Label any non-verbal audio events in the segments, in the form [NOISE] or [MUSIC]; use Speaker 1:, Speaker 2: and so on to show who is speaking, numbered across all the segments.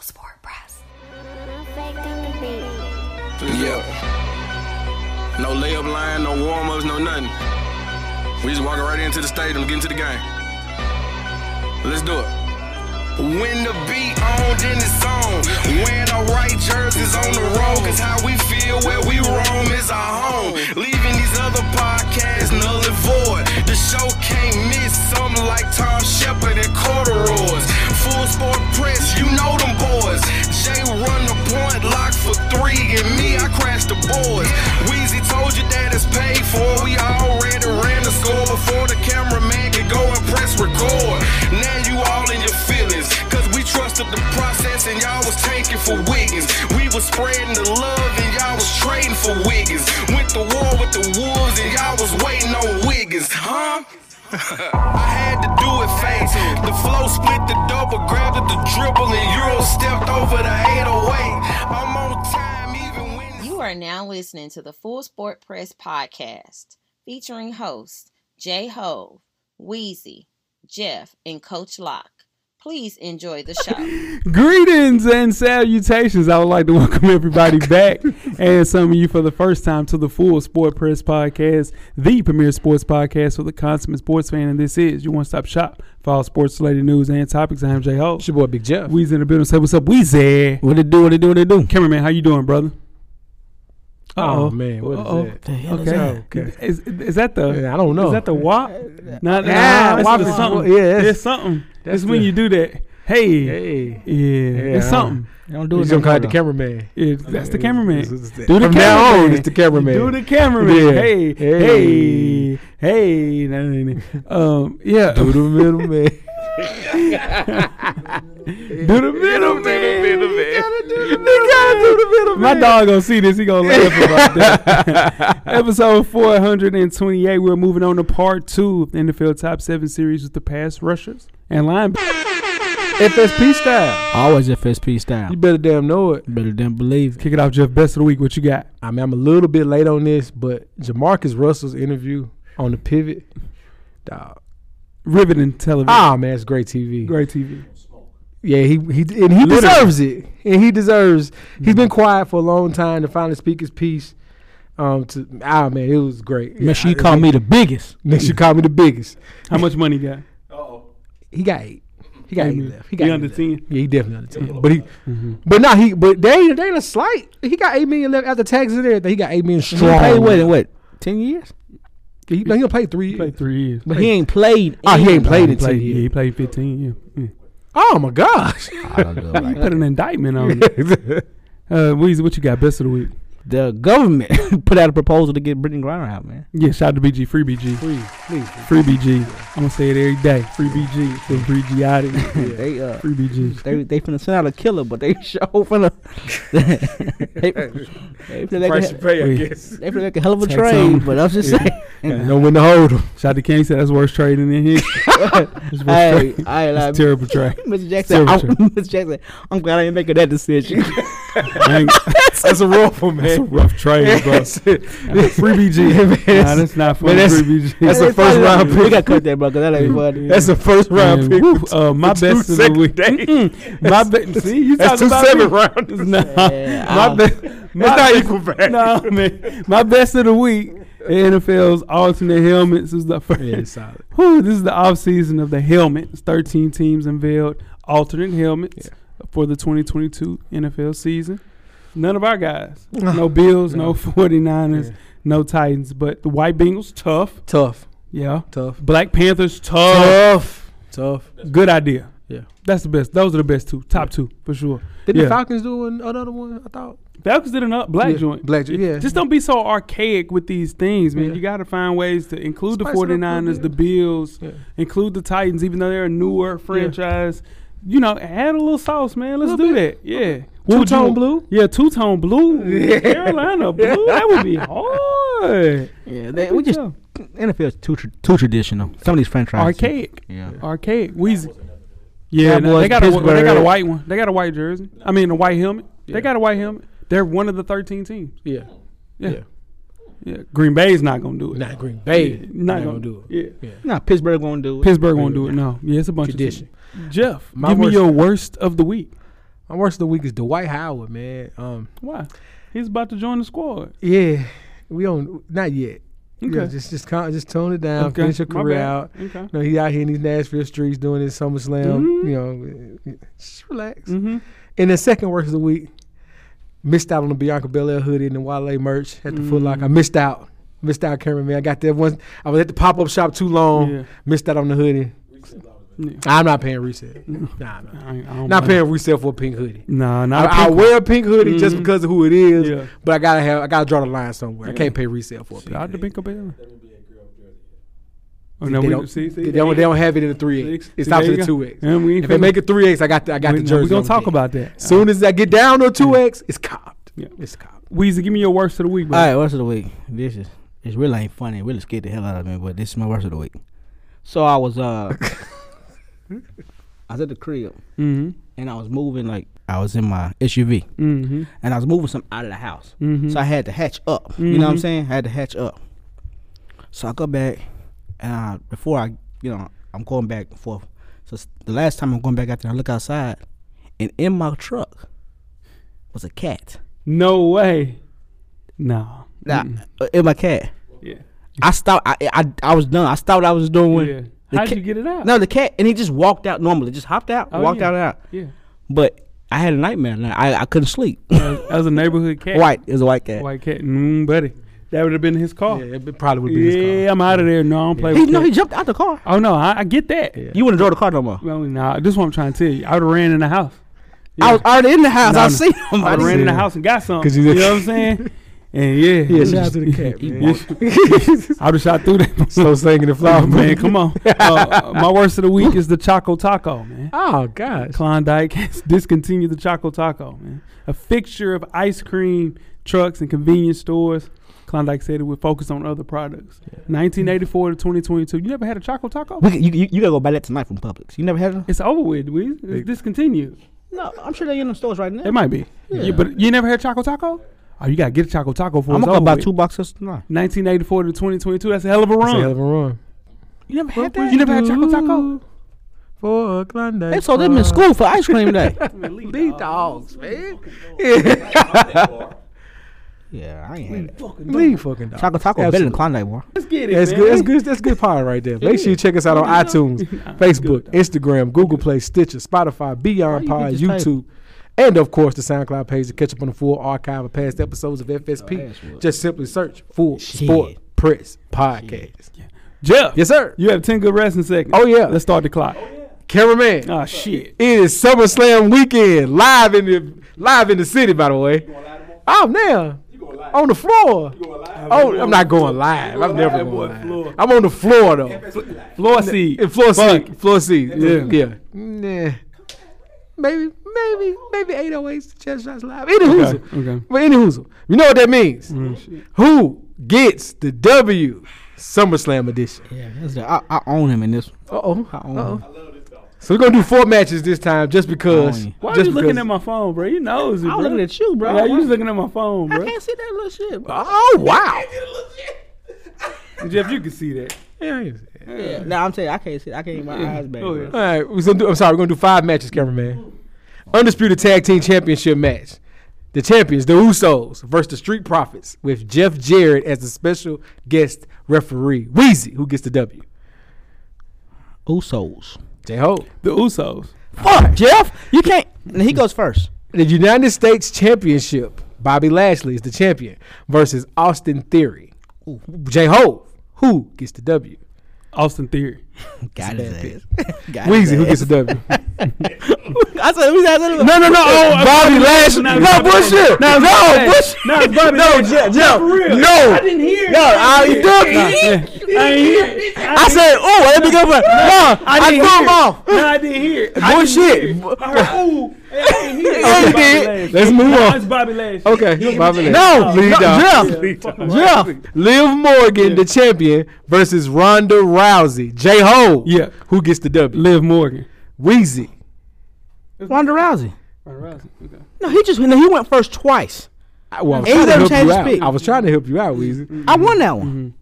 Speaker 1: Sport Press.
Speaker 2: Yeah. No layup line, no warm ups, no nothing. We just walking right into the stadium, getting to the game. Let's do it. When the beat on, then it's on. When the right jerseys on the road, cause how we feel where we roam is our home. Leaving these other podcasts null and void. The show can't miss something like Tom Shepard and corduroys. Full sport press, you know them boys. Jay run the point, lock for three, and me, I crash the boards. Wheezy told you that it's paid for. We already ran the score before the cameraman could go and press record. Now you all in your feelings. Cause we trusted the process and y'all was taking for Wiggins. We was spreading the love and y'all was trading for Wiggins. Went to war with the wolves and y'all was waiting on Wiggins, huh? I had to do it fast. The flow split the double, grabbed at the dribble, and Euro stepped over the 808. I'm on time, even when it's
Speaker 3: You are now listening to the Full Sport Press podcast featuring hosts Jay Hove, Wheezy, Jeff, and Coach Locke. Please enjoy the show.
Speaker 4: Greetings and salutations. I would like to welcome
Speaker 5: [LAUGHS]
Speaker 4: everybody back and some of you for the first time to the Full Sport Press Podcast, the premier sports podcast for the consummate sports fan. And this is your one stop shop for all sports related news and topics. I am Jay Ho.
Speaker 5: It's your boy Big Jeff.
Speaker 4: Weezy in the building. Say what's up, Weezy.
Speaker 5: what it do? What it do? What it do?
Speaker 4: Cameraman, how you doing, brother?
Speaker 5: Oh, man, what is
Speaker 4: Uh-oh.
Speaker 5: that? The hell is
Speaker 4: okay.
Speaker 5: that? Okay.
Speaker 4: Is, is that the?
Speaker 5: Yeah, I don't know.
Speaker 4: Is that the WAP? Nah, nah,
Speaker 5: Yeah,
Speaker 4: it's
Speaker 5: WAP
Speaker 4: the
Speaker 5: is-
Speaker 4: something.
Speaker 5: yeah, it's-
Speaker 4: it's something.
Speaker 5: that's
Speaker 4: It's when
Speaker 5: the-
Speaker 4: you do that. Hey.
Speaker 5: Hey.
Speaker 4: Yeah,
Speaker 5: Yeah,
Speaker 4: it's
Speaker 5: I
Speaker 4: something.
Speaker 6: Don't do
Speaker 5: He's
Speaker 6: it.
Speaker 5: gonna
Speaker 6: no
Speaker 5: call it the
Speaker 6: more,
Speaker 5: cameraman.
Speaker 4: Yeah, that's the
Speaker 5: Yeah,
Speaker 4: cameraman.
Speaker 5: it's- it's-
Speaker 4: Do the
Speaker 5: from now
Speaker 4: cameraman.
Speaker 5: on, it's the cameraman.
Speaker 4: Do the cameraman.
Speaker 5: Yeah.
Speaker 4: Hey, hey,
Speaker 5: Hey.
Speaker 4: hey. nah, nah, nah. Um, yeah.
Speaker 5: Do the middleman.
Speaker 4: Do the middleman.
Speaker 5: middleman.
Speaker 4: You gotta do the middleman. My dog gonna see this. He gonna laugh about that. Episode 428. We're moving on to part two of the NFL Top 7 series with the pass rushers and linebackers.
Speaker 5: FSP style.
Speaker 6: [LAUGHS] Always FSP style.
Speaker 5: You better damn know it.
Speaker 6: Better than believe it.
Speaker 4: Kick it off, Jeff. Best of the week. What you got?
Speaker 5: I mean, I'm a little bit late on this, but Jamarcus Russell's interview on the pivot. Dog.
Speaker 4: Riveting television.
Speaker 5: Ah man, it's great TV.
Speaker 4: Great TV.
Speaker 5: Yeah, he he and he deserves it, and he deserves. He's been quiet for a long time to finally speak his piece. Um, to ah man, it was great.
Speaker 6: Make sure you call me the biggest.
Speaker 5: [LAUGHS] Make sure you call me the biggest.
Speaker 4: How much money you got?
Speaker 5: He got eight. He got eight left. He got
Speaker 4: You
Speaker 5: eight
Speaker 4: under
Speaker 5: left.
Speaker 4: 10?
Speaker 5: Yeah, he definitely under ten. But he, but nah, he, but they ain't, they ain't a slight. He got eight million left after taxes and everything. He got eight million
Speaker 6: He
Speaker 5: strong.
Speaker 6: played what? in What? Ten years?
Speaker 5: He, no, he'll play three.
Speaker 4: Played three years.
Speaker 6: But he ain't played.
Speaker 5: Oh, he ain't played
Speaker 4: he
Speaker 5: in ten
Speaker 4: played, yeah, he
Speaker 5: years.
Speaker 4: played 15. Yeah. yeah.
Speaker 5: Oh my gosh. [LAUGHS] Oh,
Speaker 4: [LAUGHS] You put an indictment on it. Uh, Weezy, what you got? Best of the week.
Speaker 6: The government [LAUGHS] put out a proposal to get Brittany Griner out, man.
Speaker 4: Yeah, shout out to BG, free BG,
Speaker 5: Please, please.
Speaker 4: free BG. I'm gonna say it every day. Free BG, so free G out of here.
Speaker 6: They
Speaker 4: [LAUGHS]
Speaker 6: uh
Speaker 4: Free BG.
Speaker 6: they they finna send out a killer, but they [LAUGHS] show finna they, they
Speaker 5: [LAUGHS]
Speaker 6: finna make
Speaker 5: Price to
Speaker 6: a,
Speaker 5: pay, I
Speaker 4: Wait.
Speaker 5: guess.
Speaker 6: they finna make a hell of a
Speaker 4: Tax
Speaker 6: trade.
Speaker 4: on.
Speaker 6: But I'm just saying, [LAUGHS]
Speaker 5: Know when to hold him.
Speaker 4: Shout out to King. Said that's worst trading in history. That's worst
Speaker 6: hey,
Speaker 4: trade.
Speaker 6: I like
Speaker 4: That's
Speaker 6: [LAUGHS]
Speaker 4: terrible trade.
Speaker 6: Mr. Jackson,
Speaker 4: Terrible
Speaker 6: I'm,
Speaker 4: trade.
Speaker 6: [LAUGHS] Mr. Jackson, I'm glad I didn't make that
Speaker 5: [LAUGHS]
Speaker 6: decision.
Speaker 4: Dang,
Speaker 5: That's a rough one, man.
Speaker 4: that's a rough trade,
Speaker 6: [LAUGHS]
Speaker 4: bro.
Speaker 5: That's it.
Speaker 4: Free BG.
Speaker 5: Man,
Speaker 4: Nah,
Speaker 5: that's-
Speaker 4: that's not for
Speaker 5: man,
Speaker 4: free
Speaker 5: that's-
Speaker 4: BG.
Speaker 5: that's a first round
Speaker 6: We
Speaker 5: pick.
Speaker 6: got to cut that, bro, because that ain't funny.
Speaker 5: That's a first round
Speaker 4: Man,
Speaker 5: pick.
Speaker 4: woo, uh, my
Speaker 5: two
Speaker 4: best of the
Speaker 5: second
Speaker 4: week.
Speaker 5: days.
Speaker 4: Mm-mm. My best. See, you
Speaker 5: [LAUGHS] That's
Speaker 4: talking
Speaker 5: two
Speaker 4: about
Speaker 5: seven
Speaker 4: me.
Speaker 5: rounds.
Speaker 4: Nah,
Speaker 6: Yeah,
Speaker 4: my
Speaker 5: [LAUGHS]
Speaker 4: best.
Speaker 5: That's not equal value.
Speaker 4: Nah, man. My best of the week. The NFL's alternate helmets is the first.
Speaker 5: Yeah, solid.
Speaker 4: [LAUGHS] Whew, this is the off season of the helmets. 13 teams unveiled alternate helmets for the 2022 NFL season. None of our guys.
Speaker 5: [LAUGHS]
Speaker 4: No Bills, no, 49ers,
Speaker 5: Yeah.
Speaker 4: no Titans. But the White Bengals, tough.
Speaker 5: Tough.
Speaker 4: Yeah.
Speaker 5: Tough.
Speaker 4: Black Panthers, tough.
Speaker 5: Tough. Tough.
Speaker 4: Good idea.
Speaker 5: Yeah.
Speaker 4: That's the best. Those are the best two. Top two, for sure.
Speaker 5: Did
Speaker 4: Yeah.
Speaker 5: the Falcons do an- another one? I thought.
Speaker 4: Falcons did an up black
Speaker 5: Yeah,
Speaker 4: joint.
Speaker 5: black joint, yeah.
Speaker 4: Just don't be so archaic with these things, man.
Speaker 5: Yeah.
Speaker 4: You got to find ways to include
Speaker 5: Spice it
Speaker 4: the
Speaker 5: up a little
Speaker 4: 49ers, the
Speaker 5: bit.
Speaker 4: Bills,
Speaker 5: Yeah.
Speaker 4: include the Titans, even though they're a newer franchise. You know, add a little sauce, man. Let's
Speaker 5: Little
Speaker 4: do
Speaker 5: bit.
Speaker 4: that. Yeah. What would
Speaker 5: Two-tone
Speaker 4: you-
Speaker 5: blue?
Speaker 4: Yeah, two tone blue. Carolina blue. That would be hard.
Speaker 6: yeah they, we just
Speaker 4: Yeah.
Speaker 6: NFL's too tr- too traditional. Some of these franchises.
Speaker 4: Archaic.
Speaker 6: Yeah.
Speaker 4: Archaic. Weezy. Yeah, no,
Speaker 5: Cowboys,
Speaker 4: they got a they got a
Speaker 5: Pittsburgh.
Speaker 4: white one. They got a white jersey. I mean, a white helmet. They got a white helmet. They're one of the thirteen teams.
Speaker 5: Yeah.
Speaker 4: Yeah.
Speaker 5: Yeah.
Speaker 4: Yeah, Green Bay's not gonna do it.
Speaker 5: Not Green Bay.
Speaker 4: not,
Speaker 5: Not
Speaker 4: gonna, do it. Yeah.
Speaker 6: Nah, Pittsburgh won't do it.
Speaker 4: Pittsburgh won't do it. No, yeah, it's a bunch
Speaker 5: Tradition.
Speaker 4: of teams. Jeff,
Speaker 5: My
Speaker 4: give me
Speaker 5: worst-
Speaker 4: your worst of the week.
Speaker 5: My worst of the week is Dwight Howard, man. Um,
Speaker 4: Why? He's about to join the squad.
Speaker 5: yeah, we on not yet.
Speaker 4: Okay.
Speaker 5: Yeah, just just calm, just tone it down.
Speaker 4: Okay,
Speaker 5: Finish your
Speaker 4: my
Speaker 5: career
Speaker 4: bad.
Speaker 5: out.
Speaker 4: Okay.
Speaker 5: You know, he out here in these Nashville streets doing his SummerSlam.
Speaker 4: Mhm.
Speaker 5: You know, just relax.
Speaker 4: Mm-hmm.
Speaker 5: And the second worst of the week, missed out on the Bianca Belair hoodie and the Wale merch at the Foot
Speaker 4: Mm.
Speaker 5: Locker. I missed out. Missed out, cameraman. I got there once. I was at the pop up shop too long.
Speaker 4: Yeah.
Speaker 5: Missed out on the hoodie.
Speaker 4: Yeah. Oh,
Speaker 5: I'm not paying resale. nah, nah.
Speaker 4: I, ain't- I don't
Speaker 5: Not
Speaker 4: blame-
Speaker 5: paying resale for a pink hoodie.
Speaker 4: Nah,
Speaker 5: I,
Speaker 4: not
Speaker 5: I wear a pink hoodie just
Speaker 4: Mhm.
Speaker 5: because of who it is,
Speaker 4: Yeah.
Speaker 5: but I gotta have I gotta draw the line somewhere. I can't pay resale for a pink.
Speaker 4: Shout out to
Speaker 5: hoodie.
Speaker 4: Binko Bailey. Oh, no,
Speaker 5: they,
Speaker 4: we
Speaker 5: don't,
Speaker 4: see, see,
Speaker 5: they, don't, they don't have it in the three X. It's out to the two X.
Speaker 4: And we ain't
Speaker 5: If they
Speaker 4: finna-
Speaker 5: make it three X, I got the, I got
Speaker 4: we,
Speaker 5: the jersey.
Speaker 4: We're gonna
Speaker 5: on the
Speaker 4: talk
Speaker 5: back.
Speaker 4: about that. So,
Speaker 5: Soon as I get down to two X, it's copped.
Speaker 4: Yeah.
Speaker 5: It's copped.
Speaker 4: Weezy, give me your worst of the week, bro.
Speaker 6: All right, worst of the week. This is it's really ain't funny. It really scared the hell out of me, but this is my worst of the week. So I was uh, I was at the crib
Speaker 4: Mm-hmm.
Speaker 6: and I was moving like I was in my SUV
Speaker 4: Mm-hmm.
Speaker 6: and I was moving something out of the house.
Speaker 4: Mhm.
Speaker 6: So I had to hatch up. You know what I'm
Speaker 4: Mhm.
Speaker 6: saying? I had to hatch up. So I go back and I, before I, you know, I'm going back and forth. So s- the last time I'm going back out there, I look outside and in my truck was a cat.
Speaker 4: No way. No.
Speaker 6: Nah, uh, in my cat.
Speaker 4: Yeah.
Speaker 6: I stopped. I, I I was done. I stopped. What I was doing.
Speaker 4: Yeah.
Speaker 6: The
Speaker 4: How'd
Speaker 6: ca-
Speaker 4: you get it out?
Speaker 6: No, the cat, and he just walked out normally. Just hopped out,
Speaker 4: Oh,
Speaker 6: walked
Speaker 4: yeah.
Speaker 6: out and out.
Speaker 4: Yeah.
Speaker 6: But I had a nightmare. and I I couldn't sleep. [LAUGHS]
Speaker 4: That was a neighborhood cat.
Speaker 6: white is a white cat.
Speaker 4: White cat. Mm, buddy. That would have been his car.
Speaker 5: Yeah,
Speaker 4: Yeah,
Speaker 5: it be- probably would be his car.
Speaker 4: I'm out of there. No, I don't play
Speaker 6: He,
Speaker 4: with
Speaker 6: no, he
Speaker 4: cats.
Speaker 6: jumped out the car.
Speaker 4: Oh, no, I, I get that.
Speaker 6: You wouldn't draw the car no more.
Speaker 4: Well, nah, this is what I'm trying to tell you. I would have ran in the house.
Speaker 6: I was already in the house.
Speaker 4: No,
Speaker 6: I
Speaker 4: no.
Speaker 6: seen him.
Speaker 4: I
Speaker 6: I
Speaker 4: done ran
Speaker 6: didn't-
Speaker 4: in the
Speaker 5: Yeah.
Speaker 4: house and got something.
Speaker 5: 'Cause
Speaker 4: You
Speaker 5: you-
Speaker 4: know what I'm
Speaker 5: [LAUGHS]
Speaker 4: saying? And yeah,
Speaker 5: Yeah, shout out to
Speaker 4: [LAUGHS]
Speaker 5: the cat, man. [LAUGHS]
Speaker 4: I would have shot through that. [LAUGHS]
Speaker 5: Slow singing the flower,
Speaker 4: Oh,
Speaker 5: [LAUGHS]
Speaker 4: man, come on. Uh, my worst of the week is the Choco Taco, man.
Speaker 5: Oh gosh.
Speaker 4: Klondike has [LAUGHS] discontinued the Choco Taco, man. A fixture of ice cream trucks and convenience stores. Klondike said it would focus on other products. 1984 to 2022. You never had a Choco Taco?
Speaker 6: We, could- you, you, you gotta go buy that tonight from Publix. You never had it?
Speaker 4: It's over with. We it's discontinued.
Speaker 6: No, I'm sure they're in the stores right now.
Speaker 4: It might be. Yeah. but you never had Choco Taco? Oh, you gotta get a Choco Taco for
Speaker 6: I'm
Speaker 4: it's
Speaker 6: gonna go
Speaker 4: over
Speaker 6: buy
Speaker 4: with.
Speaker 6: two boxes tonight.
Speaker 4: 1984 to 2022. That's a hell of a
Speaker 5: That's a
Speaker 4: run.
Speaker 5: hell of a run.
Speaker 6: You never had
Speaker 4: you never had Choco Taco?
Speaker 5: For a Klondike.
Speaker 6: They sold them in school for ice cream [LAUGHS] day.
Speaker 5: Lead dogs, man.
Speaker 6: yeah, I ain't had that.
Speaker 5: Lead fucking dogs.
Speaker 6: Choco Taco better than Klondike, boy.
Speaker 4: Let's get it.
Speaker 5: That's
Speaker 4: man.
Speaker 5: good. That's good. That's good part right there. Make sure you check us out on iTunes, Facebook, Instagram, Google Play, Stitcher, Spotify, Beyond
Speaker 6: Why
Speaker 5: Pod,
Speaker 6: you think it's
Speaker 5: YouTube, and of course the SoundCloud page to catch up on the full archive of past episodes of FSP. Just simply search "Full Sport Press Podcast."
Speaker 4: Jeff,
Speaker 5: Yes, sir.
Speaker 4: you have 10 good wrestling seconds.
Speaker 5: Oh, yeah.
Speaker 4: Let's start the clock.
Speaker 5: Cameraman.
Speaker 4: Oh, shit.
Speaker 5: It is SummerSlam weekend, live in the live in the city. By the way, I'm there on the floor. Oh, I'm not going live. I'm never
Speaker 4: live, boy,
Speaker 5: going
Speaker 4: floor.
Speaker 5: live. I'm on the floor though.
Speaker 4: Floor seat.
Speaker 5: In floor
Speaker 4: Fuck.
Speaker 5: seat, floor seat.
Speaker 4: Yeah.
Speaker 5: Yeah, yeah. Nah. Maybe, maybe, maybe 808s chest shots live. Any
Speaker 4: Okay,
Speaker 5: whoozle.
Speaker 4: okay.
Speaker 5: But any whoozle. You know what that means? Who gets the W? SummerSlam edition.
Speaker 6: Yeah, that's the, I, I own him in this. one.
Speaker 5: Uh oh.
Speaker 6: I own him.
Speaker 5: So we're gonna do four matches this time, just because.
Speaker 6: Why
Speaker 4: Why are
Speaker 5: just
Speaker 4: you looking
Speaker 5: because-
Speaker 4: at my phone, bro? You know it, bro.
Speaker 6: I was looking at you, bro.
Speaker 4: Yeah, you was looking at my phone,
Speaker 6: I
Speaker 4: bro.
Speaker 6: can't see that little shit. Bro.
Speaker 5: Oh wow!
Speaker 4: Jeff, you can see that.
Speaker 5: Yeah, yeah.
Speaker 6: Yeah. Nah, I'm telling you, I can't see. I can't get my eyes back.
Speaker 4: Go
Speaker 6: Bro.
Speaker 4: ahead.
Speaker 5: All right, we're gonna do. I'm sorry, we're gonna do five matches, cameraman. Undisputed tag team championship match. The champions, the Usos, versus the Street Profits, with Jeff Jarrett as the special guest referee. Wheezy, who gets the W?
Speaker 6: Usos.
Speaker 5: J Ho.
Speaker 4: The Usos.
Speaker 6: Fuck, Jeff. You can't. And he goes first.
Speaker 5: The United States Championship. Bobby Lashley is the champion versus Austin Theory. J Ho, who gets the W?
Speaker 4: Austin Theory.
Speaker 6: Got his ass. [LAUGHS] Got his
Speaker 5: Wheezy, who
Speaker 6: ass.
Speaker 5: gets
Speaker 4: [LAUGHS]
Speaker 5: the W?
Speaker 6: I said, who's that little?
Speaker 5: No, no, no. Oh, Bobby Lashley.
Speaker 4: no,
Speaker 5: No,
Speaker 4: it's Bobby
Speaker 5: bullshit. No, no, Bush.
Speaker 4: No, it's Bobby
Speaker 5: No,
Speaker 4: Lashley.
Speaker 5: Jeff. Jeff.
Speaker 4: real.
Speaker 5: No.
Speaker 4: I didn't hear
Speaker 5: No,
Speaker 4: it.
Speaker 5: I you
Speaker 4: Nah,
Speaker 5: did.
Speaker 4: yeah. I ain't hear it.
Speaker 5: I said, oh, let me go for it. No, I
Speaker 4: didn't
Speaker 5: threw him
Speaker 4: hear it.
Speaker 5: off.
Speaker 4: No, I didn't hear
Speaker 5: [LAUGHS]
Speaker 4: it. I
Speaker 5: Bullshit.
Speaker 4: didn't hear it. I heard, ooh. and I didn't
Speaker 5: [LAUGHS]
Speaker 4: hear it.
Speaker 5: Oh, you
Speaker 4: Bobby
Speaker 5: did.
Speaker 4: Lashley.
Speaker 5: Let's move
Speaker 4: No, it's
Speaker 5: on.
Speaker 4: Bobby Lashley.
Speaker 5: Okay,
Speaker 4: No,
Speaker 5: Bobby Lashley. No,
Speaker 4: no,
Speaker 5: Jeff. Jeff. Liv Morgan, the champion, versus Ronda Rousey. J Ho.
Speaker 4: Yeah.
Speaker 5: Who gets the W?
Speaker 4: Liv Morgan.
Speaker 5: Wheezy.
Speaker 6: Ronda Rousey.
Speaker 4: Okay.
Speaker 6: No, he just no, he went first twice.
Speaker 5: I, well, I was
Speaker 6: Ain't
Speaker 5: trying to
Speaker 6: never
Speaker 5: help
Speaker 6: changed
Speaker 5: you
Speaker 6: his
Speaker 5: out.
Speaker 6: pick.
Speaker 5: I was trying to help you out, Wheezy.
Speaker 6: I won that one.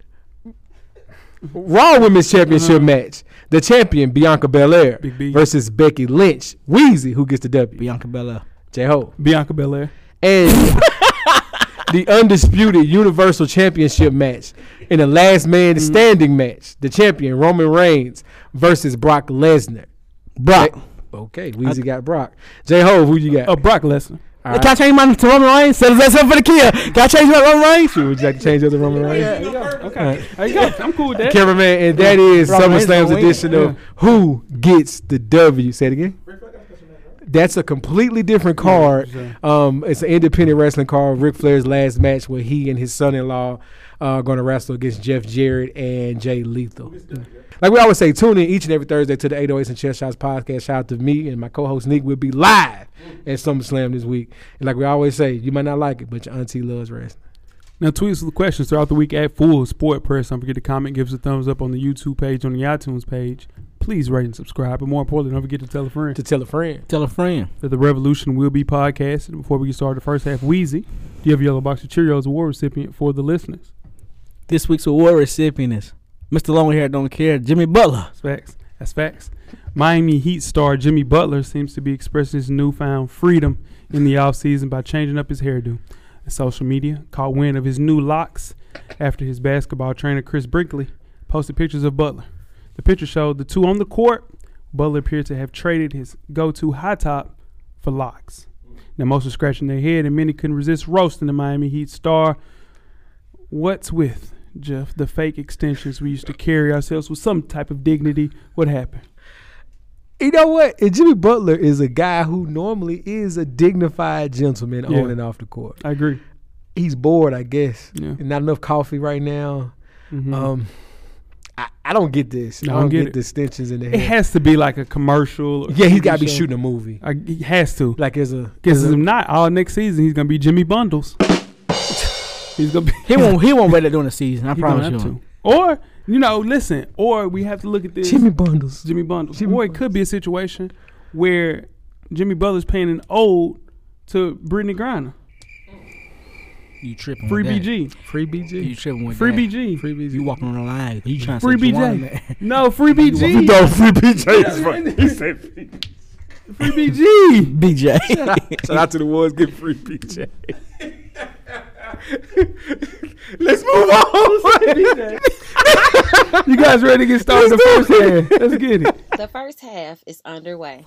Speaker 5: Raw Women's
Speaker 6: Uh-huh.
Speaker 5: Championship match. The champion, Bianca Belair,
Speaker 4: Big B.
Speaker 5: versus Becky Lynch. Wheezy, who gets the W?
Speaker 6: Bianca Bella.
Speaker 5: J Ho.
Speaker 4: Bianca Belair.
Speaker 5: And
Speaker 6: [LAUGHS]
Speaker 5: the undisputed Universal Championship match in the last
Speaker 6: Mm-hmm.
Speaker 5: man standing match. The champion, Roman Reigns, versus Brock Lesnar.
Speaker 6: Brock.
Speaker 5: Okay, Weezy got Brock. J Ho, who you got?
Speaker 4: Uh, Brock Lesnar.
Speaker 5: All right.
Speaker 6: Can I change mine to Roman Reigns? Set us up for the kill. Can I change my Roman Reigns?
Speaker 5: Shoot, would you like to change up the Roman Reigns?
Speaker 4: Okay. There you go. I'm cool with that.
Speaker 5: Cameraman, and that is
Speaker 6: Roman Reigns
Speaker 5: SummerSlam's
Speaker 6: gonna win.
Speaker 5: edition of Who Gets the W. Say it again. That's a completely different card. Um, it's an independent wrestling card. Ric Flair's last match where he and his son-in-law uh, are going to wrestle against Jeff Jarrett and Jay Lethal. Like we always say, tune in each and every Thursday to the 808s and Chest Shots podcast. Shout out to me and my co-host Nick. We'll be live at SummerSlam this week. And like we always say, you might not like it, but your auntie loves wrestling.
Speaker 4: Now, tweet us with questions throughout the week at Full Sport Press. Don't forget to comment, give us a thumbs up on the YouTube page, on the iTunes page. Please rate and subscribe. But more importantly, don't forget to tell a friend
Speaker 5: To tell a friend.
Speaker 6: Tell a friend.
Speaker 4: that the revolution will be podcasted. Before we get started, the first half, Wheezy, do you have a yellow box of Cheerios award recipient for the listeners?
Speaker 6: This week's award recipient is Mr. Longhair Don't Care, Jimmy Butler.
Speaker 4: That's facts. That's facts. Miami Heat star Jimmy Butler seems to be expressing his newfound freedom in the offseason by changing up his hairdo. In social media caught wind of his new locks after his basketball trainer Chris Brinkley posted pictures of Butler. The picture showed the two on the court. Butler appeared to have traded his go-to high top for locks. Now most were scratching their head, and many couldn't resist roasting the Miami Heat star. What's with Jeff? The fake extensions we used to carry ourselves with some type of dignity. What happened?
Speaker 5: You know what? And Jimmy Butler is a guy who normally is a dignified gentleman
Speaker 4: Yeah.
Speaker 5: on and off the court.
Speaker 4: I agree.
Speaker 5: He's bored, I guess.
Speaker 4: Yeah.
Speaker 5: And not enough coffee right now.
Speaker 4: Mhm.
Speaker 5: Um, I, I don't get this.
Speaker 4: No,
Speaker 5: I don't get,
Speaker 4: it.
Speaker 5: the extensions in the
Speaker 4: It
Speaker 5: head.
Speaker 4: has to be like a commercial. Or
Speaker 5: yeah, he's got to
Speaker 4: TV
Speaker 5: be
Speaker 4: show.
Speaker 5: shooting a movie.
Speaker 4: I, he has to.
Speaker 5: Like as a
Speaker 4: Because
Speaker 5: as
Speaker 4: if
Speaker 5: a-
Speaker 4: not, all next season he's gonna be Jimmy Bundles. [LAUGHS] he's gonna be.
Speaker 6: [LAUGHS] He won't. He won't wear that during the season. I
Speaker 4: he
Speaker 6: promise
Speaker 4: gonna
Speaker 6: you.
Speaker 4: have to. Or you know, listen. Or we have to look at this
Speaker 5: Jimmy Bundles.
Speaker 4: Jimmy Bundles.
Speaker 5: Jimmy
Speaker 4: or it could be a situation where Jimmy Butler's paying an ode to Brittany Griner,
Speaker 6: You tripping?
Speaker 4: free
Speaker 6: with that.
Speaker 4: BG,
Speaker 5: Free BG.
Speaker 6: You tripping with
Speaker 4: free
Speaker 6: that.
Speaker 4: BG,
Speaker 5: Free BG.
Speaker 6: You walking on the line. You trying to
Speaker 4: free
Speaker 6: say Juwan [LAUGHS]
Speaker 4: BJ.
Speaker 6: that.
Speaker 4: No, free
Speaker 5: [LAUGHS]
Speaker 4: BG.
Speaker 6: [LAUGHS]
Speaker 5: No, free BJ. is funny. He said free.
Speaker 4: Free BG.
Speaker 6: BJ.
Speaker 5: [LAUGHS] Shout out to the ones get free BJ. [LAUGHS] Let's move on. [LAUGHS]
Speaker 4: You guys ready to get started? The first
Speaker 5: Let's do it.
Speaker 4: half. Let's get it.
Speaker 3: The first half is underway.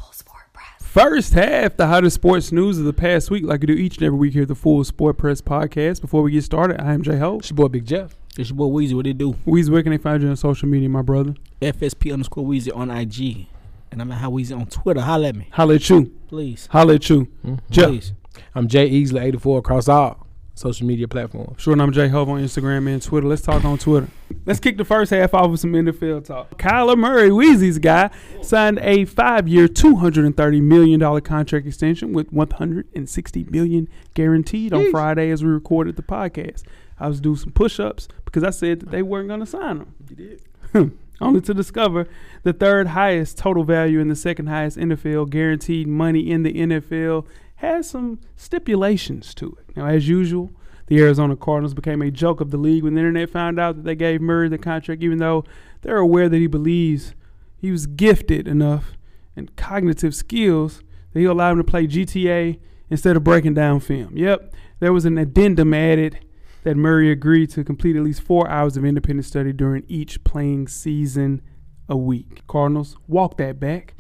Speaker 4: First half, the hottest sports news of the past week, like we do each and every week here at the Full Sport Press Podcast. Before we get started, I am Jay Ho.
Speaker 5: it's your boy Big Jeff.
Speaker 6: [LAUGHS] it's your boy Weezy. What they do?
Speaker 4: Weezy, where can they find you on social media, my brother?
Speaker 6: FSP underscore Weezy on IG, and I'm at How Weezy on Twitter. Holla at me,
Speaker 4: Holla at you. Mm-hmm.
Speaker 6: please.
Speaker 4: Holla at you. Jeff.
Speaker 6: Please.
Speaker 5: I'm Jay Easley, 84 across all social media platforms.
Speaker 4: Sure, and I'm Jay Hove on Instagram and Twitter. Let's talk on Twitter. Let's kick the first half off with some NFL talk. Kyler Murray, Weezy's guy, signed a five-year, two hundred and thirty million dollar contract extension with one hundred and sixty million guaranteed on Friday as we recorded the podcast. I was doing some push-ups because I said that they weren't going to sign him. You did. Only to discover the third highest total value and the second highest NFL guaranteed money in the NFL has some stipulations to it. Now, as usual, the Arizona Cardinals became a joke of the league when the internet found out that they gave Murray the contract, even though they're aware that he believes he was gifted enough and cognitive skills that he'll allow him to play GTA instead of breaking down film. Yep, there was an addendum added that Murray agreed to complete at least four hours of independent study during each playing season a week. Cardinals walked that back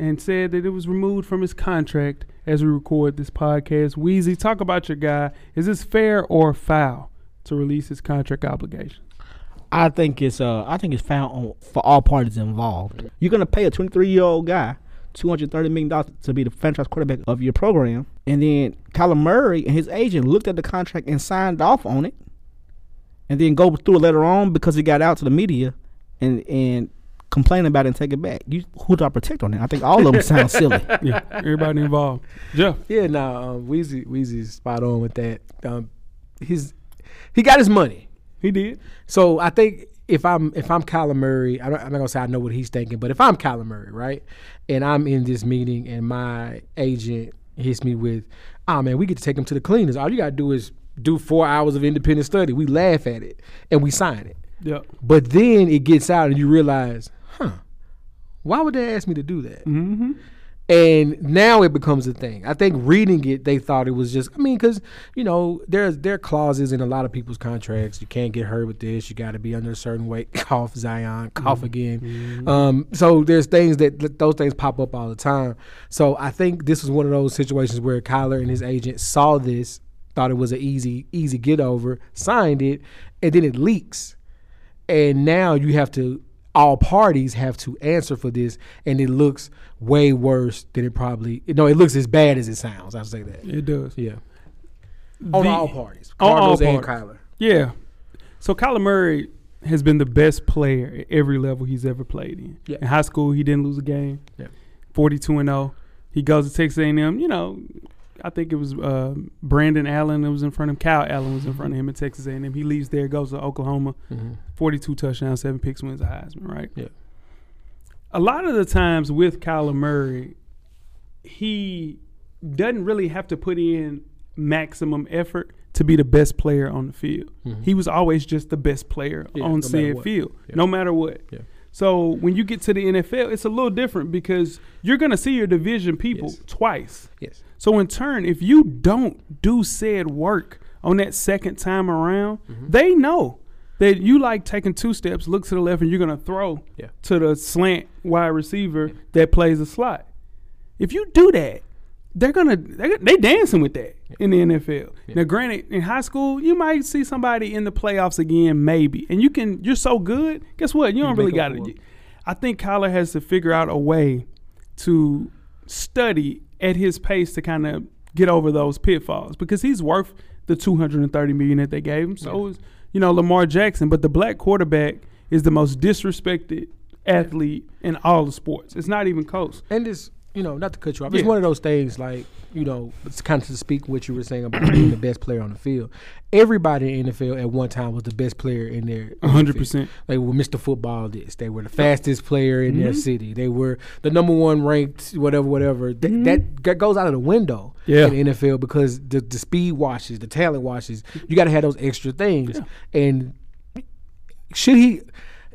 Speaker 4: and said that it was removed from his contract as we record this podcast. Wheezy, talk about your guy. Is this fair or foul to release his contract obligation?
Speaker 6: I think it's uh I think it's found on, for all parties involved. You're gonna pay a 23 year old guy 230 million dollars to be the franchise quarterback of your program, and then Kyler Murray and his agent looked at the contract and signed off on it, and then go through it later on because it got out to the media, and and complain about it and take it back. You who do I protect on it? I think all of them sound silly.
Speaker 4: Yeah, everybody involved. Jeff,
Speaker 5: Yeah, nah, um, Weezy, Weezy's spot on with that. Um, his, he got his money.
Speaker 4: he did.
Speaker 5: So I think if I'm if I'm Kyler Murray, I don't, I'm not gonna say I know what he's thinking, but if I'm Kyler Murray, right, and I'm in this meeting and my agent hits me with, "Ah man, we get to take him to the cleaners. All you gotta do is do four hours of independent study. We laugh at it and we sign it."
Speaker 4: Yep.
Speaker 5: But then it gets out and you realize, huh, why would they ask me to do that?
Speaker 4: Mm-hmm.
Speaker 5: and now it becomes a thing. I think reading it, they thought it was just. I mean, because you know, there's there are clauses in a lot of people's contracts. You can't get hurt with this. You got to be under a certain weight. [LAUGHS] Cough Zion, cough again. Um, so there's things that that those things pop up all the time. So I think this was one of those situations where Kyler and his agent saw this, thought it was an easy easy get over, signed it, and then it leaks and now you have to all parties have to answer for this and it looks way worse than it probably no it looks as bad as it sounds i'll say that
Speaker 4: It does.
Speaker 5: yeah on
Speaker 4: The-
Speaker 5: all parties
Speaker 4: on all
Speaker 5: Cardinals and
Speaker 4: parties.
Speaker 5: Kyler
Speaker 4: Yeah. So Kyler Murray has been the best player at every level he's ever played in.
Speaker 5: Yeah.
Speaker 4: In high school, he didn't lose a game.
Speaker 5: Yeah.
Speaker 4: 42 and 0. He goes to Texas A&M. You know, I think it was uh, Brandon Allen that was in front of him. Kyle Allen was in front of him at Texas A&M. He leaves there, goes to Oklahoma.
Speaker 5: Mm-hmm.
Speaker 4: 42 touchdowns, seven picks, wins the Heisman, right?
Speaker 5: Yeah.
Speaker 4: A lot of the times with Kyler Murray, he doesn't really have to put in maximum effort to be the best player on the field. He was always just the best player
Speaker 5: Mm-hmm. Yeah, no
Speaker 4: on
Speaker 5: matter
Speaker 4: said
Speaker 5: what.
Speaker 4: field,
Speaker 5: Yeah.
Speaker 4: no matter what.
Speaker 5: Yeah.
Speaker 4: So when you get to the NFL, it's a little different because you're going to see your division people
Speaker 5: Yes.
Speaker 4: twice.
Speaker 5: yes
Speaker 4: So in turn, if you don't do said work on that second time around,
Speaker 5: Mm-hmm.
Speaker 4: they know that you like taking two steps, look to the left, and you're gonna throw
Speaker 5: Yeah.
Speaker 4: to the slant wide receiver that plays a slot. If you do that, they're gonna they they dancing with that in the NFL. Now, granted, in high school, you might see somebody in the playoffs again, maybe, and you can you're so good. Guess what? You don't really
Speaker 5: make
Speaker 4: got
Speaker 5: up for
Speaker 4: it.
Speaker 5: it.
Speaker 4: I think Kyler has to figure out a way to study at his pace to kind of get over those pitfalls because he's worth the 230 million that they gave him. So is you know Lamar Jackson, but the black quarterback is the most disrespected athlete in all the sports. It's not even close.
Speaker 5: and it's you know not to cut you off
Speaker 4: Yeah.
Speaker 5: it's one of those things like you know it's kind of to speak what you were saying about being the best player on the field everybody in the NFL at one time was the best player in their
Speaker 4: A hundred percent.
Speaker 5: They were Mr. Football this. They were the fastest player in
Speaker 4: Mm-hmm.
Speaker 5: their city. They were the number one ranked, whatever, whatever. Th- That that goes out of the window
Speaker 4: Mm-hmm. Yeah.
Speaker 5: in the NFL because the, the speed washes, the talent washes. You got to have those extra things. And should he?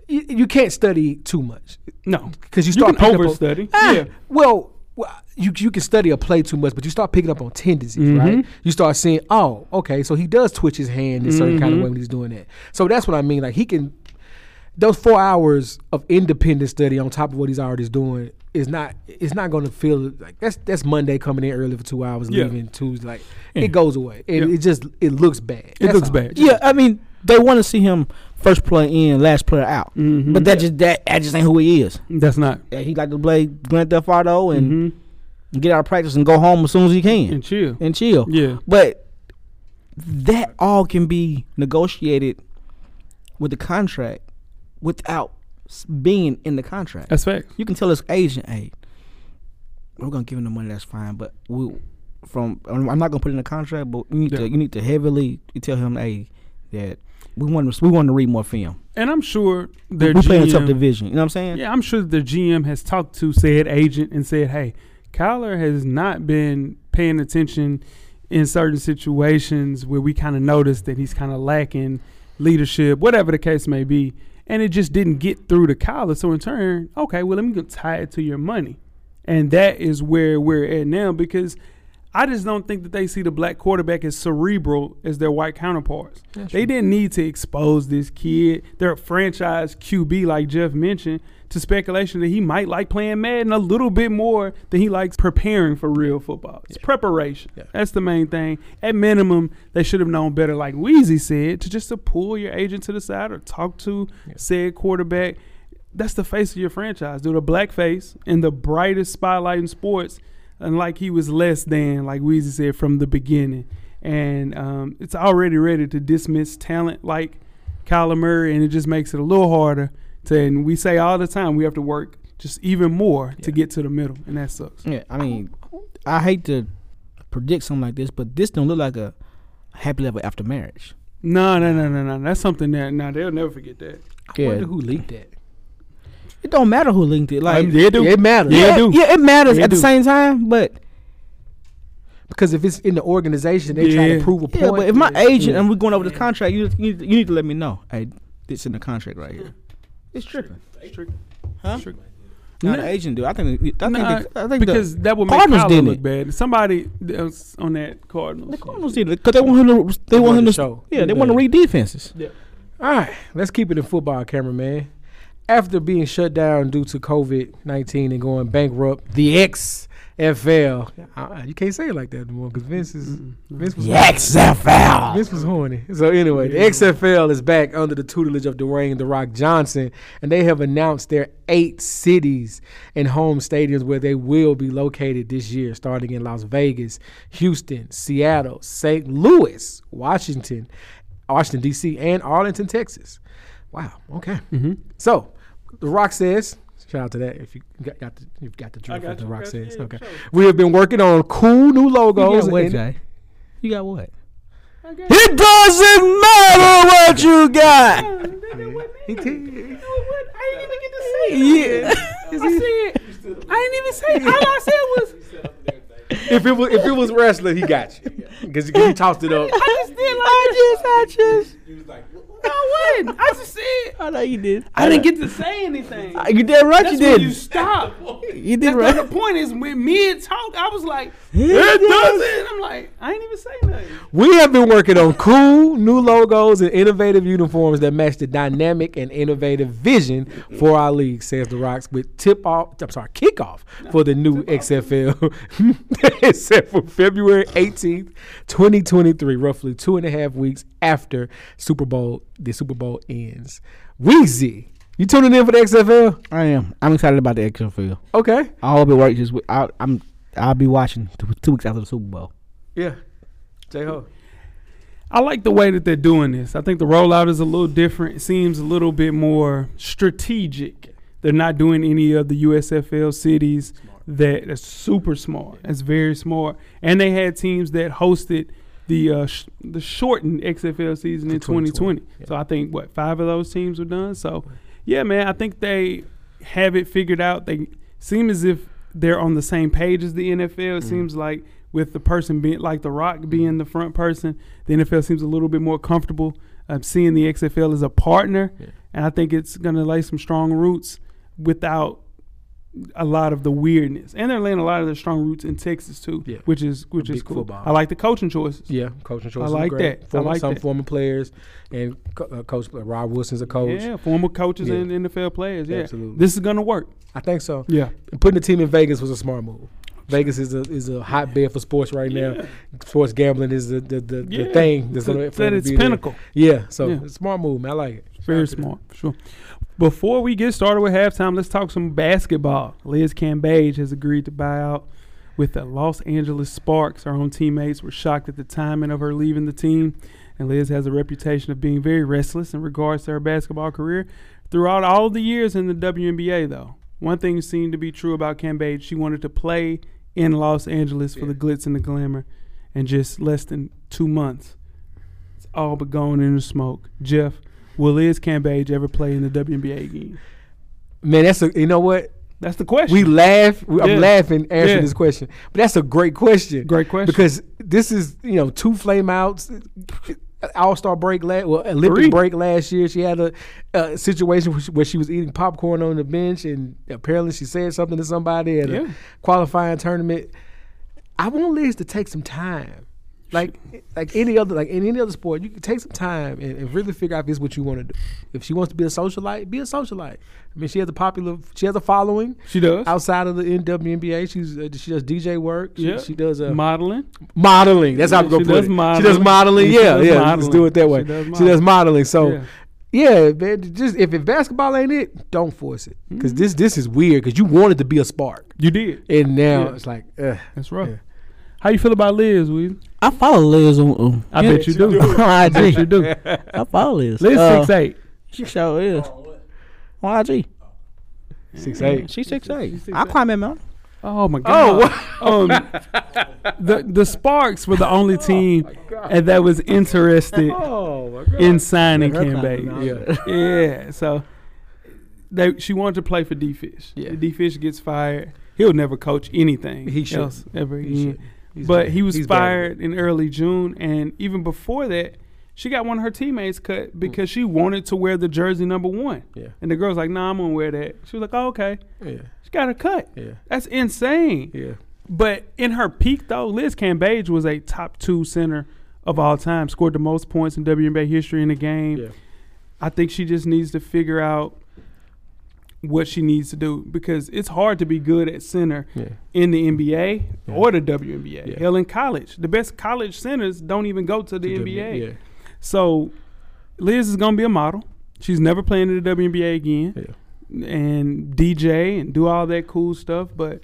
Speaker 5: You, you can't study too much
Speaker 4: No,
Speaker 5: because you
Speaker 4: you
Speaker 5: start
Speaker 4: can
Speaker 5: picking up on-
Speaker 4: overstudy.
Speaker 5: Ah,
Speaker 4: Yeah.
Speaker 5: Well, well, you you can study a play too much, but you start picking up on tendencies, right? You start seeing, oh, okay, so he does twitch his hand in a certain kind of way when he's doing that. So that's what I mean. Like he can. Those four hours of independent study on top of what he's already doing is not it's not going to feel like that's that's Monday coming in early for two hours
Speaker 4: Yeah.
Speaker 5: leaving Tuesday like it goes away and it just it looks bad it
Speaker 4: looks bad.
Speaker 6: Yeah, I mean, they want to see him first player in, last player out.
Speaker 4: Mm-hmm.
Speaker 6: But that just that, that just ain't who he is.
Speaker 4: That's not
Speaker 6: Yeah, he like to play Grand Theft Auto and
Speaker 4: hmm
Speaker 6: get out of practice and go home as soon as he can
Speaker 4: and
Speaker 6: and,
Speaker 4: chill.
Speaker 6: chill.
Speaker 4: Yeah.
Speaker 6: But that all can be negotiated with the contract without s- being in the contract.
Speaker 4: That's fact.
Speaker 6: You can tell his agent, hey, we're gonna give him the money. That's fine, but we from I'm I'm not gonna put it in the contract, but you need
Speaker 4: Yeah.
Speaker 6: to you need to heavily you tell him, hey, that we want to we want to read more film.
Speaker 4: And I'm sure their
Speaker 6: we play in a tough
Speaker 4: GM
Speaker 6: division. You know what I'm saying?
Speaker 4: Yeah, I'm sure the GM has talked to said agent and said, "Hey, Kyler has not been paying attention in certain situations where we kind of noticed that he's kind of lacking leadership, whatever the case may be, and it just didn't get through to Kyler. So in turn, okay, well let me go tie it to your money, and that is where we're at now because." I just don't think that they see the black quarterback as cerebral as their white counterparts. They didn't need to expose this kid. They're a franchise QB, like Jeff mentioned, to speculation that he might like playing Madden a little bit more than he likes preparing for real football. It's preparation. That's the main thing. At minimum, they should have known better, like Wheezy said, to just to pull your agent to the side or talk to said quarterback. That's the face of your franchise, dude. A black face in the brightest spotlight in sports and like he was less than, like Weezy said from the beginning. And um, it's already ready to dismiss talent like Kyler Murray, and it just makes it a little harder. To, and we say all the time we have to work just even more to get to the middle, and that sucks.
Speaker 6: Yeah, I mean, I hate to predict something like this, but this don't look like a happy level after marriage.
Speaker 4: No, no, no, no, no. That's something that now they'll never forget that.
Speaker 5: I
Speaker 6: Yeah.
Speaker 5: wonder who leaked that
Speaker 6: It don't matter who linked it. Like,
Speaker 5: it, matters
Speaker 6: yeah, yeah, it matters
Speaker 4: They
Speaker 6: at
Speaker 4: do.
Speaker 6: the same time, but
Speaker 5: because if it's in the organization they trying
Speaker 4: Yeah.
Speaker 5: to prove a point
Speaker 6: yeah, but if my
Speaker 5: yeah.
Speaker 6: agent and we're going over this contract, you you, you need to let me know. Hey, this in the contract right here. It's tripping.
Speaker 4: It's tricky.
Speaker 6: Huh?
Speaker 4: It's tricky.
Speaker 6: Nah,
Speaker 4: Nah.
Speaker 6: the Asian dude. I think. I think.
Speaker 4: Nah,
Speaker 6: the, I think
Speaker 4: Uh, because
Speaker 6: the,
Speaker 4: that would make
Speaker 6: Cardinals
Speaker 4: Kyler
Speaker 6: did
Speaker 4: look
Speaker 6: it.
Speaker 4: bad. Somebody else on that Cardinals.
Speaker 6: the Cardinals did it because they want him to. They want him to.
Speaker 5: show.
Speaker 6: Yeah, they want to read defenses.
Speaker 5: All right, let's keep it in football, cameraman. After being shut down due to COVID 19 and going bankrupt, the XFL. Uh, you can't say it like that anymore because Vince, is, Vince was
Speaker 6: XFL.
Speaker 5: This was horny. So anyway, the XFL is back under the tutelage of Dwayne The Rock Johnson, and they have announced their eight cities and home stadiums where they will be located this year, starting in Las Vegas, Houston, Seattle, St. Louis, Washington, Washington D.C., and Arlington, Texas. Wow. Okay. So, The Rock says. Shout out to that if you got, got the you've got the drill
Speaker 4: got
Speaker 5: for the
Speaker 4: you,
Speaker 5: rock
Speaker 4: got you,
Speaker 5: says.
Speaker 4: yeah,
Speaker 5: Okay,
Speaker 4: sure.
Speaker 5: we have been working on cool new
Speaker 6: You
Speaker 5: logos.
Speaker 6: got what,
Speaker 5: and-
Speaker 6: Jay? You got what? It doesn't matter what you got.
Speaker 5: He did.
Speaker 6: Yeah. I didn't even say. All I said was.
Speaker 5: if it was if it was wrestling, he got you because he tossed it up.
Speaker 6: I just did. Like I just. I just. You was like, I wouldn't. I just said. I know you did. I didn't get
Speaker 4: to say anything.
Speaker 6: You did right. you did. You,
Speaker 4: stop.
Speaker 6: did right.
Speaker 4: point is when mid talk, I was like,
Speaker 6: It
Speaker 4: doesn't. I'm like, I ain't even saying nothing.
Speaker 5: We have been working on cool new logos and innovative uniforms that match the dynamic and innovative vision for our league, says The Rocks, with tip off. I'm sorry, kickoff for the new [LAUGHS] XFL, set for February 18th, 2023, roughly two and a half weeks after Super Bowl. The Super Bowl ends. Weezy, you tuning in for the XFL?
Speaker 6: I am. I'm excited about the XFL.
Speaker 5: Okay.
Speaker 6: I hope it works this week. I, I'm. I'll be watching two, two weeks after the Super Bowl.
Speaker 5: Yeah. J Ho.
Speaker 4: I like the way that they're doing this. I think the rollout is a little different. It seems a little bit more strategic. They're not doing any of the USFL cities that are super smart. That's very smart. And they had teams that hosted the uh, sh- the shortened XFL season in 2020.
Speaker 5: 2020,
Speaker 4: So I think what five of those teams were done. So yeah, man, I think they have it figured out. They seem as if they're on the same page as the NFL.
Speaker 5: Mm-hmm.
Speaker 4: It seems like with the person being like The Rock being the front person, the NFL seems a little bit more comfortable um, seeing the XFL as a partner. And I think it's going to lay some strong roots without a lot of the weirdness. And they're laying a lot of their strong roots in Texas too,
Speaker 5: Yeah.
Speaker 4: which is which
Speaker 5: A
Speaker 4: is
Speaker 5: big
Speaker 4: cool.
Speaker 5: football.
Speaker 4: I like the coaching choices.
Speaker 5: Yeah, coaching choices.
Speaker 4: like
Speaker 5: are great.
Speaker 4: that. I
Speaker 5: Former,
Speaker 4: like
Speaker 5: some
Speaker 4: that.
Speaker 5: former players and co- uh, coach uh, Rob Wilson's a coach.
Speaker 4: Yeah, former coaches
Speaker 5: Yeah.
Speaker 4: and NFL players. Yeah,
Speaker 5: Absolutely.
Speaker 4: this is gonna work.
Speaker 5: I think so.
Speaker 4: Yeah,
Speaker 5: And putting the team in Vegas was a smart move. Vegas is a is a hotbed for sports right now. Sports gambling is the the, the, the
Speaker 4: Yeah.
Speaker 5: thing
Speaker 4: It's
Speaker 5: that's gonna
Speaker 4: at
Speaker 5: forever
Speaker 4: its
Speaker 5: be there.
Speaker 4: pinnacle.
Speaker 5: Yeah, so
Speaker 4: Yeah.
Speaker 5: it's a smart move, man. I like it.
Speaker 4: very smart for sure. Before we get started with halftime, let's talk some basketball. Liz Cambage has agreed to buy out with the Los Angeles Sparks. Our own teammates were shocked at the timing of her leaving the team, and Liz has a reputation of being very restless in regards to her basketball career. Throughout all the years in the WNBA, though, one thing seemed to be true about Cambage: she wanted to play in Los Angeles for the glitz and the glamour, and just less than two months all but gone in the smoke. Jeff, will Liz Cambage ever play in the WNBA again?
Speaker 5: Man, that's a you know what?
Speaker 4: That's the question.
Speaker 5: We laugh. we-
Speaker 4: Yeah.
Speaker 5: I'm laughing answering
Speaker 4: Yeah.
Speaker 5: this question, but that's a great question.
Speaker 4: Great question.
Speaker 5: because this is you know two flameouts. All Star break last, well, Olympic
Speaker 4: Three.
Speaker 5: break last year. She had a, a situation where she, where she was eating popcorn on the bench, and apparently she said something to somebody at
Speaker 4: Yeah.
Speaker 5: a qualifying tournament. I want Liz to take some time, like like any other like in any other sport, you can take some time and, and really figure out if it's what you want to do. If she wants to be a socialite, be a socialite. I mean, she has a popular, she has a following
Speaker 4: she does.
Speaker 5: outside of the NWNBA. She's uh, she does DJ work. She,
Speaker 4: yeah.
Speaker 5: she does uh,
Speaker 4: modeling.
Speaker 5: modeling. That's how I'm
Speaker 4: She
Speaker 5: gonna put
Speaker 4: does
Speaker 5: it.
Speaker 4: modeling.
Speaker 5: She does modeling.
Speaker 4: She
Speaker 5: Yeah,
Speaker 4: does
Speaker 5: yeah.
Speaker 4: modeling.
Speaker 5: Let's do it that way.
Speaker 4: She
Speaker 5: She
Speaker 4: does
Speaker 5: does modeling. So.
Speaker 4: Yeah.
Speaker 5: Yeah. man. Just if, if basketball ain't it, don't force it. Cause
Speaker 4: Mm-hmm.
Speaker 5: this this is weird. Cause you wanted to be a spark,
Speaker 4: You did.
Speaker 5: and now
Speaker 4: Yeah.
Speaker 5: it's like, ugh.
Speaker 4: That's rough.
Speaker 5: Yeah.
Speaker 4: How you feel about Liz, Will?
Speaker 6: I follow Liz on. on
Speaker 4: I bet you do.
Speaker 6: [LAUGHS] I
Speaker 4: Yes, you
Speaker 6: do.
Speaker 4: do.
Speaker 6: I follow Liz.
Speaker 4: Liz
Speaker 6: Uh,
Speaker 4: six eight.
Speaker 6: She sure is. On IG.
Speaker 5: six eight.
Speaker 6: She's six eight. I climb that mountain.
Speaker 4: Oh my god. Oh, the the Sparks were the only team and that was interested
Speaker 5: Oh my god.
Speaker 4: in signing
Speaker 6: Yeah, her
Speaker 4: Cambage.
Speaker 6: climbing
Speaker 5: yeah.
Speaker 4: yeah. So they she wanted to play for D Fish.
Speaker 5: Yeah.
Speaker 4: D Fish gets fired. He'll never coach anything
Speaker 5: He shouldn't.
Speaker 4: else ever
Speaker 5: He
Speaker 4: again.
Speaker 5: shouldn't. He's
Speaker 4: but
Speaker 5: bad.
Speaker 4: he was
Speaker 5: He's bad.
Speaker 4: fired in early June, and even before that, She got one of her teammates
Speaker 5: Hmm.
Speaker 4: cut because she wanted to wear the jersey number one.
Speaker 5: Yeah.
Speaker 4: And the girl's like, nah, I'm gonna wear that. She was like, oh, okay.
Speaker 5: Yeah.
Speaker 4: She got her cut.
Speaker 5: Yeah.
Speaker 4: That's insane.
Speaker 5: Yeah.
Speaker 4: But in her peak though, Liz Cambage was a top two center of all time. Scored the most points in WNBA history in a game.
Speaker 5: Yeah.
Speaker 4: I think she just needs to figure out what she needs to do because it's hard to be good at center
Speaker 5: Yeah.
Speaker 4: in the NBA
Speaker 5: Yeah.
Speaker 4: or the WNBA.
Speaker 5: Yeah.
Speaker 4: Hell, in college, the best college centers don't even go to the NBA.
Speaker 5: Yeah.
Speaker 4: So Liz is gonna be a model. She's never playing in the WNBA again
Speaker 5: Yeah.
Speaker 4: and DJ and do all that cool stuff. But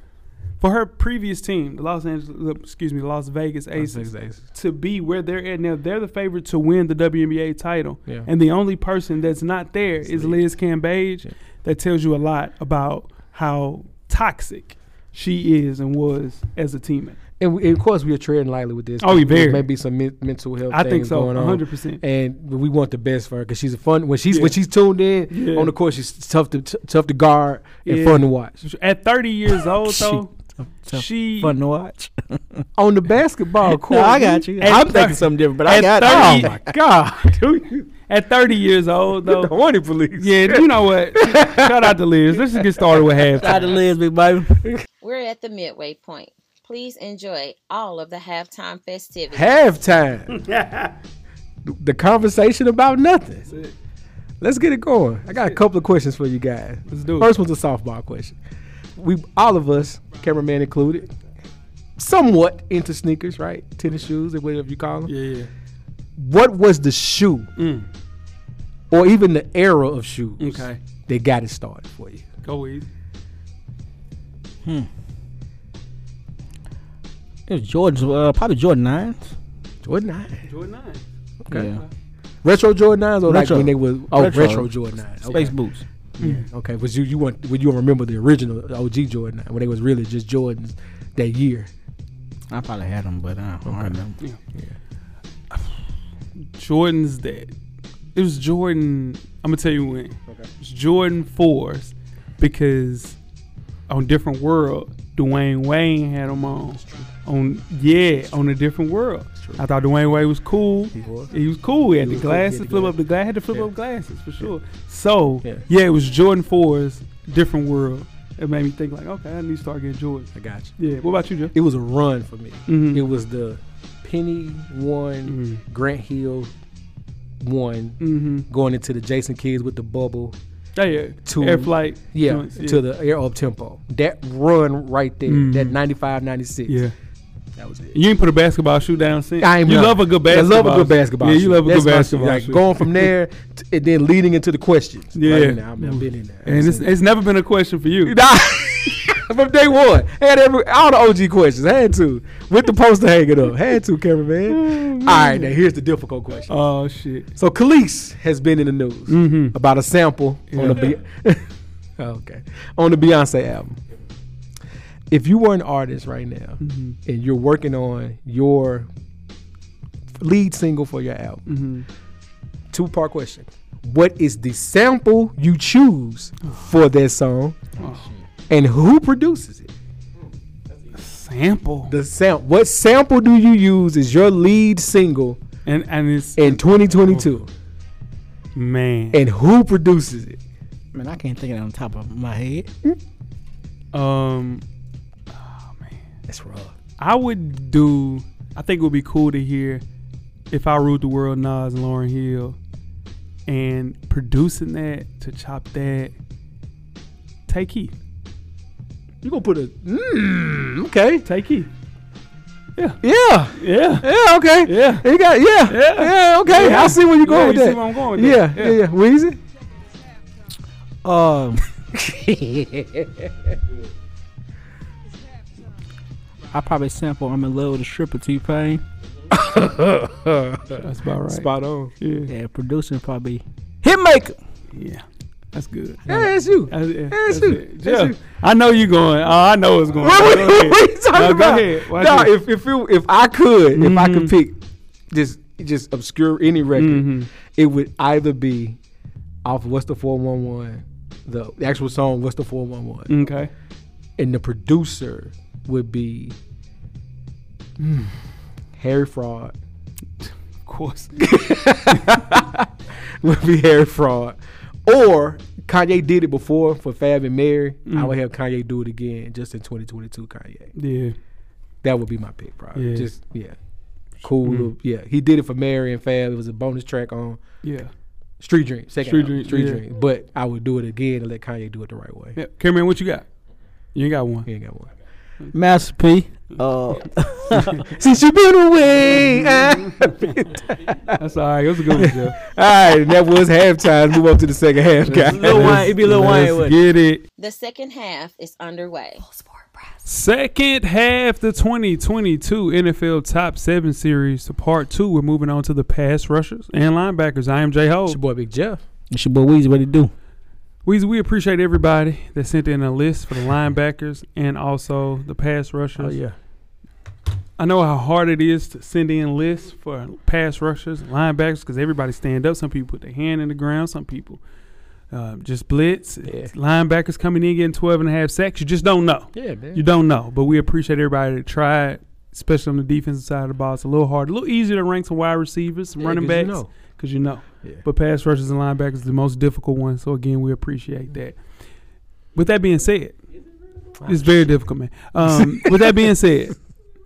Speaker 4: for her previous team, the Los Angeles, excuse me, Las Vegas Aces, to be where they're at now, they're the favorite to win the WNBA title.
Speaker 5: Yeah.
Speaker 4: And the only person that's not there is Liz Cambage.
Speaker 5: Yeah.
Speaker 4: That tells you a lot about how toxic she is and was as a teammate.
Speaker 5: And, we, and of course, we are treading lightly with this.
Speaker 4: Oh, we very.
Speaker 5: Maybe some men- mental health.
Speaker 4: I think
Speaker 5: things
Speaker 4: so,
Speaker 5: Going on.
Speaker 4: 100%.
Speaker 5: And we want the best for her because she's a fun. When she's when
Speaker 4: Yeah.
Speaker 5: she's tuned in
Speaker 4: Yeah.
Speaker 5: on the court, she's tough to t- tough to guard and
Speaker 4: Yeah.
Speaker 5: fun to watch.
Speaker 4: At 30 years [LAUGHS] old, though,
Speaker 6: tough
Speaker 4: she
Speaker 6: Fun to watch.
Speaker 5: On the [LAUGHS] basketball
Speaker 6: [LAUGHS]
Speaker 5: court,
Speaker 6: No, I got you.
Speaker 4: At
Speaker 6: I'm
Speaker 4: thir-
Speaker 6: thinking something different, but I
Speaker 4: at
Speaker 6: got.
Speaker 4: thirty-
Speaker 6: Oh
Speaker 4: [LAUGHS]
Speaker 5: Oh my God, dude,
Speaker 4: at 30 years old
Speaker 5: the
Speaker 4: though.
Speaker 5: horny
Speaker 4: [LAUGHS]
Speaker 5: police.
Speaker 4: Yeah, you know
Speaker 6: [LAUGHS]
Speaker 4: what? Shout out to Liz. Let's just get started with half.
Speaker 6: Try the Liz, big baby.
Speaker 3: We're at the midway point. Please enjoy all of the halftime festivities.
Speaker 5: halftime. [LAUGHS] the conversation about nothing. Let's get it going. I got a couple of questions for you guys.
Speaker 4: Let's do it.
Speaker 5: First one's a softball question. We all of us, cameraman included, somewhat into sneakers, right? Tennis shoes or whatever you call them.
Speaker 4: Yeah, yeah.
Speaker 5: What was the shoe, or even the era of shoes,
Speaker 4: Okay.
Speaker 5: that got it started for you?
Speaker 4: Go easy.
Speaker 6: It was Jordan's, uh, probably Jordan nines.
Speaker 5: Jordan nines.
Speaker 4: Jordan 9.
Speaker 5: Okay.
Speaker 6: Yeah.
Speaker 5: Retro Jordan nines, or
Speaker 6: Retro.
Speaker 5: like when they were oh retro,
Speaker 6: Retro.
Speaker 5: Jordan nines. Okay.
Speaker 6: Space boots.
Speaker 5: Okay, was you you want would you remember the original OG Jordan when they was really just Jordans that year?
Speaker 6: I probably had them, but uh, I don't remember.
Speaker 4: Jordan's that. It was Jordan. I'm gonna tell you when. It's Jordan fours because on different world, Dwayne Wayne had them on. On yeah, on a different world. I thought Dwayne Wayne was cool. He
Speaker 5: was.
Speaker 4: was, cool. He had
Speaker 5: He
Speaker 4: the
Speaker 5: was cool. He had
Speaker 4: glasses.
Speaker 5: the
Speaker 4: flip up
Speaker 5: glasses.
Speaker 4: the glass. Had to flip
Speaker 5: Yeah.
Speaker 4: up glasses for sure. So
Speaker 5: Yeah.
Speaker 4: yeah. it was Jordan fours, different world. It made me think like, okay, I need to start getting Jordans.
Speaker 5: I got you.
Speaker 4: Yeah. What about you, Jeff?
Speaker 5: It was a run for me.
Speaker 4: Mhm.
Speaker 5: It was the Penny one, Grant Hill one,
Speaker 4: Mm-hmm.
Speaker 5: going into the Jason Kids with the bubble.
Speaker 4: Yeah, yeah.
Speaker 5: To-
Speaker 4: Air flight.
Speaker 5: Yeah, Mm-hmm.
Speaker 4: joints,
Speaker 5: to the air up tempo. That run right there,
Speaker 4: Mhm.
Speaker 5: that 95, 96.
Speaker 4: yeah.
Speaker 5: that was it.
Speaker 4: You ain't put a basketball shoe down since.
Speaker 5: I ain't
Speaker 4: you
Speaker 5: not.
Speaker 4: love a good basketball.
Speaker 5: I love a good basketball.
Speaker 4: Yeah, you
Speaker 5: shoe.
Speaker 4: love a
Speaker 5: That's
Speaker 4: good
Speaker 5: my-
Speaker 4: basketball.
Speaker 5: Like
Speaker 4: shoe.
Speaker 5: going from there to, and then leading into the questions.
Speaker 4: Yeah.
Speaker 5: Right now, I mean, I've been in there.
Speaker 4: and it's, it's never been a question for you.
Speaker 5: [LAUGHS] Nah. From day one, had every all the OG questions. Had to with the poster hanging up. Had to, cameraman. all right, now here's the difficult question.
Speaker 4: Oh shit.
Speaker 5: so Khalees has been in the news
Speaker 4: Mhm.
Speaker 5: about a sample on the Be- [LAUGHS] okay on the Beyonce album. If you were an artist right now
Speaker 4: Mm-hmm.
Speaker 5: and you're working on your lead single for your album, two part question: What is the sample you choose for that song? and who produces it?
Speaker 4: Sample.
Speaker 5: The sound. What sample do you use as your lead single
Speaker 4: and and it's
Speaker 5: in 2022?
Speaker 4: man.
Speaker 5: And who produces it?
Speaker 6: Man, I can't think of it on top of my head.
Speaker 4: um,
Speaker 5: That's rough.
Speaker 4: I would do. I think it would be cool to hear if I ruled the world, Nas, and Lauren Hill, and producing that to chop that. Take Keith.
Speaker 5: You gonna put a mm, okay?
Speaker 4: Take Keith.
Speaker 5: Yeah, [LAUGHS]
Speaker 4: Yeah.
Speaker 5: yeah, okay.
Speaker 4: Yeah.
Speaker 5: you got yeah,
Speaker 4: Yeah.
Speaker 5: yeah, okay.
Speaker 4: Yeah.
Speaker 5: I see where you're going
Speaker 4: Yeah,
Speaker 5: with
Speaker 4: you
Speaker 5: that.
Speaker 4: see where I'm going with
Speaker 5: yeah,
Speaker 4: that.
Speaker 5: yeah, yeah. Weezy.
Speaker 6: Um, I probably sample "I'm in Love with a Stripper" T Pain.
Speaker 4: That's about right.
Speaker 5: Spot on.
Speaker 4: Yeah.
Speaker 6: Yeah, producing probably Hitmaker.
Speaker 4: Yeah. That's good.
Speaker 5: Yeah, that's you.
Speaker 4: That's, yeah,
Speaker 5: That's
Speaker 4: that's
Speaker 5: you.
Speaker 4: it.
Speaker 5: That's
Speaker 4: Yeah.
Speaker 5: you.
Speaker 4: I know you going. Oh, I know it's going.
Speaker 5: What,
Speaker 4: Go
Speaker 5: we-
Speaker 4: ahead.
Speaker 5: what,
Speaker 4: [LAUGHS]
Speaker 5: are you talking
Speaker 4: No, go
Speaker 5: about?
Speaker 4: ahead. Why
Speaker 5: Nah,
Speaker 4: you-
Speaker 5: if if it, if I could, if I
Speaker 4: Mhm.
Speaker 5: could pick just just obscure any record,
Speaker 4: Mhm.
Speaker 5: it would either be off of What's the Four One One, the the actual song What's the Four One One,
Speaker 4: Okay.
Speaker 5: and the producer would be hmm, Harry Fraud. [LAUGHS]
Speaker 4: Of course.
Speaker 5: would be Harry Fraud. Or Kanye did it before for Fab and Mary. I
Speaker 4: Mm.
Speaker 5: would have Kanye do it again just in 2022. Kanye.
Speaker 4: [LAUGHS] yeah.
Speaker 5: That would be my pick, probably.
Speaker 4: Yeah. Mm-hmm.
Speaker 5: Just yeah, cool. little- Yeah, he did it for Mary and Fab. It was a bonus track on
Speaker 4: Yeah.
Speaker 5: Street Dream. Second
Speaker 4: Street
Speaker 5: Street Dream.
Speaker 4: Dream,
Speaker 5: Street
Speaker 4: yeah.
Speaker 5: Dream. But I would do it again and let Kanye do it the right way.
Speaker 4: yeah. Cameron, what you got? You ain't got one.
Speaker 5: He ain't got one.
Speaker 6: Master P. Uh,
Speaker 5: Since you've been [LAUGHS] away. ah.
Speaker 4: That's all right. It was a good one, [LAUGHS] Jeff.
Speaker 5: All right, and that was halftime. Move up to the second half, guys.
Speaker 6: Lil Wayne. It'd be Lil Wayne.
Speaker 4: Let's
Speaker 6: wouldn't it?
Speaker 4: get it.
Speaker 3: The second half is underway.
Speaker 4: Second half, the 2022 NFL Top 7 Series to Part 2. We're moving on to the pass rushers and linebackers. I am J Ho.
Speaker 5: It's your boy Big Jeff.
Speaker 6: It's your boy Weezy. What he do?
Speaker 4: We, we appreciate everybody that sent in a list for the linebackers and also the pass rushers. I know how hard it is to send in lists for pass rushers and linebackers because everybody stand up. Some people put their hand in the ground. Some people uh, just blitz.
Speaker 5: Yeah.
Speaker 4: Linebackers coming in getting 12 and a half sacks. You just don't know.
Speaker 5: Yeah, man.
Speaker 4: You don't know, but we appreciate everybody that tried, especially on the defensive side of the ball. It's a little hard, a little easier to rank some wide receivers, some
Speaker 5: Yeah,
Speaker 4: running
Speaker 5: 'cause you
Speaker 4: backs,
Speaker 5: know.
Speaker 4: because you know.
Speaker 5: Yeah.
Speaker 4: But pass rushers and linebackers is the most difficult one. So again, we appreciate that. With that being said, it's very difficult, man.
Speaker 5: [LAUGHS]
Speaker 4: Um, with that being said,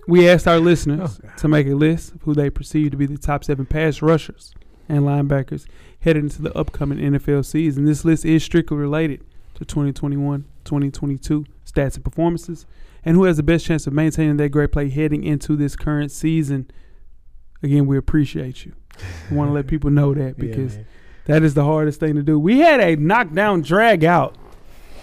Speaker 4: we asked our listeners
Speaker 5: Oh,
Speaker 4: to make a list of who they perceive to be the top seven pass rushers and linebackers headed into the upcoming NFL season. This list is strictly related to 2021 2022 stats and performances, and who has the best chance of maintaining that great play heading into this current season. Again, we appreciate you. We want to let people know that
Speaker 5: [LAUGHS] Yeah,
Speaker 4: because
Speaker 5: man.
Speaker 4: that is the hardest thing to do. We had a knockdown drag out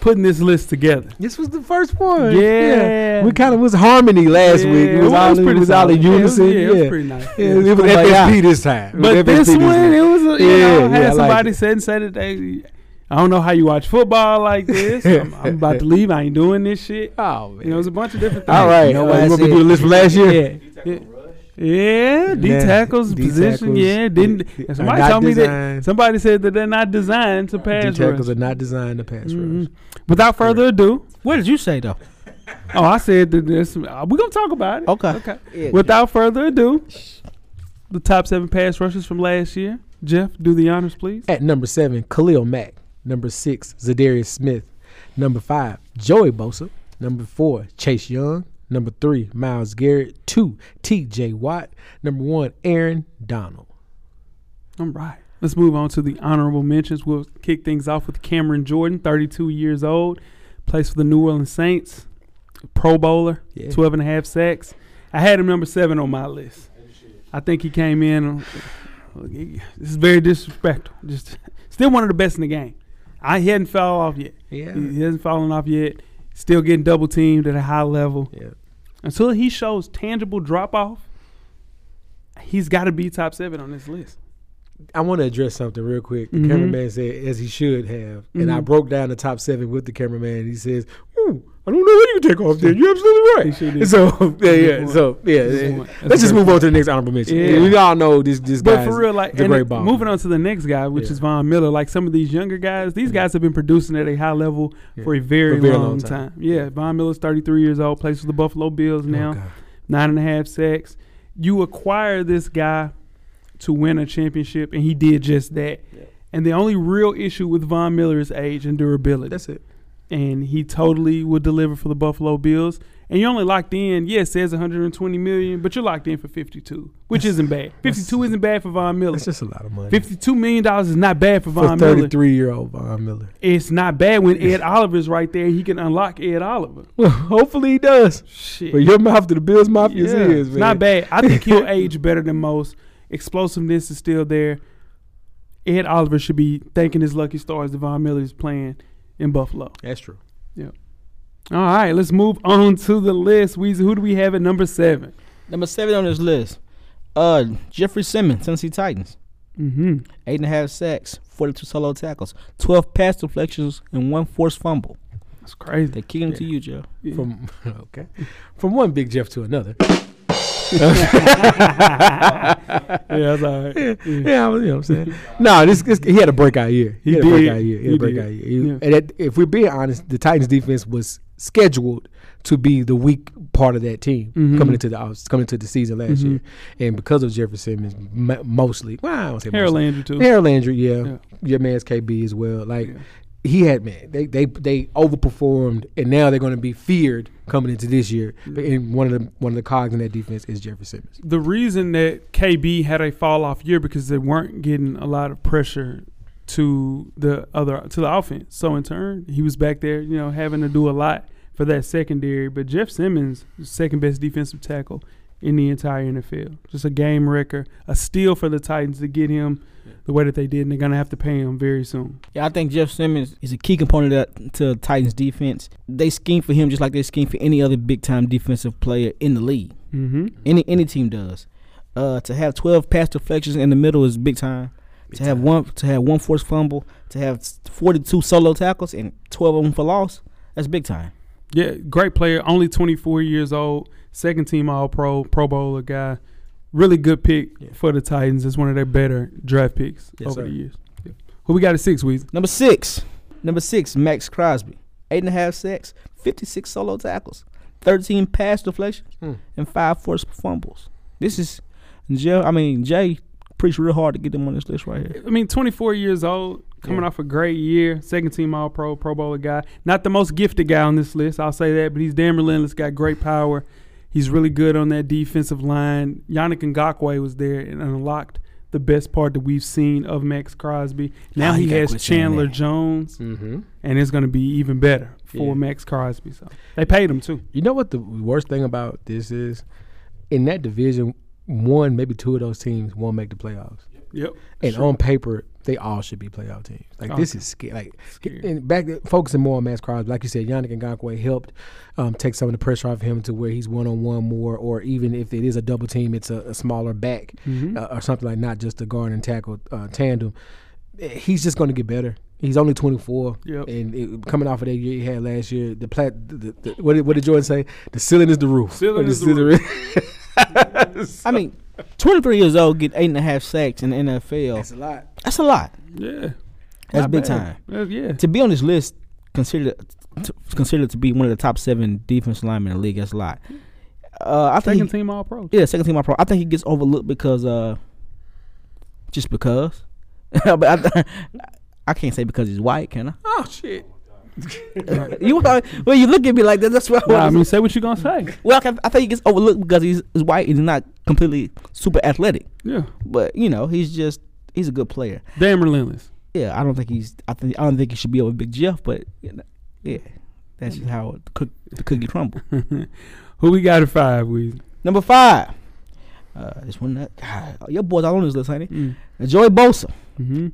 Speaker 4: putting this list together.
Speaker 5: This was the first one.
Speaker 4: Yeah.
Speaker 5: We kind of was harmony last
Speaker 4: Yeah,
Speaker 5: week. It was, all, it was all in
Speaker 4: solid.
Speaker 5: unison.
Speaker 4: Yeah, it was, yeah, it was pretty nice.
Speaker 5: Yeah, it was
Speaker 6: Kumbaya.
Speaker 5: FSP this time. It was
Speaker 4: But
Speaker 5: FSP
Speaker 4: this one,
Speaker 5: time.
Speaker 4: it was, a, you
Speaker 5: Yeah,
Speaker 4: know, I had
Speaker 5: yeah, I like
Speaker 4: somebody
Speaker 5: it.
Speaker 4: said and said today, I don't know how you watch football like this.
Speaker 5: [LAUGHS]
Speaker 4: I'm, I'm about to leave. I ain't doing this shit.
Speaker 5: Oh, man.
Speaker 4: You know, it was a bunch of different things.
Speaker 5: all right.
Speaker 6: You know
Speaker 5: Uh,
Speaker 6: what I
Speaker 5: you want me to
Speaker 6: said?
Speaker 5: do a list from last year?
Speaker 4: Yeah. Yeah, yeah, D
Speaker 5: Nah,
Speaker 4: tackles
Speaker 5: D
Speaker 4: position.
Speaker 5: tackles
Speaker 4: Yeah, didn't
Speaker 5: d-
Speaker 4: and
Speaker 5: are
Speaker 4: somebody
Speaker 5: not
Speaker 4: told me that
Speaker 5: designed-
Speaker 4: somebody said that they're not designed to pass
Speaker 5: D
Speaker 4: rush.
Speaker 5: tackles are not designed to pass
Speaker 4: Mhm.
Speaker 5: rush.
Speaker 4: Without further ado,
Speaker 6: What did you say though?
Speaker 4: oh, I said that this. Uh, we're gonna talk about it.
Speaker 6: Okay.
Speaker 5: [LAUGHS]
Speaker 4: Okay.
Speaker 6: Yeah,
Speaker 4: Without further ado, the top seven pass rushes from last year. Jeff, do the honors, please.
Speaker 5: At number seven, Khalil Mack. Number six, Zadarius Smith. Number five, Joey Bosa. Number four, Chase Young. Number three, Miles Garrett. Two, T.J. Watt. Number one, Aaron Donald.
Speaker 4: All right. Let's move on to the honorable mentions. We'll kick things off with Cameron Jordan, 32 years old, plays for the New Orleans Saints, Pro Bowler,
Speaker 5: Yeah.
Speaker 4: 12 and a half sacks. I had him number seven on my list. I think he came in. uh, This is very disrespectful. Just still one of the best in the game. I he hadn't fell off yet.
Speaker 5: Yeah.
Speaker 4: He he hasn't fallen off yet. Still getting double teamed at a high level.
Speaker 5: Yeah.
Speaker 4: Until he shows tangible drop off, he's got to be top seven on this list.
Speaker 5: I want to address something real quick. The
Speaker 4: Mhm.
Speaker 5: cameraman said, as he should have, and I
Speaker 4: Mhm.
Speaker 5: broke down the top seven with the cameraman. He says, Ooh, I don't know what you take off there. You're absolutely
Speaker 4: sure
Speaker 5: right.
Speaker 4: did.
Speaker 5: so yeah, yeah.
Speaker 4: point.
Speaker 5: So yeah,
Speaker 4: That's a good
Speaker 5: yeah.
Speaker 4: point. That's
Speaker 5: let's
Speaker 4: a
Speaker 5: just
Speaker 4: good
Speaker 5: move on to the next honorable mention.
Speaker 4: Yeah.
Speaker 5: We all know this this
Speaker 4: But
Speaker 5: guy.
Speaker 4: for real, like
Speaker 5: the
Speaker 4: and
Speaker 5: great
Speaker 4: it-
Speaker 5: bomb.
Speaker 4: moving on to the next guy, which
Speaker 5: Yeah. Mm-hmm.
Speaker 4: is Von Miller. Like some of these younger guys, these guys have been producing at a high level for a very,
Speaker 5: very
Speaker 4: long,
Speaker 5: long
Speaker 4: time.
Speaker 5: time. Oh,
Speaker 4: Yeah, Von Miller's 33 years old, plays for the Buffalo Bills now, nine and a half sacks. You acquire this guy to win a championship, and he did just that. And the only real issue with Von Miller is age and durability
Speaker 5: That's it.
Speaker 4: and he totally will deliver for the Buffalo Bills. And you're only locked in, yeah, it says 120 million, but you're locked in for 52, which isn't bad. 52 isn't bad for Von Miller.
Speaker 5: That's just a lot of money.
Speaker 4: 52 million dollars is not bad for
Speaker 5: for
Speaker 4: Von Miller.
Speaker 5: 33 year old
Speaker 4: [LAUGHS]
Speaker 5: Von Miller.
Speaker 4: It's not bad
Speaker 5: [LAUGHS]
Speaker 4: when Ed Oliver's right there. He can unlock Ed Oliver.
Speaker 5: Well, hopefully he does.
Speaker 4: Shit,
Speaker 5: But your mouth to the Bills Mafia
Speaker 4: Yeah,
Speaker 5: is,
Speaker 4: it's
Speaker 5: man.
Speaker 4: not bad. I think [LAUGHS]
Speaker 5: [LAUGHS]
Speaker 4: he'll age better than most. Explosiveness is still there. Ed Oliver should be thanking his lucky stars that Von Miller is playing in Buffalo.
Speaker 5: That's true.
Speaker 4: All right, let's move on to the list. Weezy, who do we have at number seven?
Speaker 6: Number seven on this list, uh, Jeffrey Simmons, Tennessee Titans,
Speaker 4: Mm-hmm.
Speaker 6: eight and a half sacks, forty-two solo tackles, twelve pass deflections, and one forced fumble.
Speaker 4: That's crazy.
Speaker 6: They kick him to you, Joe.
Speaker 5: From okay, from one Big Jeff
Speaker 4: [LAUGHS]
Speaker 5: to another. [LAUGHS]
Speaker 4: Yeah, that's all right.
Speaker 5: Yeah, I was- you know what I'm saying. no, this, this he had a breakout year. He,
Speaker 4: He
Speaker 5: had
Speaker 4: did.
Speaker 5: a breakout year. He,
Speaker 4: He
Speaker 5: had a breakout
Speaker 4: did.
Speaker 5: year. He-
Speaker 4: Yeah.
Speaker 5: And that, if we're being honest, the Titans defense was scheduled to be the weak part of that team
Speaker 4: Mhm.
Speaker 5: coming into the offs- coming into the season last
Speaker 4: Mhm.
Speaker 5: year, and because of Jeffrey Simmons, mo- mostly. Well, I don't say
Speaker 4: Harold
Speaker 5: mostly.
Speaker 4: Landry, too.
Speaker 5: Harold Landry, yeah,
Speaker 4: Yeah.
Speaker 5: your man's KB as well. Like he had man, they they they overperformed, and now they're going to be feared coming into this year. And one of the one of the cogs in that defense is Jeffrey Simmons.
Speaker 4: the reason that KB had a fall off year because they weren't getting a lot of pressure to the other to the offense. So in turn, he was back there, you know, having to do a lot for that secondary. But Jeff Simmons, second best defensive tackle in the entire NFL, just a game wrecker, a steal for the Titans to get him the way that they did, and they're gonna have to pay him very soon.
Speaker 6: Yeah, I think Jeff Simmons is a key component of that, to Titans defense. They scheme for him just like they scheme for any other big time defensive player in the league.
Speaker 4: Mm-hmm.
Speaker 6: Any any team does. Uh, to have twelve pass deflections in the middle is big time. to have one to have one forced fumble, to have forty two solo tackles and twelve of them for loss, that's big time.
Speaker 4: Yeah, great player. Only 24 years old. Second team All Pro, Pro Bowler guy. Really good pick
Speaker 5: Yeah.
Speaker 4: for the Titans. It's one of their better draft picks
Speaker 5: Yes,
Speaker 4: over
Speaker 5: sir.
Speaker 4: the years. Yeah. Who we got at six, Weezy?
Speaker 6: Number six, number six, Max Crosby, eight and a half sacks, fifty six solo tackles, thirteen pass deflections,
Speaker 5: Hmm.
Speaker 6: and five forced fumbles. This is Jeff. I mean Jay preached real hard to get them on this list right here.
Speaker 4: I mean, 24 years old, coming
Speaker 5: Yeah.
Speaker 4: off a great year. Second team All Pro, Pro Bowler guy. Not the most gifted guy on this list, I'll say that, but he's damn relentless, got great power. He's really good on that defensive line. Yannick Ngakwe was there and unlocked the best part that we've seen of Max Crosby. Now
Speaker 6: Oh, you
Speaker 4: he
Speaker 6: gotta
Speaker 4: has
Speaker 6: quit saying
Speaker 4: Chandler
Speaker 6: that.
Speaker 4: Jones.
Speaker 5: Mm-hmm.
Speaker 4: and it's going to be even better for
Speaker 5: Yeah.
Speaker 4: Max Crosby. So they paid him too.
Speaker 5: You know what the worst thing about this is? In that division, one maybe two of those teams won't make the playoffs.
Speaker 4: Yep.
Speaker 5: And on paper, they all should be playoff teams. Like this
Speaker 4: Okay.
Speaker 5: is scary. Like
Speaker 4: Scary.
Speaker 5: and back to- focusing more on Max Crosby, like you said, Yannick Ngakwe helped um, take some of the pressure off him to where he's one on one more, or even if it is a double team, it's a, a smaller back
Speaker 4: Mm-hmm.
Speaker 5: uh, or something like not just a guard and tackle uh, tandem. Eh, He's just going to get better. He's only 24,
Speaker 4: Yep.
Speaker 5: and it, coming off of that year he had last year, the plat. The, the, what, did, what did Jordan say? The ceiling is the roof.
Speaker 4: Ceiling is the
Speaker 5: roof.
Speaker 6: I mean, twenty three years old, get eight and a half sacks in the NFL. That's,
Speaker 5: a lot.
Speaker 6: a lot.
Speaker 4: Yeah.
Speaker 6: That's
Speaker 4: Not
Speaker 6: big
Speaker 4: bad.
Speaker 6: time.
Speaker 4: Uh, yeah.
Speaker 6: To be on this list, considered t- considered to be one of the top seven defense linemen in the league. That's a lot. Uh, I think he-
Speaker 4: Second team All Pro.
Speaker 6: Yeah, second team all pro. I think he gets overlooked because uh just because. [LAUGHS] but I, I can't say because he's white, can I? [LAUGHS]
Speaker 5: Oh shit.
Speaker 6: you are- well, you look at me like that. That's what I
Speaker 4: Nah, I
Speaker 6: was-
Speaker 4: mean, say what you gonna
Speaker 5: [LAUGHS]
Speaker 4: say.
Speaker 6: Well, I, can, I think he gets overlooked because he's, he's white and he's not completely super athletic.
Speaker 4: Yeah.
Speaker 6: But you know, he's just he's a good player.
Speaker 4: Damn relentless.
Speaker 6: Yeah, I don't think he's. I think I don't think he should be over Big Jeff. But you know, yeah, that's just how the, cook, the cookie crumble.
Speaker 4: Who we got at five? Weezy?
Speaker 6: Number five. Uh, this one, that, God, your boys all on this list, honey.
Speaker 4: Mm.
Speaker 6: Joey Bosa.
Speaker 4: Mm-hmm.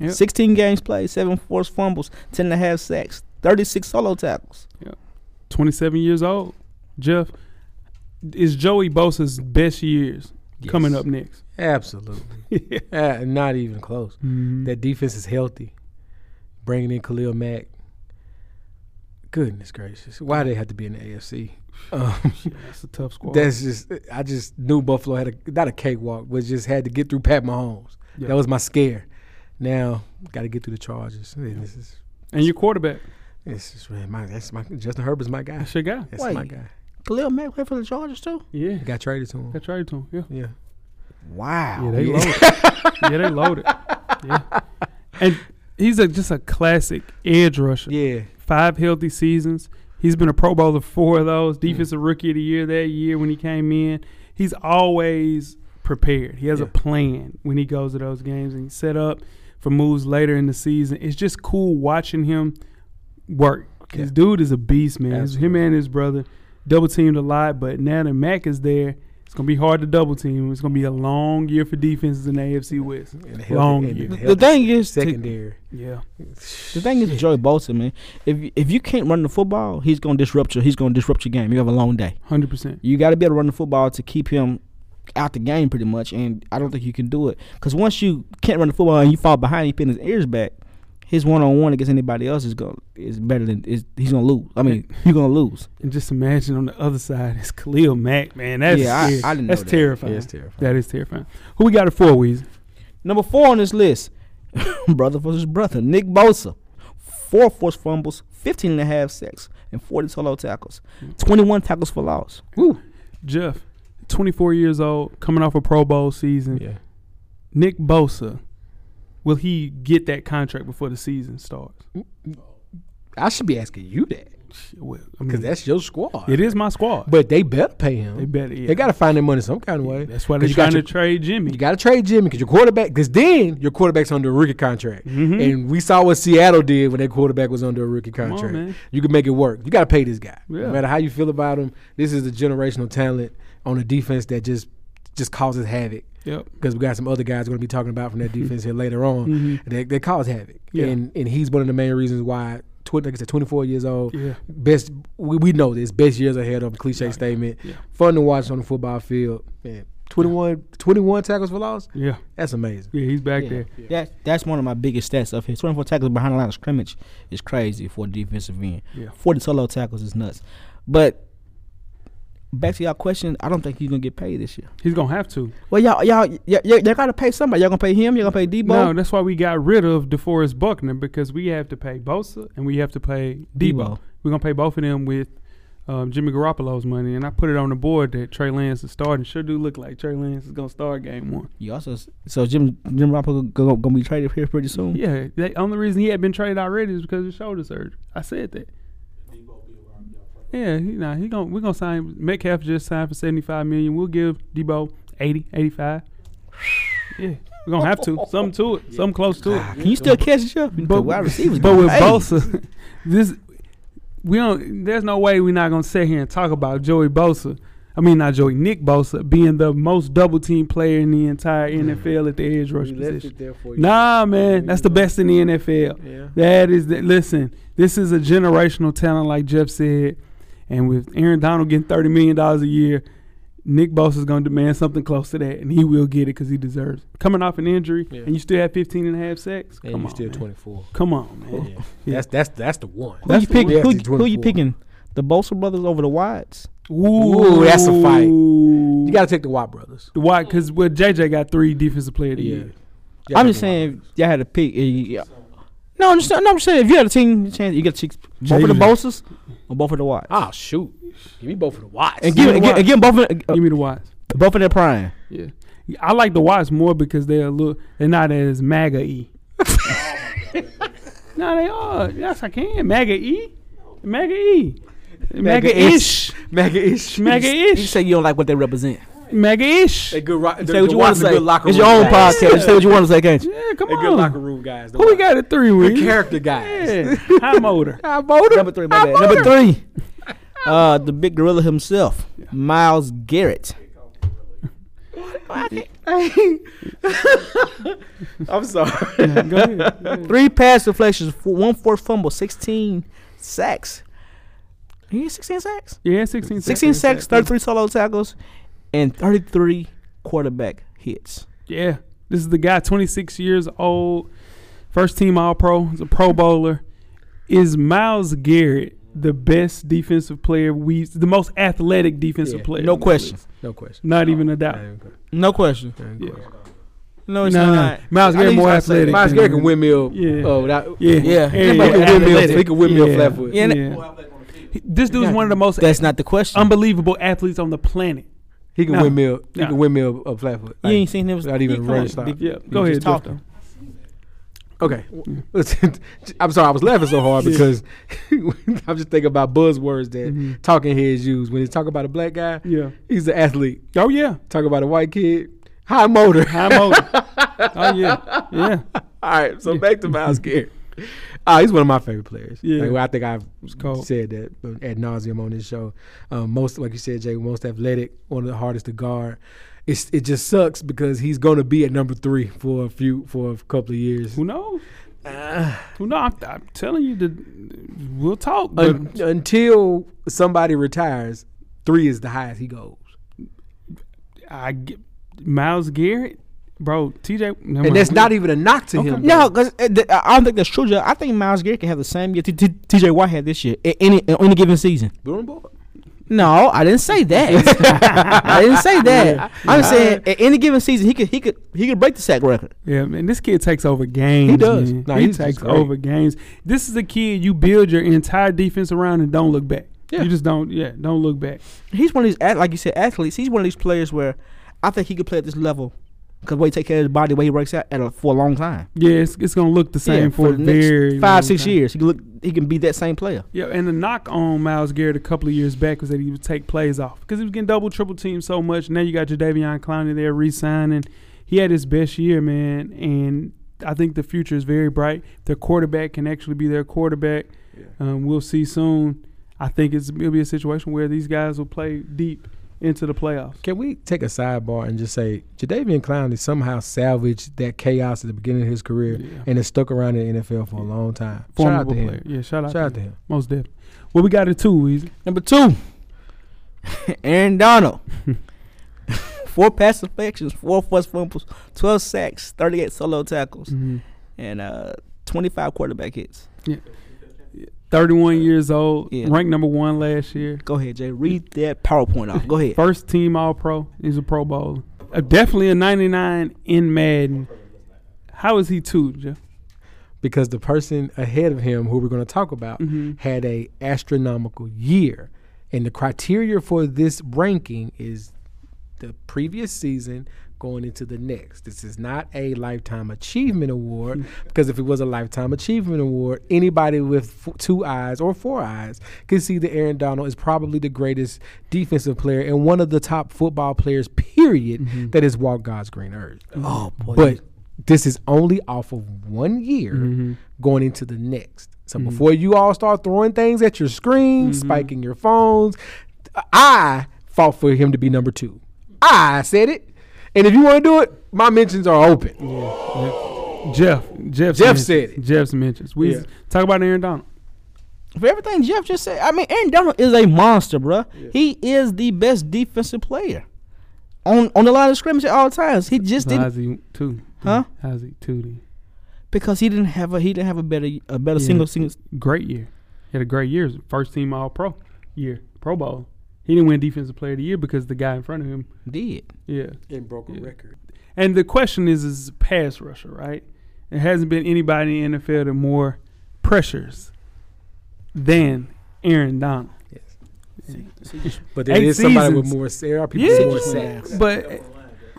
Speaker 4: Yep.
Speaker 6: 16 games played, seven forced fumbles, 10 and a half sacks, 36 solo tackles.
Speaker 4: Twenty-seven years old. Jeff is Joey Bosa's best years coming up next.
Speaker 5: [LAUGHS]
Speaker 4: [LAUGHS]
Speaker 5: Absolutely. Uh, not even close.
Speaker 4: Mm-hmm.
Speaker 5: That defense is healthy. Bringing in Khalil Mack. Goodness gracious. Why they have to be in the AFC?
Speaker 6: Uh,
Speaker 5: Um,
Speaker 4: That's a tough squad.
Speaker 5: [LAUGHS] that's just, I just knew Buffalo had a, not a cakewalk, but just had to get through Pat Mahomes.
Speaker 4: Yeah.
Speaker 5: That was my scare. Now, got to get through the Chargers. Man, This is,
Speaker 4: and your quarterback,
Speaker 5: this is, man, my, that's my, Justin Herbert's my guy.
Speaker 4: that's your guy.
Speaker 5: That's my
Speaker 6: Wait.
Speaker 5: guy.
Speaker 6: Khalil Mack played for the Chargers too.
Speaker 4: Yeah.
Speaker 5: Got traded to him.
Speaker 4: Got traded to him. Yeah.
Speaker 5: Yeah.
Speaker 6: Wow.
Speaker 4: Yeah, they loaded. [LAUGHS] yeah, they loaded. Yeah. And he's a, just a classic edge rusher.
Speaker 5: Yeah.
Speaker 4: Five healthy seasons. He's been a Pro Bowler four of
Speaker 5: Mm.
Speaker 4: those. Defensive Rookie of the Year that year when he came in. He's always prepared. He has a
Speaker 5: Yeah.
Speaker 4: plan when he goes to those games and he's set up for moves later in the season. It's just cool watching him work. This
Speaker 5: Yeah.
Speaker 4: dude is a beast, man. His- Him
Speaker 5: Absolutely.
Speaker 4: and his brother double teamed a lot, but now that Mac is there, it's gonna be hard to double team. It's gonna be a long year for defenses in the AFC West.
Speaker 5: And a
Speaker 4: Long
Speaker 5: and a
Speaker 4: year.
Speaker 6: The, the
Speaker 5: healthy
Speaker 6: thing is, to-
Speaker 5: secondary.
Speaker 4: Yeah.
Speaker 6: the thing is, Joey Bosa, man. If if you can't run the football, he's gonna disrupt you. He's gonna disrupt your game. You have a long day.
Speaker 4: Hundred percent.
Speaker 6: You got to be able to run the football to keep him out the game, pretty much. And I don't think you can do it because once you can't run the football and you fall behind, you pin his ears back. His one on one against anybody else is going is better than is he's gonna lose. I mean, [LAUGHS] you're gonna lose.
Speaker 4: And just imagine on the other side is Khalil Mack, man. That's
Speaker 6: Yeah, I-
Speaker 4: scary.
Speaker 6: I didn't know
Speaker 4: that's
Speaker 6: that.
Speaker 4: terrifying.
Speaker 5: Yeah, it's terrifying.
Speaker 4: That is terrifying. Who we got at four, Weezy?
Speaker 6: Number four on this list, [LAUGHS] brother versus brother, Nick Bosa. Four forced fumbles, 15 and a half sacks, and 40 solo tackles, 21 tackles for loss.
Speaker 4: Woo. Jeff, 24 years old, coming off a Pro Bowl season.
Speaker 5: Yeah.
Speaker 4: Nick Bosa, will he get that contract before the season starts?
Speaker 5: I should be asking you that
Speaker 4: Well, I
Speaker 5: because
Speaker 4: mean,
Speaker 5: that's your squad.
Speaker 4: it is my squad.
Speaker 5: But they better pay him.
Speaker 4: They better, yeah.
Speaker 5: They got to find their money some kind of way.
Speaker 4: that's why
Speaker 5: 'Cause
Speaker 4: they're
Speaker 5: you got
Speaker 4: trying
Speaker 5: your-
Speaker 4: to trade Jimmy.
Speaker 5: You got to trade Jimmy because your quarterback, because then your quarterback's under a rookie contract. And we saw what Seattle did when their quarterback was under a rookie
Speaker 4: Mm-hmm. on,
Speaker 5: contract.
Speaker 4: man.
Speaker 5: you can make it work. You got to pay this guy.
Speaker 4: Yeah.
Speaker 5: No matter how you feel about him, this is a generational talent on a defense that just just causes havoc.
Speaker 4: yep.
Speaker 5: Because we got some other guys going to be talking about from that defense here later on. They, they cause havoc.
Speaker 4: Yeah.
Speaker 5: And and he's one of the main reasons why, tw- like I said, 24 years old,
Speaker 4: Yeah.
Speaker 5: best we, we know this best years ahead of cliche statement
Speaker 4: Yeah.
Speaker 5: fun to watch on the football field man 21 21 tackles for loss
Speaker 4: Yeah.
Speaker 5: that's amazing
Speaker 4: Yeah, he's back there.
Speaker 6: That that's one of my biggest stats of his. 24 tackles behind the line of scrimmage is crazy for a defensive end.
Speaker 4: Yeah.
Speaker 6: 40 solo tackles is nuts. But back to y'all question, I don't think he's gonna get paid this year.
Speaker 4: He's gonna have to.
Speaker 6: Well, y'all y'all y- y- y'all gotta pay somebody. Y'all gonna pay him. Y'all gonna pay Debo.
Speaker 4: No, that's why we got rid of DeForest Buckner because we have to pay Bosa and we have to pay Debo.
Speaker 6: Debo.
Speaker 4: We're gonna pay both of them with um, Jimmy Garoppolo's money, and I put it on the board that Trey Lance is starting. Sure do look like Trey Lance is gonna start game one.
Speaker 6: You also s- so Jim Jim Garoppolo gonna, gonna be traded here pretty soon.
Speaker 4: Yeah, the only reason he had been traded already is because of his shoulder surgery. I said that. Yeah, he, nah, he going we're gonna sign Metcalf just signed for seventy five million. We'll give Debo 80, 85. yeah, we're gonna have to something to it, something close to it.
Speaker 6: Ah, Can you still catch the show? But wide receivers.
Speaker 4: But
Speaker 6: getting
Speaker 4: with
Speaker 6: paid.
Speaker 4: Bosa, [LAUGHS] this we don't. There's no way we're not gonna sit here and talk about Joey Bosa. I mean, not Joey, Nick Bosa being the most double team player in the entire NFL at the edge rush position. Nah, man, that's the best in the NFL.
Speaker 5: yeah
Speaker 4: That is the, listen. This is a generational talent, like Jeff said, and with Aaron Donald getting thirty million dollars a year, Nick Bosa is going to demand something close to that, and he will get it because he deserves. It. Coming off an injury,
Speaker 5: Yeah.
Speaker 4: and you still have 15 and a half sacks.
Speaker 5: and
Speaker 4: Come
Speaker 5: you
Speaker 4: on,
Speaker 5: still
Speaker 4: man.
Speaker 5: 24
Speaker 4: Come on, man.
Speaker 5: yeah. that's that's that's the one
Speaker 6: Who
Speaker 4: That's
Speaker 6: you
Speaker 4: the
Speaker 6: picking?
Speaker 5: one.
Speaker 6: Who,
Speaker 5: Yeah,
Speaker 6: you- who you
Speaker 5: 24.
Speaker 6: picking? The Bosa brothers over the Wides?
Speaker 5: Ooh, that's a fight.
Speaker 4: You
Speaker 5: you got to take the Watt brothers
Speaker 4: why? Because well, JJ got three defensive player of the
Speaker 5: yeah
Speaker 4: year.
Speaker 5: You gotta
Speaker 6: I'm
Speaker 5: take
Speaker 6: just
Speaker 5: the Watt
Speaker 6: saying if y'all had to pick. eh, Yeah. No, I'm just no, I'm just saying if you had a team chance, you got to both of the Bosas or both of the Wides.
Speaker 5: brothers. oh shoot give me both of the Watts
Speaker 6: and give,
Speaker 4: you know
Speaker 6: and give,
Speaker 4: what?
Speaker 6: and give both of uh,
Speaker 4: Give me the Watts.
Speaker 6: both of their prime.
Speaker 4: Yeah, I like the Watts more because they're a little. They're not as MAGA [LAUGHS]
Speaker 5: [LAUGHS]
Speaker 4: e. no, they are. Yes, I can. MAGA e. MAGA e. MAGA ish.
Speaker 5: mega ish
Speaker 4: MAGA
Speaker 6: You
Speaker 4: ish.
Speaker 6: say you don't like what they represent.
Speaker 4: MAGA ish.
Speaker 5: they good rock
Speaker 6: Say what you want to say.
Speaker 5: good locker
Speaker 6: It's
Speaker 5: room
Speaker 6: your own
Speaker 5: guys.
Speaker 6: podcast. Say what you want to say, can't you?
Speaker 4: Yeah, come
Speaker 5: they good locker
Speaker 4: on.
Speaker 5: room guys the
Speaker 4: Who we
Speaker 5: Watts.
Speaker 4: got at three
Speaker 5: good
Speaker 4: with?
Speaker 5: character guys
Speaker 4: Yeah, high motor.
Speaker 6: [LAUGHS] Number three, my bad. Number three, [LAUGHS] uh, the big gorilla himself, Miles Garrett.
Speaker 4: [LAUGHS]
Speaker 5: I'm sorry
Speaker 4: [LAUGHS] Go ahead. Go ahead.
Speaker 6: Three pass deflections, f- one forced fumble, 16 sacks. He had 16 sacks?
Speaker 4: Yeah, sixteen.
Speaker 6: 16 sacks, 33 solo tackles, and 33 quarterback hits.
Speaker 4: Yeah. This is the guy, 26 years old, first team All Pro, is a Pro Bowler. Is Miles Garrett the best defensive player we, the most athletic defensive
Speaker 5: Yeah,
Speaker 4: player?
Speaker 6: No
Speaker 4: in the
Speaker 6: question.
Speaker 4: league?
Speaker 5: [LAUGHS] no question
Speaker 4: Not even a doubt.
Speaker 6: No question.
Speaker 5: No
Speaker 4: Yeah.
Speaker 5: question.
Speaker 6: No,
Speaker 4: No,
Speaker 6: it's
Speaker 4: no.
Speaker 6: not.
Speaker 4: Miles
Speaker 5: I
Speaker 4: Garrett
Speaker 5: think
Speaker 4: more
Speaker 5: he's trying to say
Speaker 4: athletic.
Speaker 5: Miles
Speaker 4: than-
Speaker 5: Garrett can witmill.
Speaker 4: Yeah.
Speaker 5: Oh, without,
Speaker 4: Yeah.
Speaker 6: Yeah.
Speaker 4: Yeah.
Speaker 5: He can windmill-
Speaker 4: athletic.
Speaker 5: he can windmill
Speaker 4: yeah.
Speaker 5: flat foot.
Speaker 4: Yeah.
Speaker 6: Yeah, and-
Speaker 4: He- This dude's one of the most
Speaker 6: That's not the question.
Speaker 4: unbelievable athletes on the planet.
Speaker 5: He can
Speaker 4: No.
Speaker 5: windmill. He
Speaker 4: No.
Speaker 5: can windmill a flat foot.
Speaker 6: you ain't seen him.
Speaker 5: without even
Speaker 6: come
Speaker 5: running
Speaker 6: on,
Speaker 5: stop.
Speaker 6: big-
Speaker 4: Yeah. Go ahead,
Speaker 6: just
Speaker 4: Jeff.
Speaker 6: talking.
Speaker 5: okay. [LAUGHS] Listen, I'm sorry. I was laughing so hard
Speaker 4: Yeah.
Speaker 5: because [LAUGHS] I'm just thinking about buzzwords that talking heads use when they talk about a black guy.
Speaker 4: Yeah.
Speaker 5: He's an athlete.
Speaker 4: Oh, yeah.
Speaker 5: Talk about a white kid. High motor. [LAUGHS]
Speaker 4: High motor. oh, yeah. Yeah.
Speaker 5: All right. So back
Speaker 4: [LAUGHS]
Speaker 5: to Miles Garrett. Ah, he's one of my favorite players.
Speaker 4: Yeah.
Speaker 5: Like, well, I think I've
Speaker 4: cold.
Speaker 5: said that ad nauseum on this show. Um, most, like you said, Jay, most athletic, one of the hardest to guard. It's, it just sucks because he's going to be at number three for a few for a couple of years.
Speaker 4: Who knows?
Speaker 5: Ah.
Speaker 4: Who knows? I'm, I'm telling you, that we'll talk. But
Speaker 5: Un- until somebody retires, three is the highest he goes,
Speaker 4: I get Miles Garrett, bro. TJ, never
Speaker 5: and that's
Speaker 4: mind.
Speaker 5: not even a knock to him.
Speaker 6: No, because I don't think that's true. Joe. I think Miles Garrett can have the same year T- T- T.J. Watt had this year in any in any uh, given season.
Speaker 5: We're on board.
Speaker 6: No, I didn't say [LAUGHS] that. I didn't say that. I'm saying at any given season he could he could he could break the sack record.
Speaker 4: Yeah, man, this kid takes over games.
Speaker 5: He does.
Speaker 4: man.
Speaker 5: Nah,
Speaker 4: he
Speaker 5: he's just
Speaker 4: takes
Speaker 5: great.
Speaker 4: over games. This is a kid you build your entire defense around and don't look back.
Speaker 5: Yeah.
Speaker 4: You just don't. Yeah, don't look back.
Speaker 6: He's one of these ath- like you said athletes. He's one of these players where I think he could play at this level because way he take care of his body, way he works out at a, for a long time.
Speaker 4: Yeah, it's, it's gonna look the same for,
Speaker 6: the next
Speaker 4: very long
Speaker 6: five six
Speaker 4: time.
Speaker 6: years. He can look he can be that same player.
Speaker 4: Yeah, and the knock on Miles Garrett a couple of years back was that he would take plays off because he was getting double, triple teamed so much. Now you got Jadavion Clowney there re-signing. He had his best year, man, and I think the future is very bright. Their quarterback can actually be their quarterback. Um, we'll see soon. I think it's, it'll be a situation where these guys will play deep into the playoffs.
Speaker 5: Can we take a sidebar and just say Jadavian Clowney somehow salvaged that chaos at the beginning of his career
Speaker 4: Yeah.
Speaker 5: and has stuck around in the NFL for a long time?
Speaker 4: Formidable
Speaker 5: Shout out to
Speaker 4: player.
Speaker 5: him.
Speaker 4: Yeah, shout out,
Speaker 5: Shout out
Speaker 4: to
Speaker 5: to
Speaker 4: him.
Speaker 5: him.
Speaker 4: Most definitely. Well, we got it too, Weezy.
Speaker 6: Number two, [LAUGHS] Aaron Donald. [LAUGHS] four pass deflections, four forced fumbles, twelve sacks, thirty-eight solo tackles, and uh, twenty-five quarterback hits.
Speaker 4: 31 years old,
Speaker 6: Yeah.
Speaker 4: ranked number one last year.
Speaker 6: Go ahead, Jay. Read that PowerPoint off.
Speaker 4: [LAUGHS]
Speaker 6: Go ahead.
Speaker 4: First team All Pro. He's a Pro Bowler. Uh, definitely a 99 in Madden. How is he two, Jeff?
Speaker 5: Because the person ahead of him, who we're going to talk about, had a astronomical year, and the criteria for this ranking is the previous season going into the next. This is not a lifetime achievement award because if it was a lifetime achievement award, anybody with f- two eyes or four eyes could see that Aaron Donald is probably the greatest defensive player and one of the top football players. Period. That has walked God's green earth. Oh boy! But this is only off of one year
Speaker 4: Mm-hmm.
Speaker 5: going into the next. So before you all start throwing things at your screens,
Speaker 4: Mm-hmm.
Speaker 5: spiking your phones, I fought for him to be number two. I said it. And if you want to do it, my mentions are open.
Speaker 4: Jeff. Jeff.
Speaker 5: Jeff said it.
Speaker 4: Jeff's mentions. We
Speaker 5: Yeah.
Speaker 4: talk about Aaron Donald.
Speaker 6: For everything Jeff just said, I mean, Aaron Donald is a monster, bruh. He is the best defensive player on on the line of scrimmage at all times. He just
Speaker 4: So
Speaker 6: didn't
Speaker 4: how's he two?
Speaker 6: Huh?
Speaker 4: How's he two? Then?
Speaker 6: because he didn't have a he didn't have a better a better
Speaker 4: Yeah.
Speaker 6: single single.
Speaker 4: Great year. He had a great year. First team All Pro year. Pro Bowl. He didn't win Defensive Player of the Year because the guy in front of him.
Speaker 6: Did
Speaker 4: Yeah.
Speaker 5: And broke a record.
Speaker 4: And the question is, is pass rusher, right? There hasn't been anybody in the NFL that more pressures than Aaron Donald.
Speaker 5: But there
Speaker 4: Eight
Speaker 5: is somebody with
Speaker 4: seasons.
Speaker 5: more there are people
Speaker 4: Yeah,
Speaker 5: with more sacks.
Speaker 4: but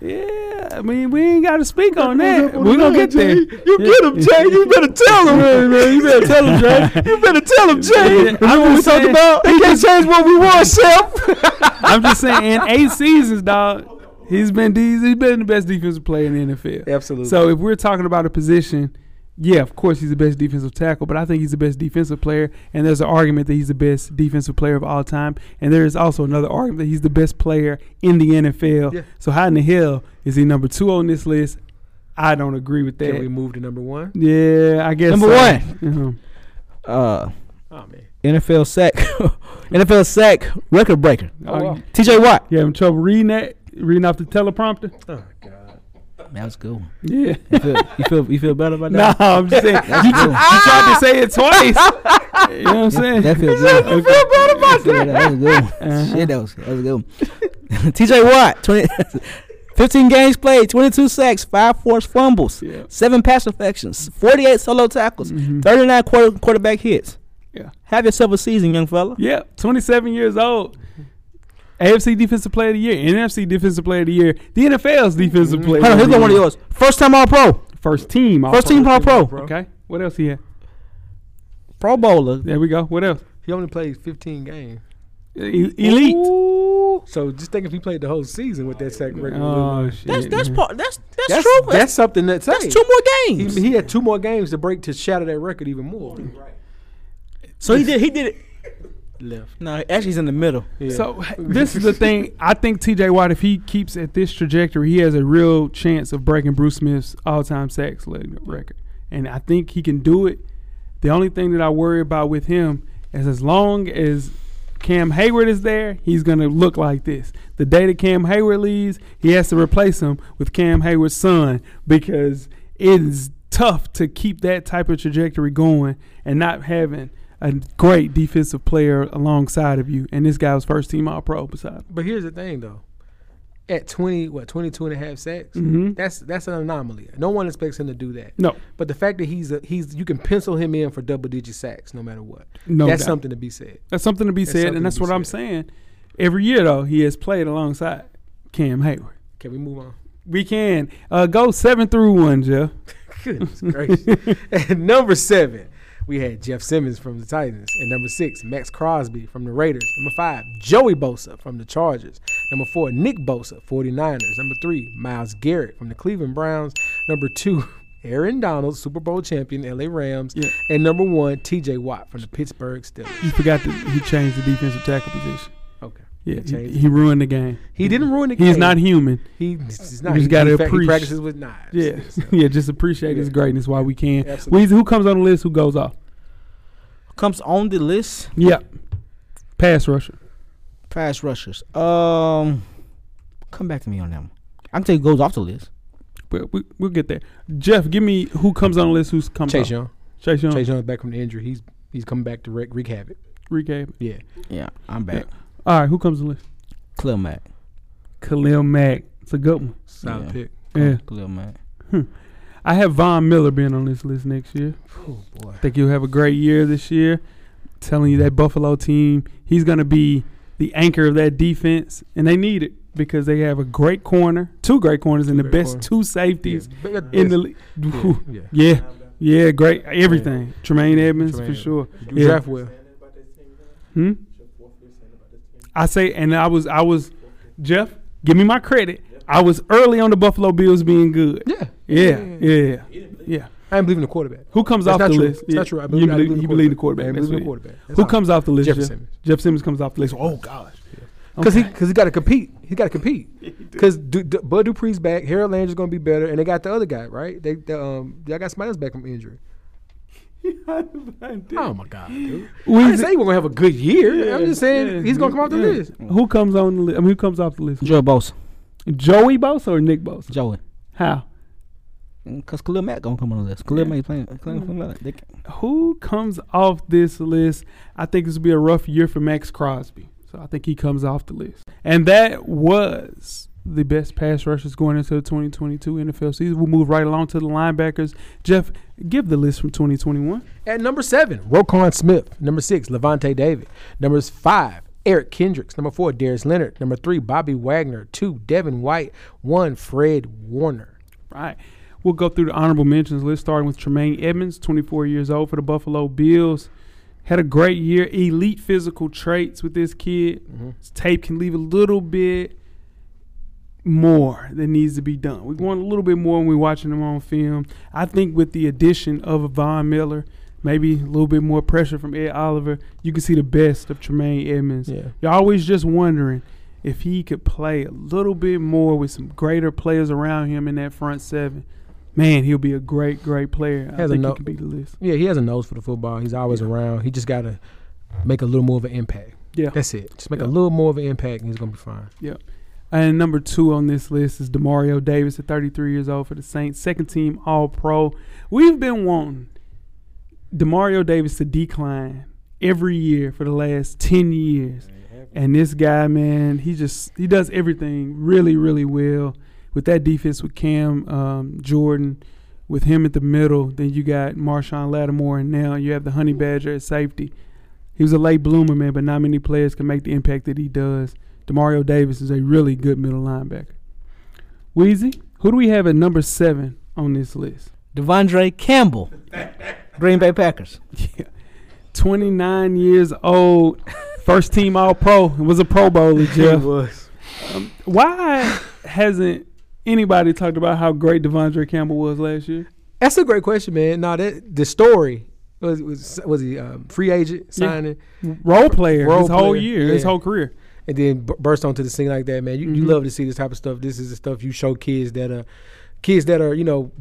Speaker 4: yeah, I mean, we ain't got to speak on that.
Speaker 5: on
Speaker 4: We're gonna
Speaker 5: that,
Speaker 4: get there.
Speaker 5: Jay. You get 'em, Jay. You
Speaker 4: better tell him, man. You better tell him, Jay. You better tell him, Jay. I'm just saying.
Speaker 5: They can't change what we want, Chef.
Speaker 4: I'm just saying. In eight seasons, dog, he's been de- he's been the best defensive player in the NFL.
Speaker 5: Absolutely.
Speaker 4: So if we're talking about a position, yeah, of course he's the best defensive tackle, but I think he's the best defensive player, and there's an argument that he's the best defensive player of all time, and there is also another argument that he's the best player in the NFL.
Speaker 5: Yeah.
Speaker 4: So how in the hell is he number two on this list? I don't agree with
Speaker 5: Can we
Speaker 4: that.
Speaker 5: move to number one?
Speaker 4: Yeah, I guess
Speaker 6: number
Speaker 4: so.
Speaker 6: one.
Speaker 4: Mhm.
Speaker 6: Uh,
Speaker 5: Oh, man.
Speaker 6: NFL sack, [LAUGHS] NFL sack record breaker.
Speaker 4: Oh,
Speaker 5: wow.
Speaker 6: T.J. Watt.
Speaker 4: [LAUGHS] You having trouble reading that? Reading off the teleprompter?
Speaker 5: Oh, God.
Speaker 6: That was good. one.
Speaker 4: Yeah.
Speaker 6: You feel, you feel you feel better about
Speaker 4: No,
Speaker 6: [LAUGHS] that?
Speaker 4: I'm just saying.
Speaker 6: That's good.
Speaker 4: You tried to say it twice. [LAUGHS] you know what I'm saying?
Speaker 6: That feels good.
Speaker 4: Okay.
Speaker 6: That feel good. That was good. one. Shit, that was that was good. [LAUGHS] one. T.J. Uh-huh. Watt, 20, 15 games played, 22 sacks, five forced fumbles,
Speaker 4: Yeah.
Speaker 6: seven pass infections, 48 solo tackles, 39 quarter, quarterback hits.
Speaker 4: Yeah.
Speaker 6: Have yourself a season, young fella.
Speaker 4: Yeah, 27 years old. AFC Defensive Player of the Year, NFC Defensive Player of the Year, the NFL's Defensive Player.
Speaker 6: Hold on,
Speaker 4: of
Speaker 6: here's
Speaker 4: the
Speaker 6: one of
Speaker 4: Year.
Speaker 6: yours. First time All Pro,
Speaker 4: First team. All
Speaker 6: first team All Pro,
Speaker 4: Okay. What else he had?
Speaker 6: Pro Bowler.
Speaker 4: There we go. What else?
Speaker 5: He only played 15 games.
Speaker 4: E- elite.
Speaker 5: So just think if he played the whole season with that sack record.
Speaker 4: Oh
Speaker 5: we
Speaker 4: shit.
Speaker 6: That's that's
Speaker 4: man.
Speaker 6: part. That's that's,
Speaker 5: that's,
Speaker 6: true.
Speaker 5: that's something that's,
Speaker 6: that's two more
Speaker 5: He,
Speaker 6: games.
Speaker 5: he had two more games to break to shatter that record even more.
Speaker 6: so he did. He [LAUGHS] did it.
Speaker 5: Left.
Speaker 6: No, actually, he's in the middle.
Speaker 5: Yeah.
Speaker 4: So [LAUGHS] this is the thing. I think T.J. Watt, if he keeps at this trajectory, he has a real chance of breaking Bruce Smith's all-time sacks le- record, and I think he can do it. The only thing that I worry about with him is as long as Cam Hayward is there, he's gonna look like this. The day that Cam Hayward leaves, he has to replace him with Cam Hayward's son because it is tough to keep that type of trajectory going and not having a great defensive player alongside of you, and this guy was first team All Pro beside.
Speaker 5: But here's the thing, though. At 20, what, 22 and a half sacks?
Speaker 4: Mm-hmm.
Speaker 5: That's that's an anomaly. No one expects him to do that.
Speaker 4: No,
Speaker 5: But the fact that he's a, he's you can pencil him in for double digit sacks no matter what.
Speaker 4: no,
Speaker 5: that's
Speaker 4: doubt.
Speaker 5: something to be said.
Speaker 4: That's something to be
Speaker 5: That's
Speaker 4: said,
Speaker 5: something
Speaker 4: and
Speaker 5: to
Speaker 4: that's
Speaker 5: be
Speaker 4: what I'm
Speaker 5: said.
Speaker 4: saying. Every year though, he has played alongside Cam Hayward.
Speaker 5: Can we move on?
Speaker 4: We can uh, go seven through one, Jeff.
Speaker 5: Goodness gracious. [LAUGHS] At number seven, we had Jeff Simmons from the Titans. And number six, Max Crosby from the Raiders. Number five, Joey Bosa from the Chargers. Number four, Nick Bosa, 49ers. Number three, Miles Garrett from the Cleveland Browns. Number two, [LAUGHS] Aaron Donald, Super Bowl champion, LA Rams.
Speaker 4: Yeah.
Speaker 5: And number one, TJ Watt from the Pittsburgh Steelers.
Speaker 4: You forgot that he changed the defensive tackle position.
Speaker 5: Okay.
Speaker 4: Yeah,
Speaker 5: He
Speaker 4: he,
Speaker 5: changed
Speaker 4: he ruined the game.
Speaker 5: He didn't ruin the game.
Speaker 4: He is not human.
Speaker 5: He, he's not.
Speaker 4: You just
Speaker 5: He,
Speaker 4: gotta
Speaker 5: in fact,
Speaker 4: appreci-
Speaker 5: he practices with knives.
Speaker 4: Yeah,
Speaker 5: So,
Speaker 4: [LAUGHS] yeah. Just appreciate his
Speaker 5: Yeah.
Speaker 4: greatness while we can.
Speaker 5: Absolutely.
Speaker 4: Weezy, who comes on the list? Who goes off?
Speaker 6: Comes on the list,
Speaker 4: Yeah, pass rusher.
Speaker 6: pass rushers. Um, come back to me on that one. I can tell you goes off the list.
Speaker 4: We, we, we'll get there. Jeff, give me who comes on the list. Who's comes
Speaker 5: Chase
Speaker 4: off?
Speaker 5: Young.
Speaker 4: Chase Young.
Speaker 5: Chase Young's back from the injury. He's he's coming back to wreak, wreak havoc.
Speaker 4: Recap.
Speaker 5: Yeah.
Speaker 6: Yeah, I'm back.
Speaker 4: All right, who comes on the list?
Speaker 6: Cleo Mack.
Speaker 4: Khalil Mack. It's a good one.
Speaker 5: Solid
Speaker 6: Yeah.
Speaker 5: pick.
Speaker 4: Yeah,
Speaker 6: Khalil Mack.
Speaker 4: I have Von Miller being on this list next year.
Speaker 5: Oh boy.
Speaker 4: I think you'll have a great year this year. telling you that Buffalo team, he's going to be the anchor of that defense, and they need it because they have a great corner, two great corners, and the
Speaker 5: great
Speaker 4: best
Speaker 5: corners.
Speaker 4: two safeties
Speaker 5: Yeah.
Speaker 4: in the league.
Speaker 5: yeah. yeah.
Speaker 4: [LAUGHS] Yeah, yeah, great everything. Tremaine Edmonds
Speaker 5: Tremaine
Speaker 4: for
Speaker 5: Edmonds.
Speaker 4: sure.
Speaker 5: You
Speaker 4: Yeah.
Speaker 5: draft well.
Speaker 4: Hmm? I say, and I was, I was, Jeff, give me my credit. I was early on the Buffalo Bills being good.
Speaker 5: Yeah.
Speaker 4: Yeah, yeah, yeah.
Speaker 5: I ain't believing the quarterback.
Speaker 4: Who comes
Speaker 5: That's
Speaker 4: off
Speaker 5: not
Speaker 4: the
Speaker 5: true.
Speaker 4: list?
Speaker 5: It's
Speaker 4: Yeah.
Speaker 5: not true. I
Speaker 4: You
Speaker 5: believe, I
Speaker 4: believe- you believe the quarterback.
Speaker 5: I
Speaker 4: That's
Speaker 5: believe the
Speaker 4: what it-
Speaker 5: quarterback. That's
Speaker 4: Who
Speaker 5: all.
Speaker 4: comes off the list?
Speaker 5: Jeff
Speaker 4: Jeff?
Speaker 5: Simmons.
Speaker 4: Jeff Simmons comes off the list. Oh gosh.
Speaker 5: Because he because he got to compete. He got to
Speaker 4: [LAUGHS]
Speaker 5: compete. Because du, Du- Bud Dupree's back. Harold Landry's gonna be better, and they got the other guy right. They the, um y'all got somebody else back
Speaker 4: [LAUGHS]
Speaker 5: from injury. Oh my god, dude. I didn't say he was gonna have a good year. I'm just saying
Speaker 4: yeah,
Speaker 5: he's gonna come off the
Speaker 4: yeah.
Speaker 5: list.
Speaker 4: Who comes on the list? I mean, who comes off the list?
Speaker 6: Joe Bosa.
Speaker 4: Joey Bosa or Nick Bosa?
Speaker 6: Joey.
Speaker 4: How?
Speaker 6: Cause Khalil Mack gonna come on the list. Khalil Mack playing. Khalil Mack. They, ca-
Speaker 4: Who comes off this list? I think this will be a rough year for Max Crosby, so I think he comes off the list. And that was the best pass rushers going into the 2022 NFL season. We'll move right along to the linebackers. Jeff, give the list from 2021.
Speaker 5: At number seven, Roquan Smith. Number six, Levante David. Number five, Eric Kendricks. Number four, Darius Leonard. Number three, Bobby Wagner. Two, Devin White. One, Fred Warner.
Speaker 4: Right. We'll go through the honorable mentions list, starting with Tremaine Edmonds, 24 years old for the Buffalo Bills. Had a great year. Elite physical traits with this kid. His tape can leave a little bit more that needs to be done. We want a little bit more when we're watching him on film. I think with the addition of Von Miller, maybe a little bit more pressure from Ed Oliver, you can see the best of Tremaine Edmonds.
Speaker 5: Yeah.
Speaker 4: You're always just wondering if he could play a little bit more with some greater players around him in that front seven. Man, he'll be a great, great player. I
Speaker 5: Has a
Speaker 4: think
Speaker 5: no-
Speaker 4: he could be the list.
Speaker 5: Yeah, he has a nose for the football. He's always around. He just got to make a little more of an impact.
Speaker 4: Yeah.
Speaker 5: That's it. Just make
Speaker 4: Yeah.
Speaker 5: a little more of an impact, and he's going to
Speaker 4: [LAUGHS]
Speaker 5: be fine.
Speaker 4: And number two on this list is Demario Davis at 33 years old for the Saints, second team All Pro. We've been wanting Demario Davis to decline every year for the last 10 years, and this guy, man, he just he does everything really, really well with that defense with Cam um, Jordan. With him at the middle, then you got Marshawn Lattimore, and now you have the Honey Badger at safety. He was a late bloomer, man, but not many players can make the impact that he does. Demario Davis is a really good middle linebacker. Wheezy, who do we have at number seven on this list?
Speaker 6: Devondre [LAUGHS] Campbell. Green Bay Packers.
Speaker 4: 29 years old, first team All Pro, and was a Pro Bowler, Jeff.
Speaker 5: was.
Speaker 4: Why hasn't anybody talked about how great Devondre Campbell was last year?
Speaker 5: That's a great question, man. Now, that the story was was, was he um, free agent
Speaker 4: Yeah.
Speaker 5: signing?
Speaker 4: Role player
Speaker 5: Role
Speaker 4: his whole
Speaker 5: player,
Speaker 4: year, his
Speaker 5: yeah.
Speaker 4: whole career.
Speaker 5: and then b- burst onto the scene like that, man. You, you
Speaker 4: Mhm.
Speaker 5: love to see this type of stuff. This is the stuff you show kids that are kids that are you know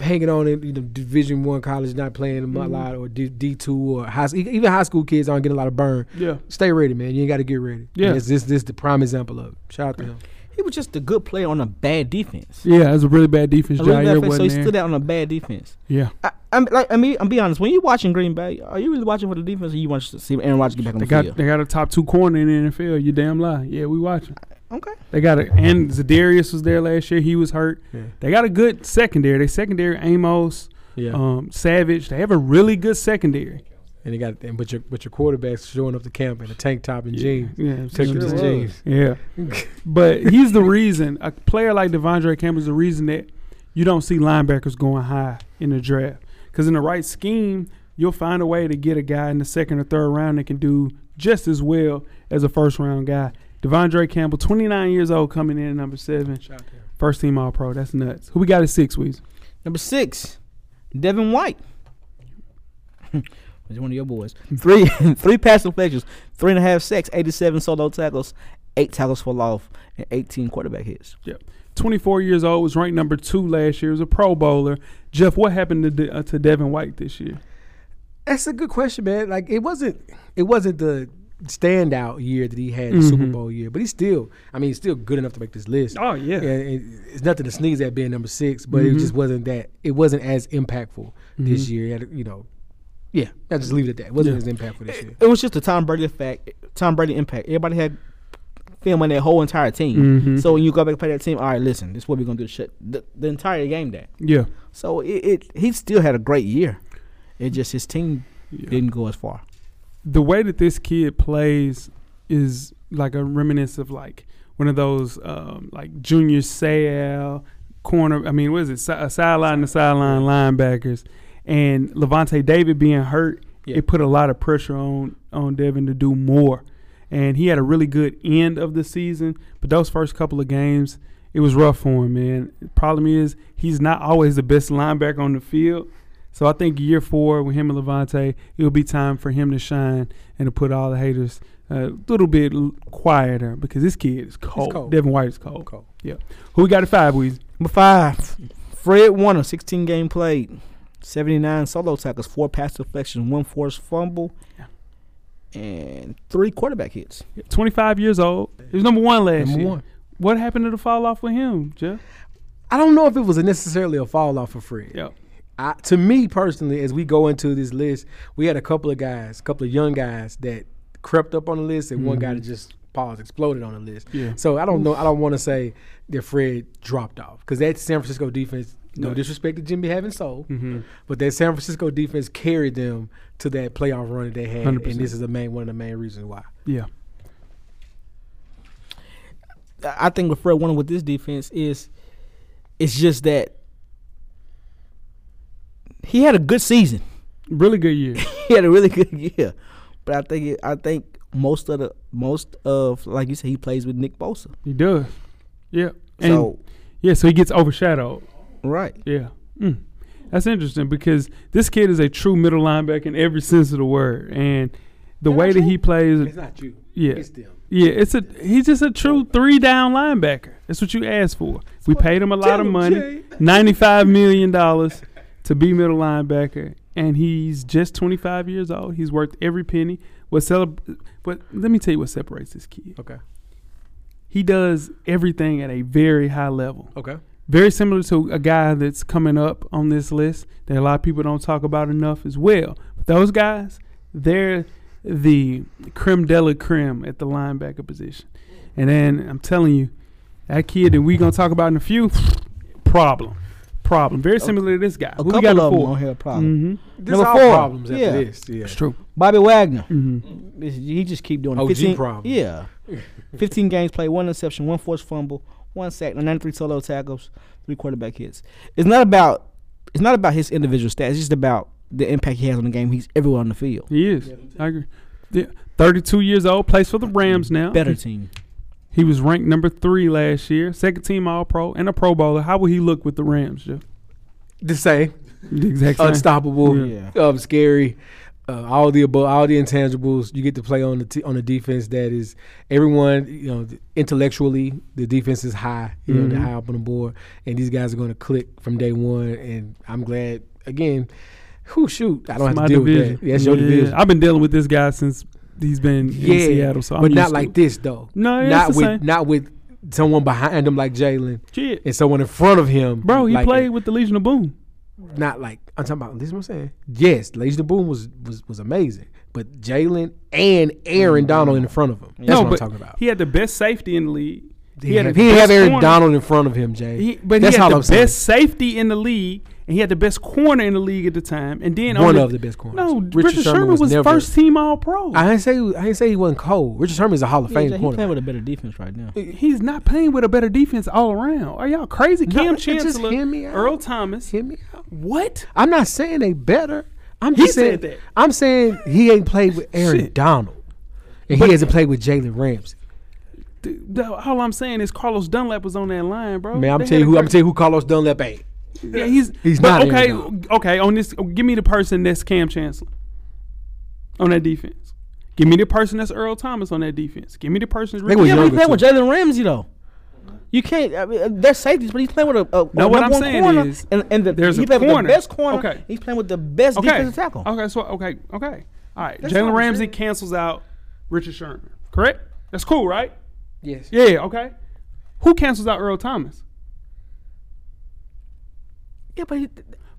Speaker 5: hanging on in you know, Division One college, not playing
Speaker 4: Mm-hmm.
Speaker 5: a lot, or D two or high, e- even high school kids aren't getting a lot of burn.
Speaker 4: Yeah.
Speaker 5: Stay ready, man. You ain't got to get ready.
Speaker 4: Yeah.
Speaker 5: And it's- this this the prime example of. It. Shout out to him.
Speaker 6: He was just a good player on a bad defense.
Speaker 4: Yeah, it was a really bad defense.
Speaker 6: A little bad
Speaker 4: Jair
Speaker 6: defense, so he
Speaker 4: wasn't there.
Speaker 6: stood out on a bad defense.
Speaker 4: Yeah,
Speaker 6: I, I'm like, I mean, I'm be honest. When you watching Green Bay, are you really watching for the defense, or you want to see Aaron Rodgers get back on
Speaker 4: they
Speaker 6: the
Speaker 4: got
Speaker 6: field?
Speaker 4: they got a top two corner in the NFL. You damn lie. Yeah, we watching.
Speaker 6: Okay.
Speaker 4: They got a and Zadarius was there last year. He was hurt.
Speaker 5: Yeah.
Speaker 4: They got a good secondary. They secondary Amos,
Speaker 5: Yeah.
Speaker 4: um, Savage. They have a really good secondary.
Speaker 5: and they got and but your but your quarterback's showing up to camp in a tank top and jeans.
Speaker 4: Yeah,
Speaker 5: Took him
Speaker 4: sure
Speaker 5: to
Speaker 4: was.
Speaker 5: jeans.
Speaker 4: [LAUGHS] Yeah, but he's the reason a player like Devondre Campbell is the reason that you don't see linebackers going high in the draft. Because in the right scheme, you'll find a way to get a guy in the second or third round that can do just as well as a first round guy. Devondre Campbell, 29 years old, coming in at number seven, first team All Pro. That's nuts. Who we got at six, Weezy?
Speaker 6: Number six, Devin White. Was one of your boys. [LAUGHS] Three three pass deflections, three and a half sacks, eighty seven solo tackles, eight tackles for loss, and eighteen quarterback hits.
Speaker 4: Yep. 24 years old, was ranked number two last year, was a Pro Bowler. Jeff, what happened to, De- uh, to Devin White this year?
Speaker 5: That's a good question, man. Like it wasn't it wasn't the standout year that he had the Super
Speaker 4: Mhm.
Speaker 5: Bowl year, but he's still I mean he's still good enough to make this list.
Speaker 4: Oh, yeah.
Speaker 5: Yeah, it, it's nothing to sneeze at being number six, but
Speaker 4: Mhm.
Speaker 5: it just wasn't that. It wasn't as impactful this
Speaker 4: Mhm.
Speaker 5: year. He had, You know, yeah, I just leave it at that. It wasn't
Speaker 4: Yeah.
Speaker 5: as impactful this year.
Speaker 6: It was just the Tom Brady effect Tom Brady impact. Everybody had film on their whole entire team.
Speaker 4: Mhm.
Speaker 6: So when you go back and play that team, all right, listen, this is what we're gonna do to shut the, the entire game down.
Speaker 4: Yeah.
Speaker 6: So it, it he still had a great year. It just his team
Speaker 4: Yeah.
Speaker 6: didn't go as far.
Speaker 4: the way that this kid plays is like a reminisce of like one of those um, like junior Seau corner. I mean, what is it? Si- uh, sideline to sideline linebackers, and Levante David being hurt,
Speaker 5: Yeah.
Speaker 4: it put a lot of pressure on on Devin to do more. And he had a really good end of the season, but those first couple of games, it was rough for him, man. Problem is, he's not always the best linebacker on the field. So I think year four with him and Levante, it'll be time for him to shine and to put all the haters a little bit l- quieter because this kid is cold.
Speaker 5: cold.
Speaker 4: Devin White is cold.
Speaker 5: Cool.
Speaker 4: Who we got at five, Weezy?
Speaker 6: Number five, Fred Warner, 16 game played, 79 solo tackles, four pass deflections, one forced fumble, and three quarterback hits.
Speaker 4: 25 years old. He was number one last
Speaker 5: Number
Speaker 4: year.
Speaker 5: one.
Speaker 4: What happened to the fall off with him, Jeff?
Speaker 5: I don't know if it was a necessarily a fall off for Fred.
Speaker 4: Yeah.
Speaker 5: I, to me personally, as we go into this list, we had a couple of guys, a couple of young guys that crept up on the list, and one guy that just paused, exploded on the list.
Speaker 4: Yeah.
Speaker 5: So I don't know. I don't want to say that Fred dropped off because that San Francisco defense. No
Speaker 4: Right.
Speaker 5: disrespect to Jimmy having soul, but that San Francisco defense carried them to that playoff run that they had,
Speaker 4: 100%.
Speaker 5: and this is the main one of the main reasons why.
Speaker 4: Yeah.
Speaker 6: I I think with Fred Warner with this defense is it's just that he had a good season. [LAUGHS]
Speaker 4: Really good year.
Speaker 6: he had a really good year. But I think it, I think most of the most of like you said he plays with Nick Bosa.
Speaker 4: he does. Yeah. And
Speaker 6: So
Speaker 4: yeah, so he gets overshadowed.
Speaker 6: right.
Speaker 4: Yeah. Mm. That's interesting because this kid is a true middle linebacker in every sense of the word. And the way that he plays,
Speaker 5: It's not you.
Speaker 4: Yeah.
Speaker 5: It's them.
Speaker 4: yeah, it's a he's just a true three down linebacker. That's what you asked for. We paid him a lot
Speaker 5: Tell
Speaker 4: of
Speaker 5: him,
Speaker 4: money,
Speaker 5: Jay.
Speaker 4: ninety five million dollars to be middle linebacker, and he's just twenty five years old. He's worth every penny. What celeb- But let me tell you what separates this kid.
Speaker 5: Okay.
Speaker 4: He does everything at a very high level
Speaker 5: Okay.
Speaker 4: very similar to a guy that's coming up on this list that a lot of people don't talk about enough as well. But those guys, they're the creme de la creme at the linebacker position. And then I'm telling you, that kid that we gonna talk about in a few, [SNIFFS] problem, problem. Very similar to this guy.
Speaker 6: A
Speaker 4: Who we
Speaker 6: couple
Speaker 4: got
Speaker 6: of Mm-hmm. them
Speaker 4: before?
Speaker 6: don't have a problem.
Speaker 4: Mhm.
Speaker 5: There's
Speaker 6: Number
Speaker 5: all
Speaker 6: four.
Speaker 5: problems after
Speaker 6: Yeah.
Speaker 5: this. Yeah.
Speaker 4: It's true.
Speaker 6: Bobby Wagner.
Speaker 4: hmm
Speaker 6: This- He just keep doing it.
Speaker 5: OG
Speaker 6: 15,
Speaker 5: problem.
Speaker 4: [LAUGHS]
Speaker 6: Yeah, fifteen games played, one interception, one forced fumble, one sack, ninety-three solo tackles, three quarterback hits. It's not about it's not about his individual stats. It's just about the impact he has on the game. He's everywhere on the field.
Speaker 4: He is. I agree. Yeah. 32 years old, plays for the Rams now.
Speaker 6: Better team.
Speaker 4: He was ranked number three last year, second team All Pro, and a Pro Bowler. How will he look with the Rams, Jeff?
Speaker 5: The same.
Speaker 4: The exact
Speaker 5: Oh,
Speaker 4: same.
Speaker 5: unstoppable,
Speaker 6: Yeah.
Speaker 5: um, scary, uh, all the above, all the intangibles. You get to play on the t- on a defense that is everyone you know intellectually. The defense is high, you know,
Speaker 4: Mhm.
Speaker 5: they're high up on the board, and these guys are going to click from day one. And I'm glad again. Who shoot? I don't have to deal with that. That's your
Speaker 4: Yeah,
Speaker 5: division.
Speaker 4: I've been dealing with this guy since he's been in Seattle, so I'm
Speaker 5: but
Speaker 4: used
Speaker 5: not
Speaker 4: to
Speaker 5: like
Speaker 4: it.
Speaker 5: this though.
Speaker 4: No, yeah,
Speaker 5: not
Speaker 4: it's the
Speaker 5: with
Speaker 4: same.
Speaker 5: not with someone behind him like Jalen
Speaker 4: Shit.
Speaker 5: and someone in front of him.
Speaker 4: Bro, he
Speaker 5: like,
Speaker 4: played with the Legion of Boom.
Speaker 5: not like I'm talking about. This is what I'm saying. Yes, Lazy the Boom was was was amazing, but Jalen and Aaron Donald in front of him. That's
Speaker 4: no,
Speaker 5: what
Speaker 4: but
Speaker 5: I'm talking about.
Speaker 4: He had the best safety in the league.
Speaker 5: He, had, he didn't have
Speaker 4: best
Speaker 5: Aaron
Speaker 4: corner.
Speaker 5: Donald in front of him, Jay.
Speaker 4: He, but
Speaker 5: That's
Speaker 4: he had
Speaker 5: all
Speaker 4: the
Speaker 5: I'm
Speaker 4: best
Speaker 5: saying.
Speaker 4: safety in the league, and he had the best corner in the league at the time. And then
Speaker 5: One
Speaker 4: only-
Speaker 5: of the best corners.
Speaker 4: No,
Speaker 5: Richard
Speaker 4: Richard,
Speaker 5: Sherman
Speaker 4: Sherman,
Speaker 5: was
Speaker 4: was,
Speaker 5: never-
Speaker 4: first team All Pro.
Speaker 5: I didn't say I didn't say he wasn't cold. Richard Sherman is a Hall of Fame
Speaker 6: He playing
Speaker 5: corner.
Speaker 6: with a better defense right now.
Speaker 4: He's not playing with a better defense all around. Are y'all crazy?
Speaker 5: No,
Speaker 4: Cam
Speaker 5: it just
Speaker 4: Chancellor,
Speaker 5: hear me out.
Speaker 4: Earl Thomas.
Speaker 5: Hear me out.
Speaker 4: What?
Speaker 5: I'm not saying they better. I'm
Speaker 4: He
Speaker 5: just saying
Speaker 4: said that.
Speaker 5: I'm saying he ain't played with Aaron
Speaker 4: Shit.
Speaker 5: Donald, and
Speaker 4: But-
Speaker 5: he hasn't played with Jalen Ramsey.
Speaker 4: Dude, all I'm saying is Carlos Dunlap was on that line, bro.
Speaker 5: Man, I'm
Speaker 4: They
Speaker 5: telling you
Speaker 4: had
Speaker 5: who
Speaker 4: a
Speaker 5: I'm telling you who Carlos Dunlap ain't.
Speaker 4: Yeah, he's
Speaker 5: He's
Speaker 4: but
Speaker 5: not
Speaker 4: okay.
Speaker 5: Aaron Donald.
Speaker 4: Okay, on this, give me the person that's Cam Chancellor on that defense. Give me the person that's Earl Thomas on that defense. Give me the person that's
Speaker 5: They was
Speaker 6: Yeah, but he
Speaker 5: younger,
Speaker 6: playing with
Speaker 5: too.
Speaker 6: Jalen Ramsey though. You can't. I mean, uh, they're safeties, but he's playing with a, a,
Speaker 4: No,
Speaker 6: a
Speaker 4: what
Speaker 6: number
Speaker 4: I'm
Speaker 6: one
Speaker 4: saying
Speaker 6: corner,
Speaker 4: is
Speaker 6: and, and the,
Speaker 4: there's a
Speaker 6: he played with
Speaker 4: corner.
Speaker 6: the best corner.
Speaker 4: Okay.
Speaker 6: He's playing with the best
Speaker 4: okay.
Speaker 6: defensive tackle.
Speaker 4: Okay, so okay, okay. All right,
Speaker 5: what
Speaker 4: Jalen
Speaker 5: I'm
Speaker 4: Ramsey
Speaker 5: saying.
Speaker 4: cancels out Richard Sherman. Correct. That's cool, right?
Speaker 5: Yes.
Speaker 4: Yeah. Okay. Who cancels out Earl Thomas?
Speaker 6: Yeah, but he,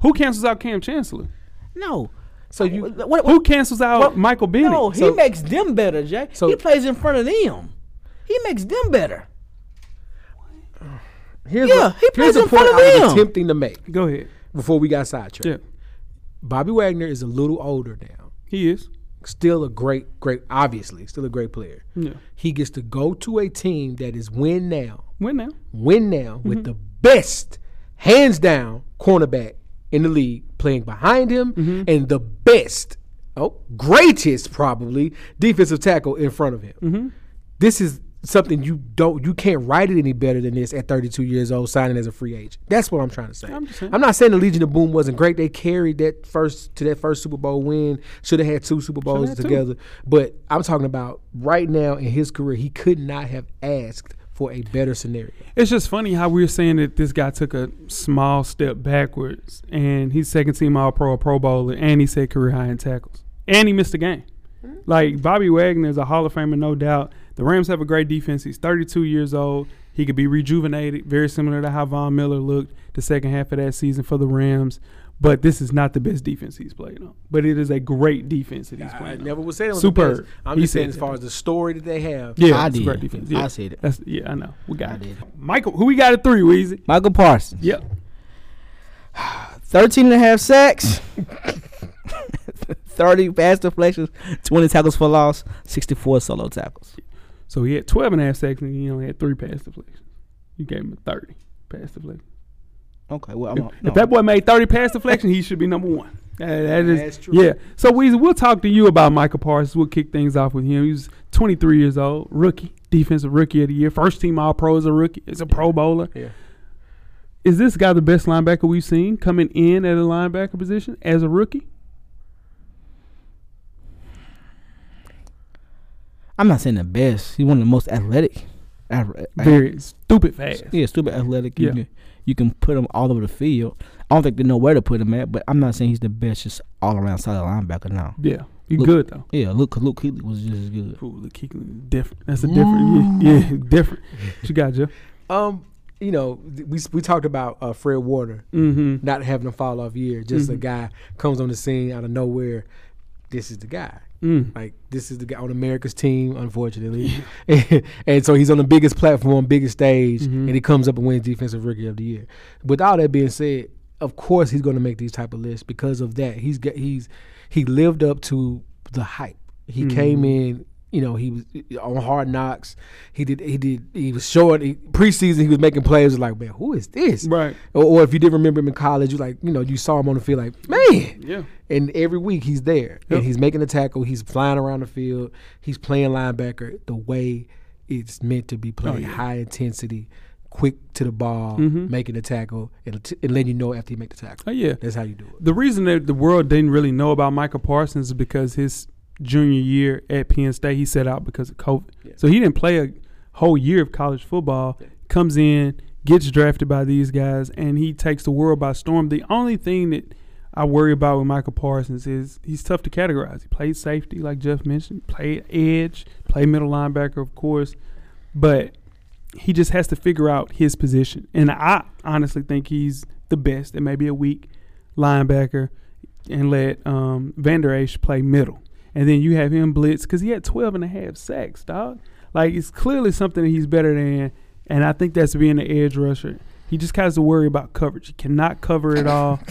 Speaker 4: Who cancels out Cam Chancellor?
Speaker 6: no.
Speaker 5: So you
Speaker 6: What, what,
Speaker 4: Who cancels out
Speaker 6: Well,
Speaker 4: Michael Bennett?
Speaker 6: No, he
Speaker 5: So-
Speaker 6: makes them better, Jay.
Speaker 5: So-
Speaker 6: he plays in front of them. He makes them better.
Speaker 5: here's
Speaker 6: Yeah,
Speaker 5: what-
Speaker 6: he
Speaker 5: here's
Speaker 6: plays
Speaker 5: the
Speaker 6: in
Speaker 5: point
Speaker 6: front of
Speaker 5: I was
Speaker 6: him.
Speaker 5: attempting to make
Speaker 4: Go ahead.
Speaker 5: before we got sidetracked.
Speaker 4: Yeah,
Speaker 5: Bobby Wagner is a little older now.
Speaker 4: he is.
Speaker 5: Still a great, great, obviously, still a great player.
Speaker 4: Yeah.
Speaker 5: He gets to go to a team that is win now,
Speaker 4: Win now.
Speaker 5: win now with
Speaker 4: Mm-hmm.
Speaker 5: the best, hands down, cornerback in the league playing behind him
Speaker 4: Mm-hmm.
Speaker 5: and the best, oh, greatest probably defensive tackle in front of him.
Speaker 4: Mm-hmm.
Speaker 5: This is something you don't you can't write it any better than this at 32 years old signing as a free agent. That's what I'm trying to say.
Speaker 4: I'm just saying.
Speaker 5: I'm not saying the Legion of Boom wasn't great. They carried that first to that first Super Bowl win. Should have had two Super Bowls
Speaker 4: had two.
Speaker 5: together. But I'm talking about right now in his career, he could not have asked for a better scenario.
Speaker 4: It's just funny how we are saying that this guy took a small step backwards and he's second team all pro, a pro bowler, and he set career high in tackles. And he missed the game. Like Bobby Wagner is a Hall of Famer, no doubt. The Rams have a great defense. He's 32 years old. He could be rejuvenated, very similar to how Von Miller looked the second half of that season for the Rams. But this is not the best defense he's played on. But it is a great defense that he's
Speaker 5: I
Speaker 4: playing. on.
Speaker 5: never was saying it was
Speaker 4: Superb.
Speaker 5: The best. I'm
Speaker 4: He
Speaker 5: just saying
Speaker 4: said
Speaker 5: as
Speaker 4: that.
Speaker 5: far as the story that they have.
Speaker 4: Yeah,
Speaker 6: I
Speaker 4: it's a
Speaker 6: did.
Speaker 4: great defense. Yeah.
Speaker 6: I said it.
Speaker 4: That's yeah, I know. We got
Speaker 6: I
Speaker 4: it.
Speaker 6: did.
Speaker 4: Michael, who we got at three, Weezy?
Speaker 6: Michael Parsons,
Speaker 4: Yep.
Speaker 6: 13 and a half sacks, [LAUGHS] 30 pass deflections, 20 tackles for loss, 64 solo tackles.
Speaker 4: So he had 12 and a half sacks and he only had three pass deflections. You gave him 30 pass deflections.
Speaker 6: Okay, well, I'm
Speaker 4: If,
Speaker 6: not,
Speaker 4: if that boy made 30 pass deflections, he should be number one. Uh, that is,
Speaker 5: That's
Speaker 4: That's
Speaker 5: true.
Speaker 4: true. Yeah. So, Weezy, we'll talk to you about Michael Parsons. We'll kick things off with him. He's 23 years old, rookie, defensive rookie of the year, first team All Pro as a rookie, is a Pro Bowler.
Speaker 5: Yeah.
Speaker 4: Is this guy the best linebacker we've seen coming in at a linebacker position as a rookie?
Speaker 6: I'm not saying the best. He's one of the most athletic. Ath-
Speaker 4: Very stupid fast.
Speaker 6: Yeah, stupid athletic. You,
Speaker 4: Yeah.
Speaker 6: can, you can put him all over the field. I don't think they know where to put him at, but I'm not saying he's the best, just all around solid linebacker now.
Speaker 4: Yeah. You
Speaker 6: Look-
Speaker 4: good, though.
Speaker 6: Yeah, Luke, 'cause Luke Keeley was just as good.
Speaker 4: Ooh, the kicking different. That's a different. Yeah, yeah, different. What you got, Jeff?
Speaker 5: Um, you know, th- we s- we talked about uh, Fred Warner
Speaker 4: Mm-hmm.
Speaker 5: not having a fall off year. Just a guy comes on the scene out of nowhere. This is the guy.
Speaker 4: Mm.
Speaker 5: Like this is the guy on America's
Speaker 4: [LAUGHS]
Speaker 5: team, unfortunately, [LAUGHS] and so he's on the biggest platform, biggest stage,
Speaker 4: Mm-hmm.
Speaker 5: and he comes up and wins Defensive Rookie of the Year. With all that being said, of course he's going to make these type of lists because of that. He's got he's he lived up to the hype. He
Speaker 4: Mm-hmm.
Speaker 5: came in, you know, he was on Hard Knocks. He did he did he was showing he, preseason. He was making plays like, man, who is this?
Speaker 4: Right.
Speaker 5: Or, or if you didn't remember him in college, you like you know you saw him on the field like, man,
Speaker 4: Yeah.
Speaker 5: and every week he's there
Speaker 4: Yep.
Speaker 5: and he's making a tackle. He's flying around the field. He's playing linebacker the way it's meant to be played:
Speaker 4: Oh, yeah. Mm-hmm.
Speaker 5: high intensity, quick to the ball, making the tackle, and, t- and letting you know after you make the tackle.
Speaker 4: Oh yeah.
Speaker 5: That's how you do it.
Speaker 4: The reason that the world didn't really know about Michael Parsons is because his junior year at Penn State, he set out because of COVID. So he didn't play a whole year of college football. Comes in, gets drafted by these guys, and he takes the world by storm. The only thing that I worry about with Michael Parsons is he's tough to categorize. He played safety, like Jeff mentioned, played edge, played middle linebacker, of course, but he just has to figure out his position. And I honestly think he's the best and maybe a weak linebacker and let um, Vander Ash play middle. And then you have him blitz because he had 12 and a half sacks, dog. Like, it's clearly something that he's better than. And I think that's being the edge rusher. He just has to worry about coverage. He cannot cover it all.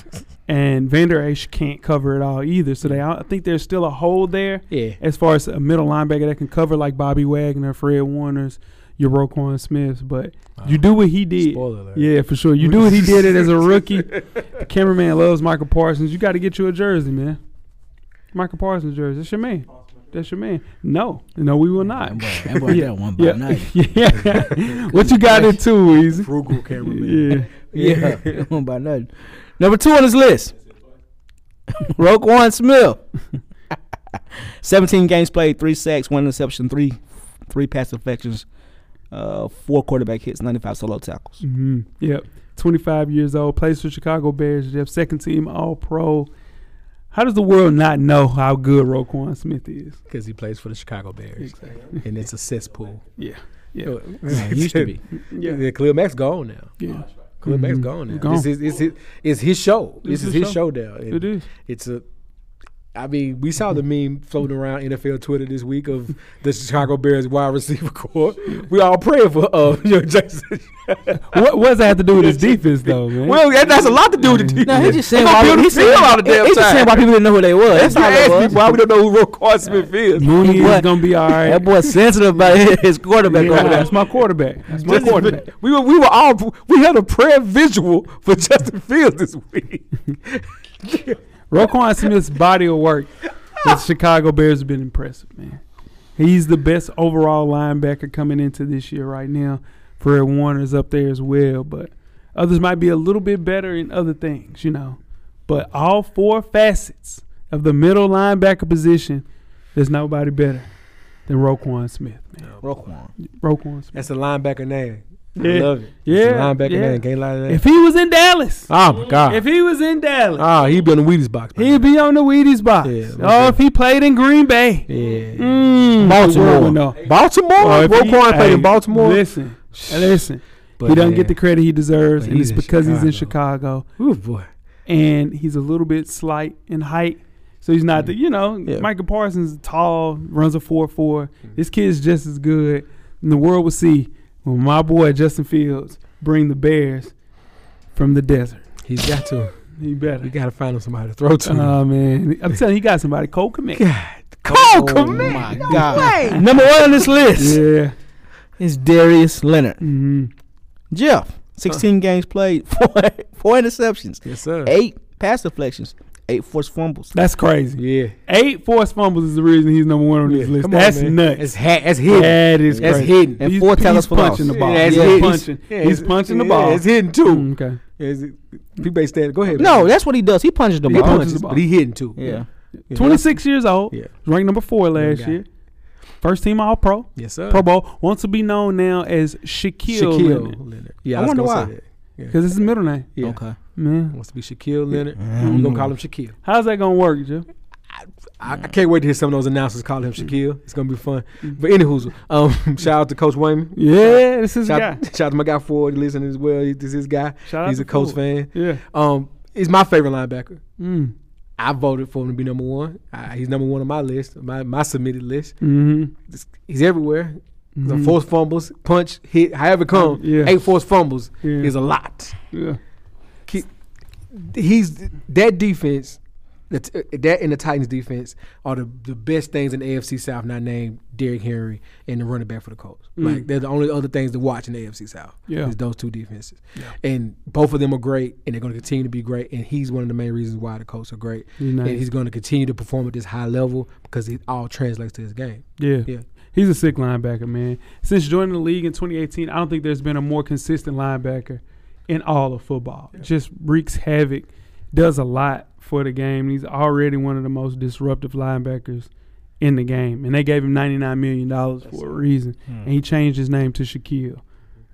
Speaker 4: and Vander Ash can't cover it all either. So they, I think there's still a hole there
Speaker 5: Yeah.
Speaker 4: as far as a middle linebacker that can cover like Bobby Wagner, Fred Warner's, your Roquan Smiths. But you do what he did.
Speaker 5: Spoiler alert.
Speaker 4: Yeah, for sure. You do
Speaker 5: [LAUGHS]
Speaker 4: what he did it as a rookie. The cameraman loves Michael Parsons. You got to get you a jersey, man. Michael Parsons jersey. That's your man. That's your man. No, no, we will not.
Speaker 6: That boy, that boy
Speaker 4: Yeah.
Speaker 6: got one by
Speaker 4: Yeah,
Speaker 6: night.
Speaker 4: [LAUGHS]
Speaker 5: [LAUGHS]
Speaker 4: yeah. what you got it too, Easy?
Speaker 5: Frugal cameraman.
Speaker 4: Yeah.
Speaker 6: [LAUGHS] Yeah, one by nothing. Number two on his [LAUGHS] list, Roquan Smith. [LAUGHS] Seventeen games played, three sacks, one interception, three three pass deflections, uh, four quarterback hits, ninety-five solo tackles.
Speaker 4: hmm Yep. 25 years old, plays for Chicago Bears. Jeff, second team All Pro. How does the world not know how good Roquan Smith is?
Speaker 5: Because he plays for the Chicago Bears. And it's
Speaker 4: [LAUGHS]
Speaker 5: a cesspool.
Speaker 4: Yeah.
Speaker 5: Yeah.
Speaker 4: Yeah.
Speaker 6: It used to be.
Speaker 4: Yeah.
Speaker 5: Yeah, Khalil Mack's gone now.
Speaker 4: Yeah.
Speaker 5: Khalil Mack's
Speaker 4: Mhm.
Speaker 5: Mm-hmm. gone now.
Speaker 4: Gone.
Speaker 5: This is it's his, it's his show. This,
Speaker 4: This
Speaker 5: is
Speaker 4: is
Speaker 5: his
Speaker 4: show.
Speaker 5: show, now. And
Speaker 4: It is.
Speaker 5: It's a. I mean, we saw the meme floating around NFL Twitter this week of the Chicago Bears wide receiver core. We all praying for uh, [LAUGHS] you know, Jason.
Speaker 4: What, what does that have to do with his defense, though, man?
Speaker 5: well, that, Oh, that's a lot to do with the defense.
Speaker 6: No, he's just
Speaker 5: They
Speaker 6: saying
Speaker 5: gonna
Speaker 6: why
Speaker 5: build a
Speaker 6: he's
Speaker 5: field
Speaker 6: saying,
Speaker 5: all the damn
Speaker 6: he's just
Speaker 5: time.
Speaker 6: saying why people didn't know who they were. That's
Speaker 5: [LAUGHS] You
Speaker 6: all it
Speaker 5: ask
Speaker 6: was.
Speaker 5: people why we don't know
Speaker 4: [LAUGHS]
Speaker 5: who Roquan Smith is.
Speaker 4: Mooney
Speaker 6: what?
Speaker 4: is going to be all right.
Speaker 6: That boy's sensitive about his- his quarterback
Speaker 4: Yeah,
Speaker 6: over there.
Speaker 4: that's my quarterback. That's my
Speaker 5: Justin
Speaker 4: quarterback.
Speaker 5: Fi- we were we were all we had a prayer visual for Justin Fields this week.
Speaker 4: Roquan Smith's body of work with Chicago Bears has been impressive, man. He's the best overall linebacker coming into this year right now. Fred Warner's up there as well, but others might be a little bit better in other things, you know. But all four facets of the middle linebacker position, there's nobody better than Roquan Smith, man.
Speaker 6: Roquan.
Speaker 4: Roquan Smith.
Speaker 5: That's a linebacker name. I
Speaker 4: Yeah.
Speaker 5: love it.
Speaker 4: Yeah,
Speaker 5: it's a linebacker
Speaker 4: yeah.
Speaker 5: name. Can't lie to that.
Speaker 4: If he was in Dallas,
Speaker 5: oh my god.
Speaker 4: if he was in Dallas,
Speaker 5: oh, he be on the Wheaties box. by
Speaker 4: he'd be on the Wheaties box.
Speaker 5: Yeah,
Speaker 4: oh,
Speaker 5: okay.
Speaker 4: if he played in Green Bay.
Speaker 5: now. yeah.
Speaker 4: Mm,
Speaker 5: Baltimore.
Speaker 4: Well, no.
Speaker 5: Baltimore.
Speaker 4: Or Oh, if he-
Speaker 5: Roquan played
Speaker 4: hey,
Speaker 5: in Baltimore.
Speaker 4: Listen, listen.
Speaker 5: But
Speaker 4: he doesn't
Speaker 5: yeah.
Speaker 4: get the credit he deserves,
Speaker 5: But
Speaker 4: and
Speaker 5: he's
Speaker 4: it's
Speaker 5: in
Speaker 4: because he's in Chicago,
Speaker 5: Ooh boy.
Speaker 4: and he's a little bit slight in height, so he's not the you know
Speaker 5: Mm. Yeah.
Speaker 4: Michael Parsons is tall, runs a four four. This kid's just as good, and the world will see when my boy Justin Fields bring the Bears from the desert.
Speaker 5: He's got to.
Speaker 4: He
Speaker 5: We
Speaker 4: better.
Speaker 5: gotta find him somebody to throw to.
Speaker 4: Oh man, I'm telling you, he got somebody. Cole Komet.
Speaker 5: Cole
Speaker 6: Oh
Speaker 5: Komet.
Speaker 6: my
Speaker 5: No
Speaker 6: God.
Speaker 5: way.
Speaker 6: Number one on this list
Speaker 4: Yeah.
Speaker 6: is Darius Leonard.
Speaker 4: hmm
Speaker 6: Jeff, 16 games played, [LAUGHS] four, four interceptions,
Speaker 5: Yes sir.
Speaker 6: eight pass deflections, eight forced fumbles.
Speaker 4: That's crazy.
Speaker 5: Yeah.
Speaker 4: Eight forced fumbles is the reason he's number one on
Speaker 5: Yeah.
Speaker 4: this list.
Speaker 5: Come on,
Speaker 4: That's
Speaker 5: man.
Speaker 4: nuts.
Speaker 5: That's ha- that's hidden.
Speaker 4: That is
Speaker 5: That's
Speaker 4: crazy.
Speaker 5: hidden.
Speaker 6: And
Speaker 4: he's,
Speaker 6: four tackers
Speaker 4: he's
Speaker 6: for loss.
Speaker 4: punching the ball.
Speaker 5: Yeah, it's
Speaker 4: he's
Speaker 5: hidden.
Speaker 4: punching.
Speaker 5: Yeah,
Speaker 4: he's
Speaker 5: it's-
Speaker 4: punching the
Speaker 5: yeah,
Speaker 4: ball.
Speaker 5: It's hidden too.
Speaker 4: Mm, okay.
Speaker 5: Is it, people ain't stand. Go ahead.
Speaker 6: No,
Speaker 5: man.
Speaker 6: that's what he does. He punches the
Speaker 5: he
Speaker 6: ball.
Speaker 5: punches,
Speaker 4: the
Speaker 5: but
Speaker 4: ball.
Speaker 5: he hitting too.
Speaker 6: Yeah.
Speaker 5: Yeah.
Speaker 4: Twenty six years old.
Speaker 5: Yeah.
Speaker 4: Ranked number four last
Speaker 5: guy.
Speaker 4: year. First team All Pro.
Speaker 5: Yes, sir.
Speaker 4: Pro Bowl. Wants to be known now as Shaquille,
Speaker 5: Shaquille
Speaker 4: Leonard.
Speaker 5: Leonard. Yeah,
Speaker 6: I
Speaker 5: I, was
Speaker 6: wonder
Speaker 5: gonna
Speaker 6: why.
Speaker 5: Say that.
Speaker 4: Cause it's his middle name.
Speaker 5: Yeah.
Speaker 6: Okay.
Speaker 4: Man.
Speaker 5: Wants to be Shaquille Leonard.
Speaker 6: Mm.
Speaker 5: We're gonna call him Shaquille.
Speaker 4: How's that gonna work, Jeff?
Speaker 5: I, I can't wait to hear some of those announcers call him Shaquille. It's gonna be fun. But anywho's, um, [LAUGHS] shout out to Coach Wayman.
Speaker 4: Yeah, this is
Speaker 5: Shout,
Speaker 4: guy.
Speaker 5: [LAUGHS] shout out to my guy Ford. He listening as well. He, this is his guy.
Speaker 4: Shout out
Speaker 5: He's
Speaker 4: to
Speaker 5: a Coach
Speaker 4: Ford.
Speaker 5: fan.
Speaker 4: Yeah.
Speaker 5: Um, he's my favorite linebacker.
Speaker 4: Mm.
Speaker 5: I voted for him to be number one. I, he's number one on my list, my my submitted list.
Speaker 4: Mm-hmm.
Speaker 5: He's everywhere. The
Speaker 4: Mhm.
Speaker 5: forced fumbles, punch, hit, however it come,
Speaker 4: Yeah.
Speaker 5: eight forced fumbles
Speaker 4: Yeah.
Speaker 5: is a lot.
Speaker 4: Yeah.
Speaker 5: he's that defense that uh, that and the Titans defense are the, the best things in the AFC South not named Derrick Henry and the running back for the Colts. Like they're the only other things to watch in the AFC South.
Speaker 4: Mm. Yeah.
Speaker 5: Is those two defenses. And both of them are great and they're gonna continue to be great. And he's one of the main reasons why the Colts are great.
Speaker 4: He's nice.
Speaker 5: And he's gonna continue to perform at this high level because it all translates to his game.
Speaker 4: Yeah.
Speaker 5: Yeah.
Speaker 4: He's a sick linebacker, man. Since joining the league in 2018, I don't think there's been a more consistent linebacker in all of football. Just wreaks havoc, does a lot for the game. He's already one of the most disruptive linebackers in the game. And they gave him $99 million for a reason. And he changed his name to Shaquille.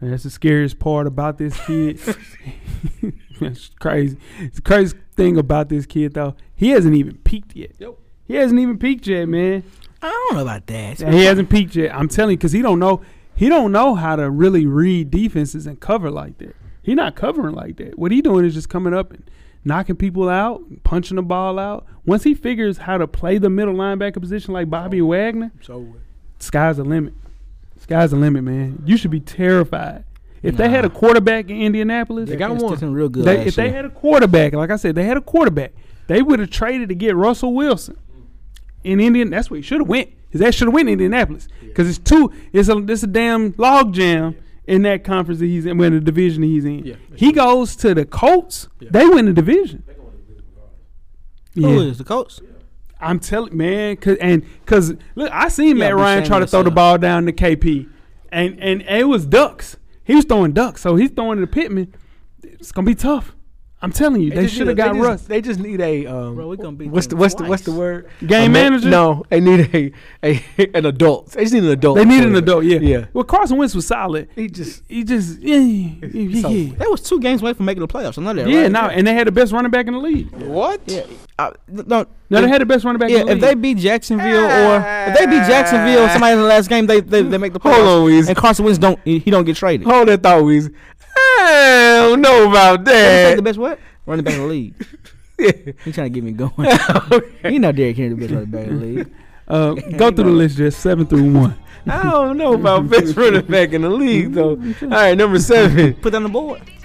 Speaker 4: And that's the scariest part about this kid. [LAUGHS] That's crazy. The crazy thing about this kid, though, he hasn't even peaked yet.
Speaker 5: Nope.
Speaker 4: He hasn't even peaked yet, man.
Speaker 6: I don't know about that.
Speaker 4: He hasn't peaked yet. I'm telling you, because he don't know. He don't know how to really read defenses and cover like that. He not covering like that. What he doing is just coming up and knocking people out, punching the ball out. Once he figures how to play the middle linebacker position like Bobby Wagner,
Speaker 5: So
Speaker 4: sky's the limit. Sky's the limit, man. You should be terrified. If they had a quarterback in Indianapolis,
Speaker 5: They got
Speaker 6: It's
Speaker 5: one.
Speaker 6: looking real good.
Speaker 4: they,
Speaker 6: last
Speaker 4: if they
Speaker 6: year.
Speaker 4: had a quarterback, like I said, they had a quarterback. They would have traded to get Russell Wilson in Indian. That's where he should have went. 'Cause that should have went in Indianapolis. Because it's two. It's a it's a damn log jam in that conference that he's in, well, in the division that he's in.
Speaker 5: Yeah.
Speaker 4: he goes to the Colts. They win the division.
Speaker 6: Who
Speaker 4: Yeah,
Speaker 6: is the coach?
Speaker 4: I'm telling man, cause, and because look, I seen Matt
Speaker 6: I'm
Speaker 4: Ryan
Speaker 6: saying
Speaker 4: try to throw the
Speaker 6: yourself.
Speaker 4: ball down to KP, and and it was ducks. He was throwing ducks, so he's throwing it to Pittman. It's gonna be tough. I'm telling you, they,
Speaker 5: just
Speaker 4: should have
Speaker 5: need a-
Speaker 4: got
Speaker 5: they just-
Speaker 4: Russ.
Speaker 5: They just need a um,
Speaker 6: Bro, we gonna beat
Speaker 5: what's the
Speaker 6: them
Speaker 5: what's the what's the
Speaker 6: twice.
Speaker 5: word?
Speaker 4: Game
Speaker 5: A ma-
Speaker 4: manager?
Speaker 5: No, they need a, a an adult. They just need an adult.
Speaker 4: They need an
Speaker 5: quarterback.
Speaker 4: adult, yeah.
Speaker 5: yeah.
Speaker 4: Well, Carson Wentz was solid.
Speaker 5: He just
Speaker 4: He just, yeah, yeah, yeah.
Speaker 5: so-
Speaker 4: yeah.
Speaker 6: That was two games away from making the playoffs. I know that.
Speaker 4: Yeah,
Speaker 6: right?
Speaker 4: no, and they had the best running back in the league.
Speaker 5: what?
Speaker 6: Yeah. I, no,
Speaker 4: No, they had the best running back
Speaker 6: Yeah,
Speaker 4: in the
Speaker 6: if
Speaker 4: league.
Speaker 6: they beat Jacksonville or if they beat Jacksonville, somebody in the last game, they they, they make the playoffs.
Speaker 5: Hold on, Weezy.
Speaker 6: And Carson Wentz don't he he don't get traded.
Speaker 5: Hold that thought, Weezy. I don't know about
Speaker 6: He's like
Speaker 5: that.
Speaker 6: the best what? Eh. Running back in the [LAUGHS] league. He trying to get me [LAUGHS] going. you know Derrick Henry the best running back in the league.
Speaker 5: [LAUGHS]
Speaker 4: uh, go through the list, just seven through one.
Speaker 5: I don't know [LAUGHS] about best running back in the league though. All right, number seven.
Speaker 6: Put that on the board.
Speaker 5: Mm-hmm.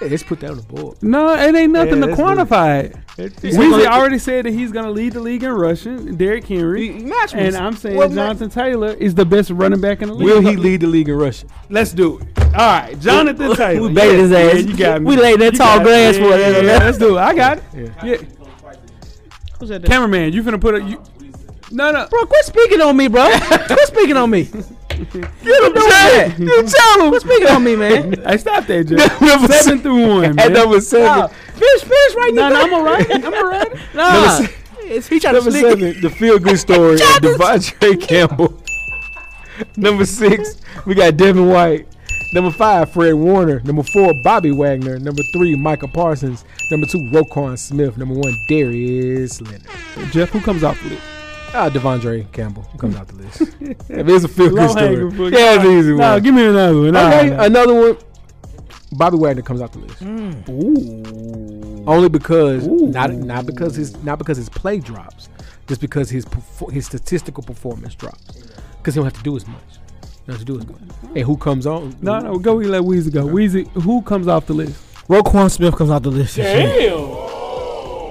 Speaker 5: Hey, let's put that on the board.
Speaker 4: No, it ain't nothing
Speaker 5: Yeah,
Speaker 4: to
Speaker 5: that's
Speaker 4: quantify. it.
Speaker 5: It's-
Speaker 4: Weezy already said that he's going to lead the league in rushing. Derrick Henry,
Speaker 5: Match
Speaker 4: and I'm saying
Speaker 5: Well, ma-
Speaker 4: Jonathan Taylor is the best running back in the league.
Speaker 5: Will he lead the league in [LAUGHS] rushing?
Speaker 4: Let's do it. All right, [LAUGHS] Jonathan Taylor.
Speaker 6: we baited his
Speaker 4: Yeah,
Speaker 6: ass.
Speaker 4: yeah, you got me.
Speaker 6: We laid that
Speaker 4: You
Speaker 6: tall
Speaker 4: got-
Speaker 6: grass
Speaker 4: yeah,
Speaker 6: for
Speaker 4: yeah,
Speaker 6: it.
Speaker 4: yeah, let's do it. I got it. Yeah.
Speaker 6: Who's that?
Speaker 4: Cameraman, you finna put a. You, no, no.
Speaker 6: bro, quit speaking on me, bro. quit speaking on me.
Speaker 5: Get him, Jack. You tell him.
Speaker 6: Quit speaking on me, [LAUGHS] man.
Speaker 4: Hey, stop that, Jay. [LAUGHS]
Speaker 5: [LAUGHS] Number
Speaker 4: Seven
Speaker 5: seven.
Speaker 4: through one,
Speaker 5: [LAUGHS]
Speaker 4: man.
Speaker 5: At number seven.
Speaker 6: Fish, fish, right
Speaker 4: No,
Speaker 6: now.
Speaker 4: no, I'm all right. I'm all right.
Speaker 6: [LAUGHS] Nah,
Speaker 5: Number
Speaker 6: it's, he trying to
Speaker 5: Number
Speaker 6: sneak.
Speaker 5: seven, the feel good story of Devontae Campbell. Number six, we got Devin White. Number five, Fred Warner. Number four, Bobby Wagner. Number three, Micah Parsons. Number two, Roquan Smith. Number one, Darius Leonard.
Speaker 4: Jeff, who comes off with it?
Speaker 5: Ah, Devondre Campbell comes out the list. [LAUGHS] if it's a feel good
Speaker 4: Low
Speaker 5: story,
Speaker 4: hanging fruit.
Speaker 5: yeah, it's an easy
Speaker 4: No,
Speaker 5: one.
Speaker 4: give me another one. Nah,
Speaker 5: okay,
Speaker 4: nah. Hmm.
Speaker 5: another one. Bobby Wagner comes out the list. Only because not not because his not because his play drops, just because his perfor- his statistical performance drops. Because he don't have to do as much. He don't have to do as much. And who comes on?
Speaker 4: No, no, go. We let Weezy go. Weezy, who comes off the list?
Speaker 6: Roquan Smith comes out the list. this year.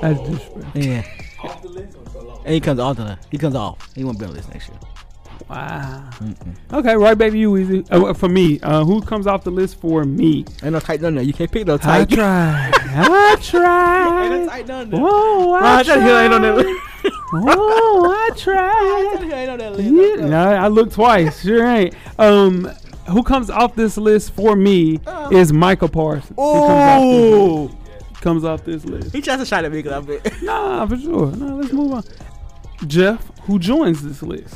Speaker 4: That's disrespect.
Speaker 6: Yeah. And he comes off the he comes off. He won't be on the list next year.
Speaker 4: Wow. Okay, right back to you, Weezy. Uh, well, for me, uh, who comes off the list for me?
Speaker 6: Ain't no tight none there. You can't pick no
Speaker 4: I
Speaker 6: tight.
Speaker 4: tried. [LAUGHS] I
Speaker 6: Ain't no
Speaker 4: tried.
Speaker 6: tight none there.
Speaker 4: Whoa,
Speaker 6: Nah,
Speaker 4: I
Speaker 6: I tried to hit- ain't on that
Speaker 4: tried.
Speaker 6: list.
Speaker 4: Whoa, I tried.
Speaker 6: [LAUGHS] Ain't on that
Speaker 4: Yeah,
Speaker 6: list.
Speaker 4: no, I looked twice. Sure ain't. Um, who comes off this list for me is Michael Parsons. Oh, comes off this list.
Speaker 6: He tries to shot at me because I'm big. [LAUGHS]
Speaker 4: Nah, for sure. Nah, let's move on. Jeff, who joins this list?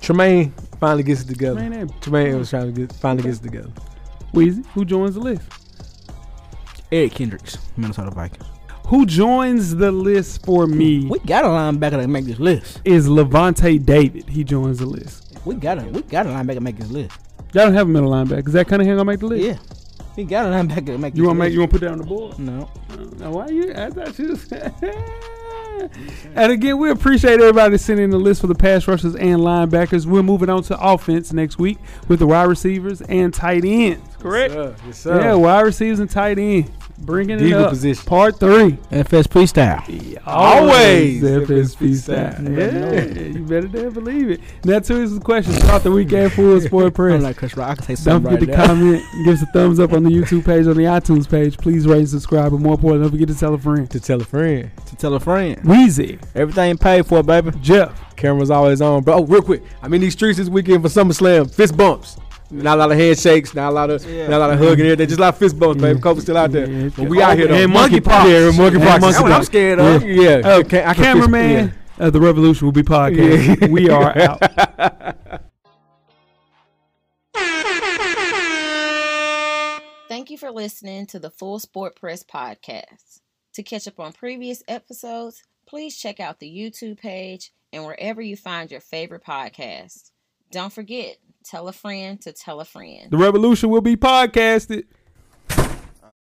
Speaker 5: Tremaine finally gets it together.
Speaker 4: Man, that
Speaker 5: Tremaine was trying to get finally gets it together.
Speaker 4: Weezy, who joins the list?
Speaker 6: Eric Kendricks, Minnesota Vikings.
Speaker 4: Who joins the list for me
Speaker 6: We got a linebacker that make this list.
Speaker 4: is Levante David. He joins the list.
Speaker 6: We got a we got a linebacker make this list.
Speaker 4: Y'all don't have a middle linebacker. Is that Cunningham gonna make the list?
Speaker 6: Yeah, we got a linebacker that make.
Speaker 4: You
Speaker 6: this
Speaker 4: wanna make?
Speaker 6: list.
Speaker 4: You wanna put that on the board?
Speaker 6: No.
Speaker 4: Now, why you? I thought you was. [LAUGHS] and again, we appreciate everybody sending in the list for the pass rushers and linebackers. We're moving on to offense next week with the wide receivers and tight ends. Correct.
Speaker 5: Yes, sir. Yes, sir.
Speaker 4: Yeah, wide receivers and tight end. Bringing it
Speaker 5: Diva
Speaker 4: up.
Speaker 5: position.
Speaker 4: Part three.
Speaker 6: FSP style.
Speaker 5: Always
Speaker 4: FSP
Speaker 5: FSP
Speaker 4: style.
Speaker 5: style.
Speaker 4: Yeah, you better damn believe it. Now, two is the questions. Start the weekend full of
Speaker 5: [LAUGHS]
Speaker 4: sport
Speaker 6: I'm
Speaker 4: press.
Speaker 6: like Chris Rock. I can say
Speaker 4: Don't
Speaker 6: something
Speaker 4: forget
Speaker 6: right
Speaker 4: to
Speaker 6: now.
Speaker 4: comment, give us a thumbs up on the YouTube page, on the iTunes page. Please rate and subscribe, and more importantly, don't forget to tell a friend.
Speaker 5: To tell a friend.
Speaker 6: to tell a friend.
Speaker 4: Weezy,
Speaker 6: Everything paid for, baby.
Speaker 4: Jeff,
Speaker 5: Camera's always on, bro. Oh, real quick. I'm in these streets this weekend for SummerSlam. Fist bumps. Not a lot of handshakes, not a lot of, not a lot of hugging and everything. Just a lot of fist bumps, baby. Cope's still out there,
Speaker 4: Yeah,
Speaker 5: but we out here though.
Speaker 4: And monkeypox.
Speaker 5: Yeah, and monkey
Speaker 4: And
Speaker 5: pox.
Speaker 4: monkeypox.
Speaker 5: That's what I'm
Speaker 6: scared
Speaker 5: Yeah, yeah. I can- I can fist- yeah.
Speaker 4: uh, cameraman of the Revolution will be podcast.
Speaker 5: Yeah.
Speaker 4: we are out.
Speaker 3: Thank you for listening to the Full Sport Press podcast. To catch up on previous episodes, please check out the YouTube page and wherever you find your favorite podcast. Don't forget,
Speaker 7: Tell a friend to tell a friend.
Speaker 5: The revolution will be podcasted.